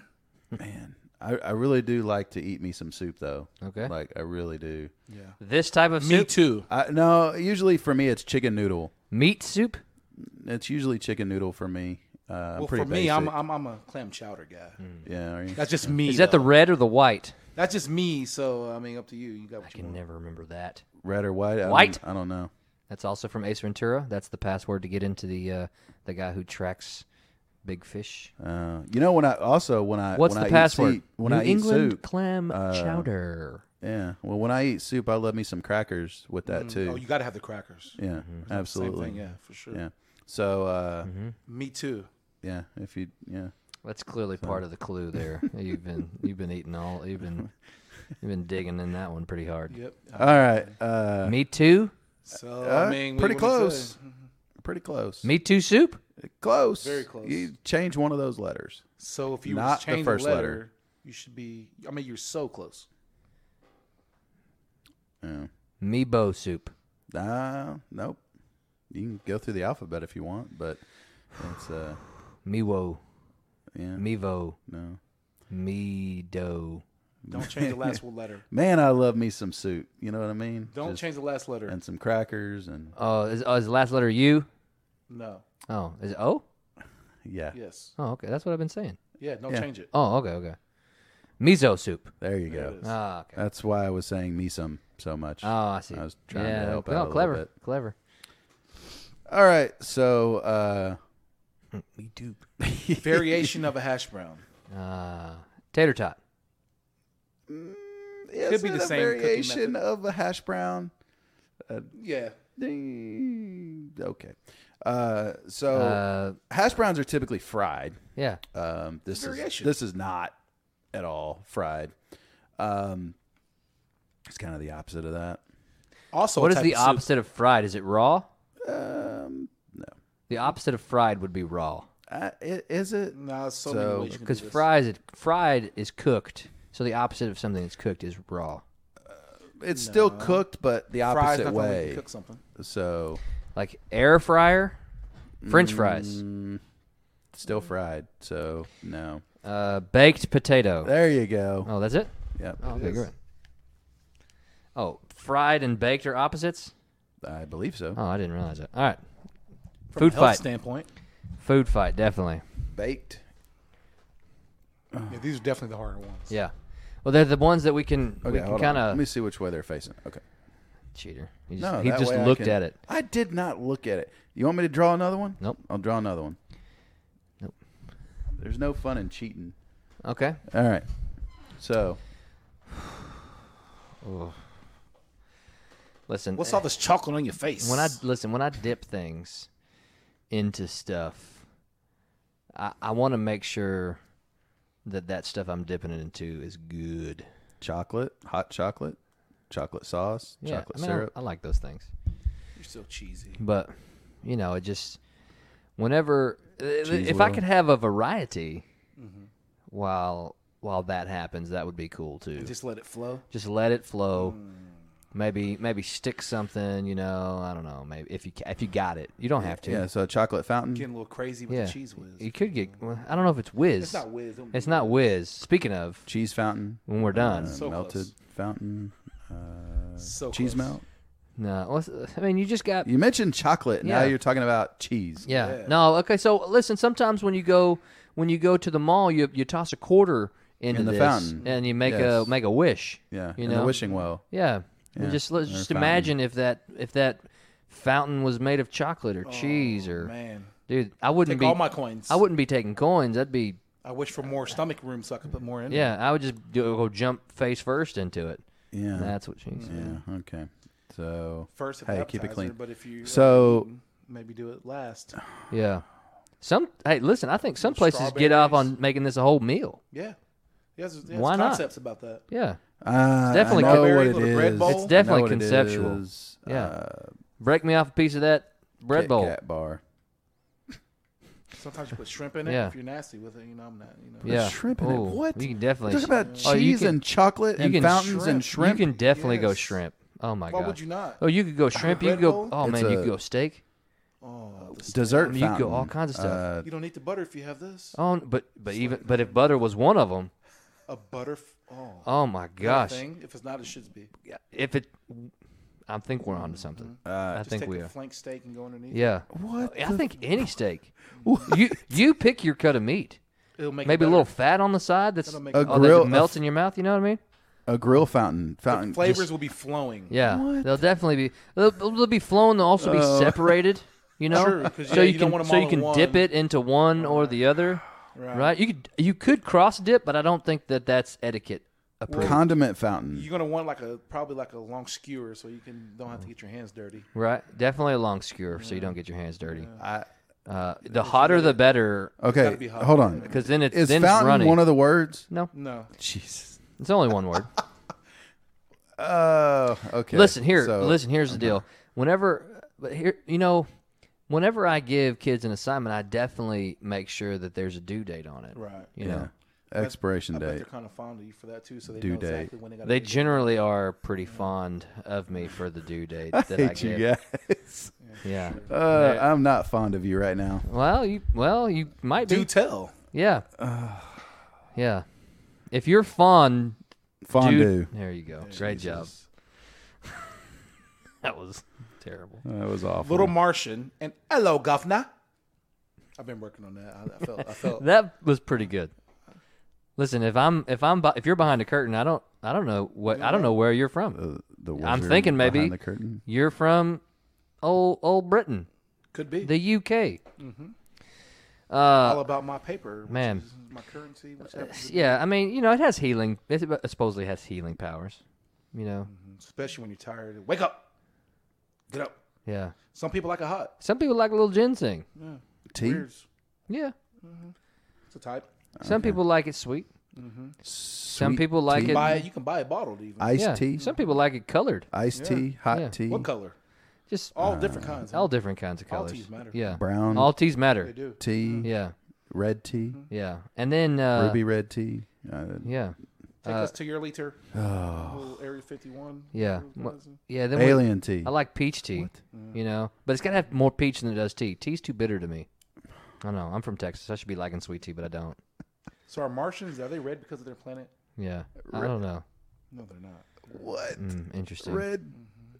man. I, I really do like to eat me some soup though.
Okay.
Like I really do.
This type of soup.
Me too.
I no. Usually for me it's chicken noodle.
Meat soup.
It's usually chicken noodle for me. Uh, I'm
Well,
pretty
for me, I'm,
basic. Hmm.
I'm I'm a clam chowder guy.
yeah. Are you?
That's just me.
Is that the
though.
red or the white?
That's just me. So I mean, up to you. You got
I
what you
can
want.
never remember that.
Red or white? I don't-
White?
I don't know.
That's also from Ace Ventura. That's the password to get into the uh, the guy who tracks big fish.
Uh, you know when I also when I
What's
when
the
I eat
password?
soup- when
New
I
England
eat soup. uh,
clam chowder.
Yeah. Well, when I eat soup, I love me some crackers with that too.
Oh, you got to have the crackers.
Mm-hmm.
yeah. Absolutely.
Same thing, yeah, for sure.
Yeah. So uh,
Me too.
yeah, if you yeah.
That's clearly part of the clue there. you've been you've been eating all you've been you've been digging in that one pretty hard.
Yep.
All right. Uh,
Me too.
So
uh,
I mean,
pretty
what do you
close.
say?
Pretty close.
Me too soup.
close.
Very close.
You change one of those letters.
So if you
Not
was
the
change
first
the letter,
letter.
you should be. I mean, you're so close.
Yeah.
Meebo soup.
Uh, nope. You can go through the alphabet if you want, but it's uh
Mewo.
yeah.
Mevo.
No.
Medo.
Don't change the last one letter.
Man, I love me some soup. You know what I mean?
Don't
Just-
change the last letter.
and some crackers and
Oh, is, oh, is the last letter U?
No.
Oh, is it O?
yeah.
Yes.
Oh, okay. That's what I've been saying.
Yeah. Don't change it.
Oh, okay, okay. Miso soup.
There you go.
Ah, okay.
That's why I was saying Meesum so much.
Oh, I see.
I was trying
yeah,
to help
no,
out a
clever,
little bit.
clever.
All right, so uh,
Variation of a hash brown.
Uh, tater tot.
could
be the same cooking
variation of a hash brown. Uh,
Yeah.
Ding. Okay, uh, so
Uh,
hash browns are typically fried.
yeah.
Um, this is
Variation.
this is not at all fried. Um, it's kind of the opposite of that.
Also,
What
a
is
type
the
of soup.
opposite of fried? Is it raw?
Um,
The opposite of fried would be raw,
uh, i- is it?
No, it's so,
So-
many ways you can do
because
this.
fried is, fried is cooked. So the opposite of something that's cooked is raw,
It's still cooked, but the
Fried's
opposite
not the way you
way.
cook something.
So
like air fryer,
Mm.
French fries,
still fried. So no.
uh, baked potato.
There you go.
oh, that's it.
Yep.
Okay, great. Oh, fried and baked are opposites.
I believe so.
Oh, I didn't realize that. All right,
From
Food
a health
fight.
standpoint.
food fight definitely.
Baked.
Yeah, these are definitely the harder ones.
Yeah. Well, they're the ones that we can we can
hold on.
kind
Let
of
me see which way they're facing. Okay.
cheater. He just,
No,
he
that
just
way I
looked
can-
at it.
I did not look at it. You want me to draw another one?
Nope.
I'll draw another one.
Nope.
There's no fun in cheating.
Okay.
All right. So
Listen.
What's all this chocolate on your face?
when I listen, when I dip things into stuff, I, I want to make sure that that stuff I'm dipping it into is good.
chocolate, hot chocolate, chocolate sauce,
Yeah,
chocolate
I mean, I-
syrup.
I like those things.
You're so cheesy.
but you know it just whenever if i
wheel.
could have a variety
Mm-hmm.
while while that happens that would be cool too just,
Just let it Mm. flow.
let it flow maybe maybe stick something you know i don't know maybe if you ca- if you got it you don't have to
yeah, so a chocolate fountain.
Getting a little crazy with
yeah
the cheese whiz.
you could get well, i don't know if it's whiz
It's not whiz. Don't be-
it's not whiz speaking of
cheese fountain.
when we're done
uh,
So
melted
close.
fountain. Uh,
So
cheese
close.
melt.
no what's- i mean you just got
You mentioned chocolate. Now
Yeah.
you're talking about cheese.
Yeah.
Yeah.
No. Okay. So listen. Sometimes when you go when you go to the mall, you you toss a quarter into
In the
this
fountain.
and you make
Yes.
a make a wish.
Yeah.
You
in
know.
the wishing well.
Yeah. And
Yeah.
just let's
Or
just
fountain.
imagine if that if that fountain was made of chocolate
Oh,
or cheese or
Man,
dude, I wouldn't
take
be
all my coins.
I wouldn't be taking coins. I'd be
I wish for more stomach room so I could put more in.
yeah. I would just do, go jump face first into it.
Yeah.
That's what she said.
yeah. Okay. So
First,
Hey, keep it
appetizer,
clean.
But if you uh,
So-
maybe do it last.
Yeah. Some hey, listen. I think some places get off on making this a whole meal.
Yeah. He has, he has
Why not?
concepts about that.
Yeah.
Uh,
definitely
I know
con-
what it
Little bread
is.
bowl.
I
It's
know
definitely
what it
conceptual.
is.
Yeah.
Uh,
Break me off a piece of that bread
Kit
bowl.
Kat bar.
Sometimes you put shrimp in it
Yeah.
if you're nasty with it. You know, I'm not. You know,
Yeah.
shrimp in it.
Ooh,
What?
You can definitely
Talk about
Oh, you
cheese
can-
and chocolate
you
and
can
fountains and
You
shrimp.
can definitely go
Yes.
shrimp. Oh my god.
Why would you not?
Oh, you could go shrimp. You
Red
could go.
Bull?
Oh
It's
man, you
a-
could go steak.
Oh, the steak.
dessert.
I mean, you
fountain.
could go all kinds of stuff.
Uh,
You don't need the butter if you have this.
Oh, but but even but if butter was one of them,
A butter. F- oh,
oh my gosh.
gosh. Thing. If it's not, it should be.
If it, I think we're onto something. I
Mm-hmm. Uh, Just
think
take
we
the
are.
flank steak and go underneath.
Oh, Yeah.
What
I think any steak. you you pick your cut of meat.
It'll make it
Maybe a
better.
little fat on the side that's
It'll
oh,
make
A
it-
that
grill-
melts in your mouth. You know what I mean?
a grill fountain. Fountain.
flavors
just-
will be flowing.
Yeah, they'll definitely be they'll, they'll be flown. They'll also be separated. You know,
Oh. Sure, 'cause,
so
yeah,
you,
you don't
can
want 'em
so
all
you
in
can dip
one.
it into one or the other. Right.
Right.
You could you could cross dip, but I don't think that that's etiquette approved.
condiment fountain.
You're gonna want like a probably like a long skewer so you can don't have to get your hands dirty.
right. Definitely a long skewer, so you don't get your hands dirty.
I-
Uh, the hotter the better,
okay.
be hot.
hold on.
because then it's
Is
then it's
fountain
running.
one of the words?
no,
No,
Jesus.
it's only one word.
Oh. okay.
Listen here.
So,
listen here's the deal. Whenever, but here you know, whenever I give kids an assignment, I definitely make sure that there's a due date on it.
Right.
You
Yeah.
know.
Expiration
I bet
date.
they're kind of fond of you for that too, so they
Due
know
date.
exactly when they got.
They generally are pretty fond of me for the due date that I,
Hate
give.
you guys.
Yeah.
Uh, I'm not fond of you right now.
Well, you well you might be.
do tell.
yeah. yeah. If you're fond,
Fondue.
dude. There you go. Great job. That was terrible.
That was awful.
Little Martian and hello, governor. I've been working on that. I, I felt. I felt.
That was pretty good. Listen, if I'm if I'm bu- if you're behind the curtain, I don't I don't know what I don't know where you're from.
The
I'm
wizard
thinking maybe
behind the curtain.
you're from old old Britain,
Could be
the UK.
all about my paper, which
man.
is my currency. Which happens to be-
Yeah, I mean, you know, it has healing. It supposedly has healing powers. You know,
Mm-hmm.
especially when you're tired. Wake up, get up.
yeah.
Some people like a hot.
Some people like a little ginseng.
Tea?
Weirds.
Yeah.
It's a type.
Some people like it sweet. Some
Sweet
people like
tea?
it.
Buy it. You can buy it bottled even.
Iced
yeah.
tea?
Some people like it colored.
Iced tea? Hot
Yeah.
tea?
what color?
Just all,
All different kinds. huh?
different kinds of
all
colors.
teas matter.
Yeah.
Brown
All teas matter.
They do.
tea?
Yeah.
Red tea?
Mm-hmm.
Yeah. And then uh,
Ruby red tea? Uh,
Yeah.
Take us to your liter. Little Area 51.
Yeah.
Little
Mo-
cousin.
Yeah. Then we-
alien tea?
I like peach tea. You know, but it's gotta have more peach than it does tea. Tea's too bitter to me. I don't know. I'm from Texas. I should be liking sweet tea, but I don't.
So are Martians? Are they red because of their planet?
Yeah. I don't know.
No, they're not.
what?
Mm, interesting.
Red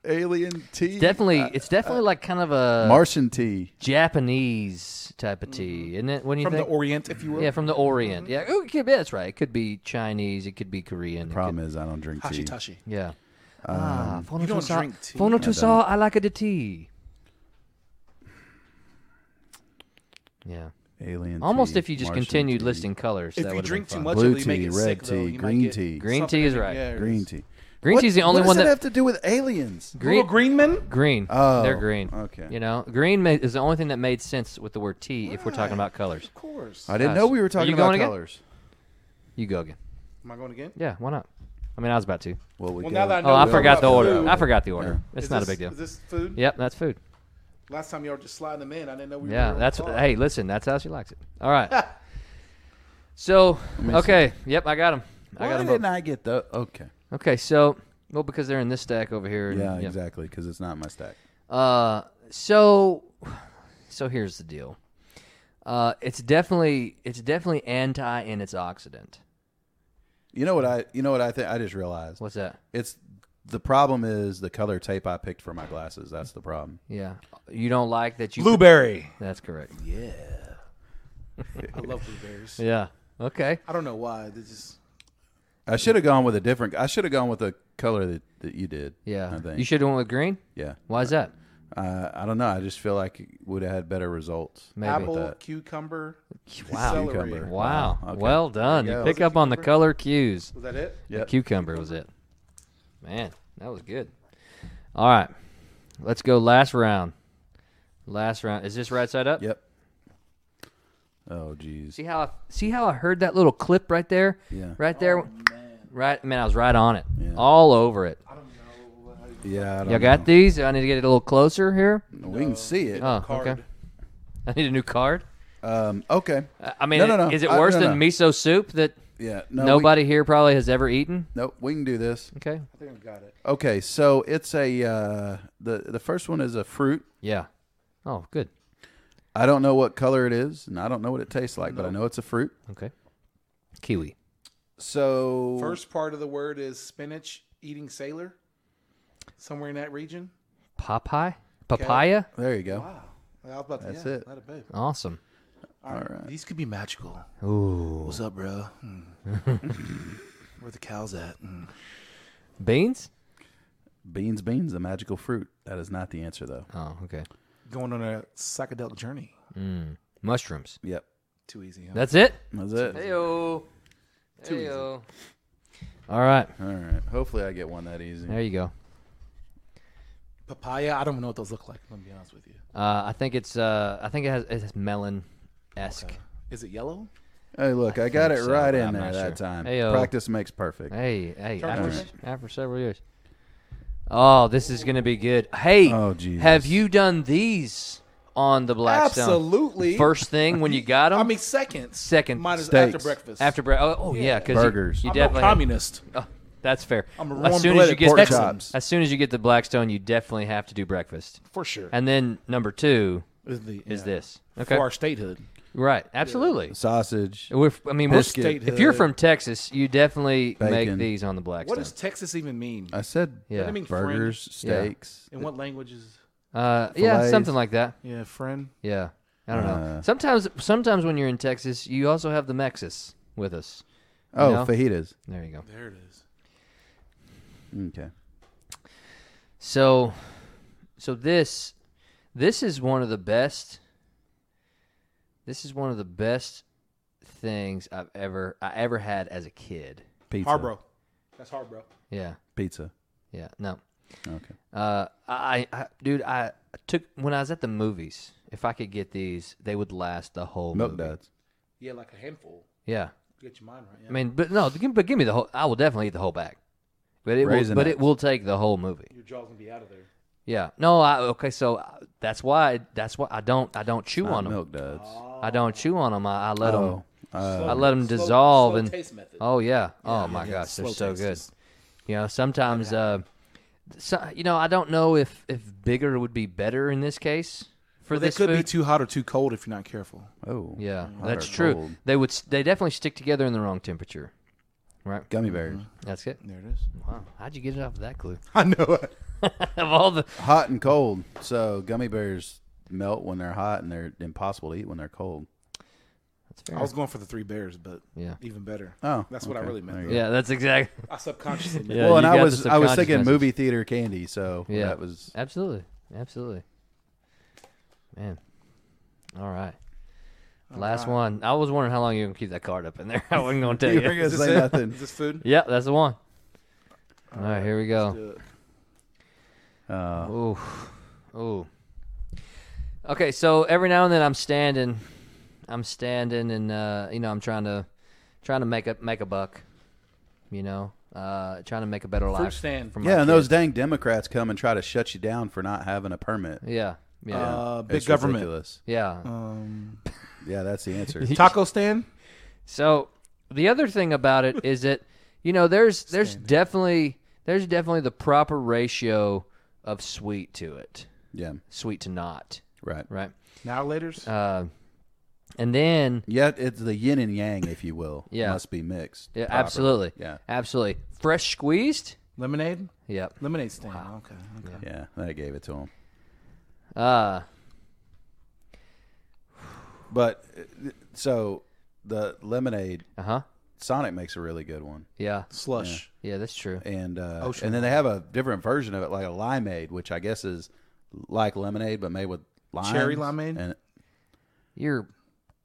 Mm-hmm.
alien tea?
Definitely, it's definitely like kind of a
Martian tea.
Japanese type of tea, isn't it? What do you
Mm-hmm. From
think?
the Orient, if you will.
yeah, from the Orient. Yeah, Ooh, it could be, that's right. It could be Chinese. It could be Korean. it
Problem is, I don't drink tea.
Hashitashi.
could- yeah. ah, fono
Um, you don't
tusa-
drink tea.
fono tusa, I like it the tea. Yeah.
Alien
Almost
tea,
if you just
Martian
continued
tea.
listing colors.
If
that
you
would've
drink
been
too
fun.
much,
Blue
it'll make
tea,
it
red
sick, though.
tea,
You might
green
get
tea.
Green
something
tea is
in-
right.
yeah,
Green tea.
Green
What-
tea's the only
what
one that
does that have to do with aliens?
green.
Little green men?
Green.
Oh,
They're green.
okay.
You know, green ma- is the only thing that made sense with the word tea if we're talking about colors.
Of course.
I didn't
Nice.
know we
Are
were
you
talking
going
about
again?
colors.
You go again.
Am I going again?
Yeah, why not? I mean, I was about to.
Well, we
Well, now
go.
that I know
Oh, I
we're
forgot the
talking about
order.
food,
I forgot the order. It's
is
not a
this-
big deal.
Is this food?
Yep, that's food.
Last time y'all were just sliding them in. I didn't know we
Yeah,
were.
that's
on.
hey. Listen, that's how she likes it. All right. so okay, yep, I got them. I
Why
got
didn't
them.
I get the okay?
Okay, so well because they're in this stack over here. and-
Yeah,
yep.
exactly, because it's not in my stack.
Uh, so so here's the deal. Uh, it's definitely it's definitely anti and its oxidant.
You know what I? You know what I think? I just realized
What's that?
it's the problem is the color tape I picked for my glasses. That's the problem.
Yeah, you don't like that you.
Blueberry.
That's correct.
I love blueberries.
Yeah. Okay.
I don't know why. This is
I should have gone with a different. I should have gone with a color that, that you did.
Yeah.
I think.
You should have went with green.
Yeah.
Why is that?
Uh, I don't know. I just feel like it would have had better results.
Maybe.
apple,
that.
cucumber,
Wow.
celery.
Cucumber.
Wow.
Wow, okay.
Well done.
There
You
you
pick
go.
up on the color cues.
Was that it?
Yep.
Cucumber was it. Man, that was good. All right. Let's go last round. Last round. Is this right side up?
Yep. Oh geez.
See how I see how I heard that little clip right there?
Yeah.
Right there. Right man, I was right on it. All over it.
Yeah. I don't
Y'all got
know.
these? I need to get it a little closer here.
We can see it.
Oh,
Card.
okay. I need a new card.
Um. Okay.
I- I mean,
No, no, no.
is it
I-
worse
no,
than
no.
miso soup that
Yeah. No. we-
nobody here probably has ever eaten?
nope. We can do this.
Okay.
I think I got it.
Okay. So it's a uh, the the first one is a fruit.
Yeah. Oh, good.
I don't know what color it is, and I don't know what it tastes like, but I know it's a fruit.
Okay. Kiwi.
So
First part of the word is spinach eating sailor. Somewhere in that region.
Popeye? Papaya?
there you go.
I was about to,
That's
yeah,
it.
Let it be.
Awesome.
All right. These could be magical.
Ooh.
What's up, bro? Mm. Where the cows at? Mm.
Beans?
Beans, beans, the magical fruit. That is not the answer, though.
Oh, okay.
Going on a psychedelic journey.
Mushrooms.
Yep,
Too easy. Huh?
That's it?
that's it.
Heyo. Heyo. All right.
All right. Hopefully, I get one that easy.
There you go.
Papaya. I don't know what those look like. I'm gonna be honest with you.
Uh, I think it's uh, I think it has it has melon esque.
Is it yellow?
Hey, look, I, got it
think so,
right
but
in
I'm
there
not
that
sure.
time.
Ayo.
Practice makes perfect.
Hey, hey, after,
Turquoise.
se- after several years. Oh, this is gonna be good. Hey,
Oh, Jesus.
have you done these on the Blackstone?
Absolutely.
First thing when you got them.
I mean, second.
Second.
Mine is after
Steaks.
breakfast.
after break. Oh, oh yeah, because
Burgers.
You,
I'm
definitely
a communist.
Oh, that's fair.
I'm a
as soon as you
warm-blooded
get
pork
the-
chops.
as soon as you get the Blackstone, you definitely have to do breakfast.
For sure.
And then number two
is, the,
is
yeah.
this. Okay,
For our statehood.
right, absolutely.
Sausage.
We're, I mean, we're,
Biscuit.
if you're from Texas, you definitely make
Bacon.
these on the Blackstone.
What does Texas even mean?
Uh,
I said
Yeah. I
mean,
burgers,
Yeah.
steaks.
In what languages?
uh, yeah,
fillets?
something like that.
Yeah, friend.
Yeah, I don't know.
Uh,
Sometimes, sometimes when you're in Texas, you also have the Mexis with us.
Oh,
No.
fajitas.
There you go.
There it is.
Okay.
So, so this this is one of the best. This is one of the best things I've ever I ever had as a kid.
Pizza.
Harbro. That's Harbro.
Yeah,
Pizza.
yeah. No,
Okay.
uh, I, I dude, I took when I was at the movies. If I could get these, they would last the whole
Milk
movie.
duds.
Yeah, like a handful.
Yeah,
Get your mind right. Yeah.
I mean, but no, gi- but give me the whole. I will definitely eat the whole bag. But it will,
Raisin
but
Nuts.
it will take the whole movie.
your jaw's gonna be out of there.
Yeah. No. I okay. So uh, that's why that's why I don't I don't chew on them.
Milk duds.
I don't chew on them. I, I let them.
Oh. Uh,
I let them dissolve
slow
and.
taste method.
Oh yeah. Oh my
yeah,
gosh, they're
slow
so
taste
good.
is-
You know, sometimes uh, so, you know I don't know if if bigger would be better in this case for
They
this
could
food.
be too hot or too cold if you're not careful.
oh.
yeah,
Hot
that's
or
true.
cold.
They would. s- They definitely stick together in the wrong temperature. Right.
Gummy bears.
That's it.
There it is.
Wow. How'd you get it off of that clue?
I know it.
of all the
Hot and cold. So gummy bears melt when they're hot and they're impossible to eat when they're cold.
That's fair.
I was going for the three bears, but
Yeah.
even better.
Oh,
that's what I
okay.
really
There
meant.
you
though.
go.
yeah, that's exactly.
I subconsciously meant.
Yeah,
well, and
you
I
got
was
the
I was
subconscious
thinking
message.
movie theater candy, so
Yeah.
that was
Absolutely. Absolutely. Man. All right. Last one. I was wondering how long you were gonna keep that card up in there. I wasn't gonna tell
you
you.
were gonna
Is this
say
it?
nothing.
Is this food?
Yeah, that's the one. All right, here we go.
Uh,
Uh,
Ooh, ooh. Okay, so every now and then I'm standing, I'm standing, and uh, you know I'm trying to, trying to make a make a buck, you know, uh, trying to make a better life.
stand.
for my
yeah, and those
kids.
dang Democrats come and try to shut you down for not having a permit.
Yeah, yeah,
Uh, big
It's
government.
ridiculous.
yeah.
Um,
Yeah, that's the answer.
taco stand.
So the other thing about it is that you know there's there's definitely there's definitely the proper ratio of sweet to it,
yeah,
sweet to not,
right.
right?
Now later's.
Uh, and then
Yet it's the yin and yang, if you will.
Yeah.
must be mixed.
yeah,
properly.
absolutely,
Yeah,
absolutely fresh squeezed.
lemonade.
Yep.
Lemonade stand. Okay. okay.
yeah. That gave it to him.
Uh
But uh, so the lemonade,
uh huh.
Sonic makes a really good one,
Yeah.
Slush.
Yeah, that's true.
and uh,
Ocean
and then they have a different version of it, like a limeade, which I guess is like lemonade but made with limes.
Cherry limeade?
and
You're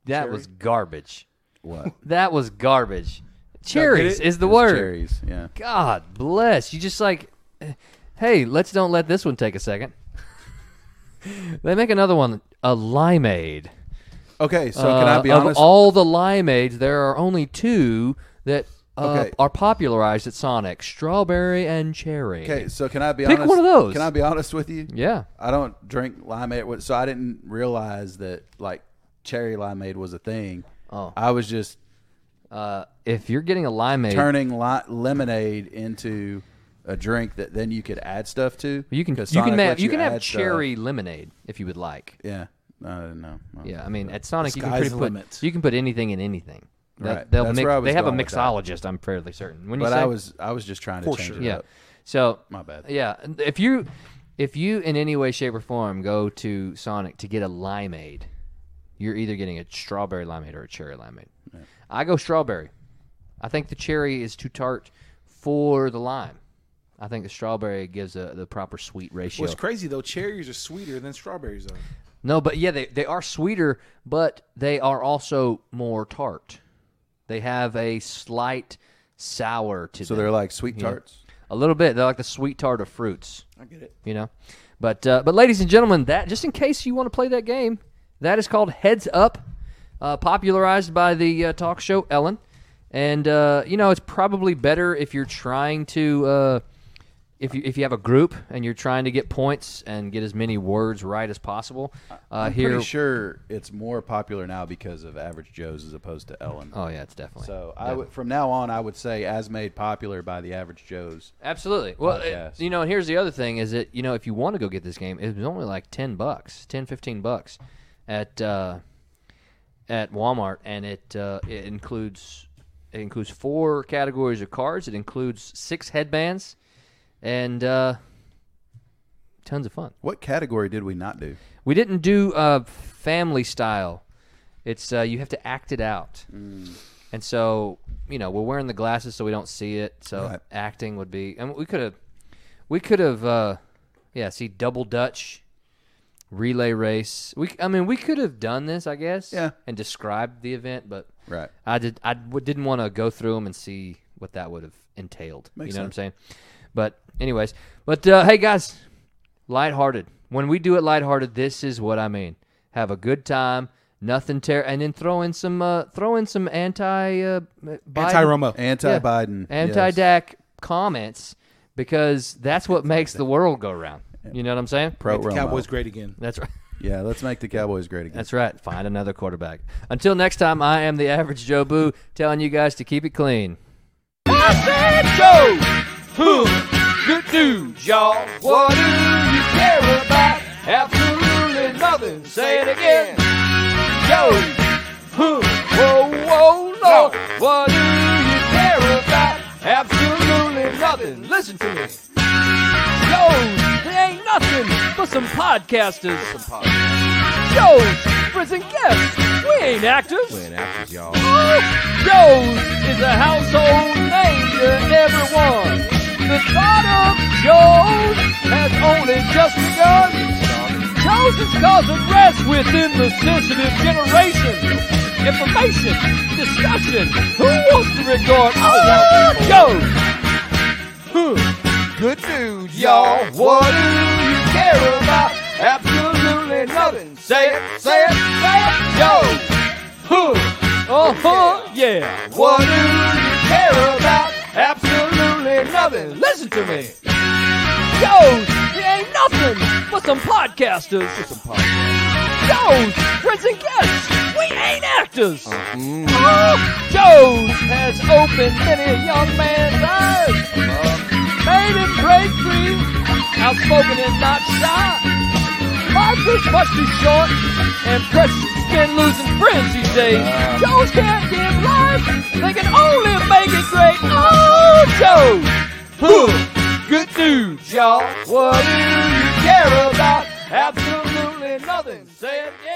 that was garbage.
what
That was garbage. Cherries
it?
is the word.
cherries? Yeah,
God bless. You just like, eh, hey, let's don't let this one take a second. they make another one, a limeade.
Okay, so can I
Uh,
be
of
honest?
all the limeades, there are only two that uh,
Okay.
are popularized at Sonic: strawberry and cherry.
okay, so can I be
Pick
honest?
one of those.
Can I be honest with you?
Yeah.
I don't drink limeade, wa- so I didn't realize that like cherry limeade was a thing.
Oh.
I was just
Uh, if you're getting a limeade,
turning li- lemonade into a drink that then you could add stuff to.
you can you
'cause
can
Sonic
have
lets
you, can have
add stuff.
cherry lemonade if you would like.
Yeah, I don't know.
Yeah, I mean at Sonic you can
sky's
pretty
the
put,
limit.
you can put anything in anything. They-
Right.
They'll
That's
mix,
where I was
they have a
going with that.
mixologist. I'm fairly certain. When you
but
say
I was I was just trying to change it
Yeah.
up.
So
My bad.
Yeah. and If you if you in any way, shape, or form go to Sonic to get a limeade, you're either getting a strawberry limeade or a cherry limeade. I go strawberry. I think the cherry is too tart for the lime. I think the strawberry gives a, the proper sweet ratio.
What's crazy though, cherries are sweeter than strawberries are.
no, but yeah, they, they are sweeter, but they are also more tart. They have a slight sour to
So
them.
they're like sweet tarts.
a little bit. They're like the sweet tart of fruits.
I get it.
you know. But uh, but ladies and gentlemen, that just in case you want to play that game, that is called Heads Up, uh, popularized by the uh, talk show Ellen, and uh, you know it's probably better if you're trying to. Uh, if you, if you have a group and you're trying to get points and get as many words right as possible, uh,
I'm
here.
pretty sure it's more popular now because of Average Joe's as opposed to Ellen.
Oh yeah, it's definitely
So I would from now on, I would say as made popular by the average Joes.
absolutely. Well, it-
Podcast.
you know, and here's the other thing: is that you know if you want to go get this game, it was only like ten bucks, 10, 15 bucks at uh, at Walmart, and it uh, it includes it includes four categories of cards. It includes six headbands, and uh, tons of fun.
What category did we not do?
We
Mm.
didn't do uh, family style. It's uh, you have to act it out. And so, you know, we're wearing the glasses so we don't see it. So
Right.
acting would be, and we could have, we could have, uh, yeah, see double Dutch relay race. We, I mean, we could have done this, I guess,
Yeah.
and described the event, but
Right.
I did, I w- didn't want to go through them and see what that would have entailed.
Makes
you know
sense.
what I'm saying? But anyways, but uh, hey guys, lighthearted. When we do it lighthearted, this is what I mean. Have a good time, nothing ter and then throw in some uh, throw in some anti uh,
Anti Romo.
Anti Biden.
anti DAC comments because that's what makes the world go round. You know what I'm saying?
Pro
The
Romo.
Cowboys great again.
That's right.
Yeah, let's make the Cowboys great again.
That's right. Find another quarterback. Until next time, I am the average Joe Boo telling you guys to keep it clean.
I said Joe, who? Good news, y'all. What do you care about? Absolutely nothing. Say it again. Joe, who? Whoa, whoa, Lord. What do you care about? Absolutely nothing. Listen to me. Joe's, they ain't nothing but some podcasters. Some podcasters. Joe's, prison guests. We ain't actors.
Playing actors, y'all.
Joe's is a household name to everyone. The thought of Joe's has only just begun. Joe's is causing rest within the sensitive generation. Information, discussion, who wants to Oh, regard all Joe's? Good news, y'all. What do you care about? Absolutely nothing. Say it, say it, say it, Joe's. Oh, huh, yeah. What do you care about? Absolutely nothing. Listen to me. Joe's, it ain't nothing but some podcasters. But some podcasters. Joe's, prison guests. We ain't actors. Oh, Joe's has opened many a young man's eyes. Made him break free, outspoken and not shy. Life is much too short, and precious has been losing friends these days. Joes can't give life, they can only make it great. Oh, Joe! Good news, y'all. What do you care about? Absolutely nothing. Say it, yeah.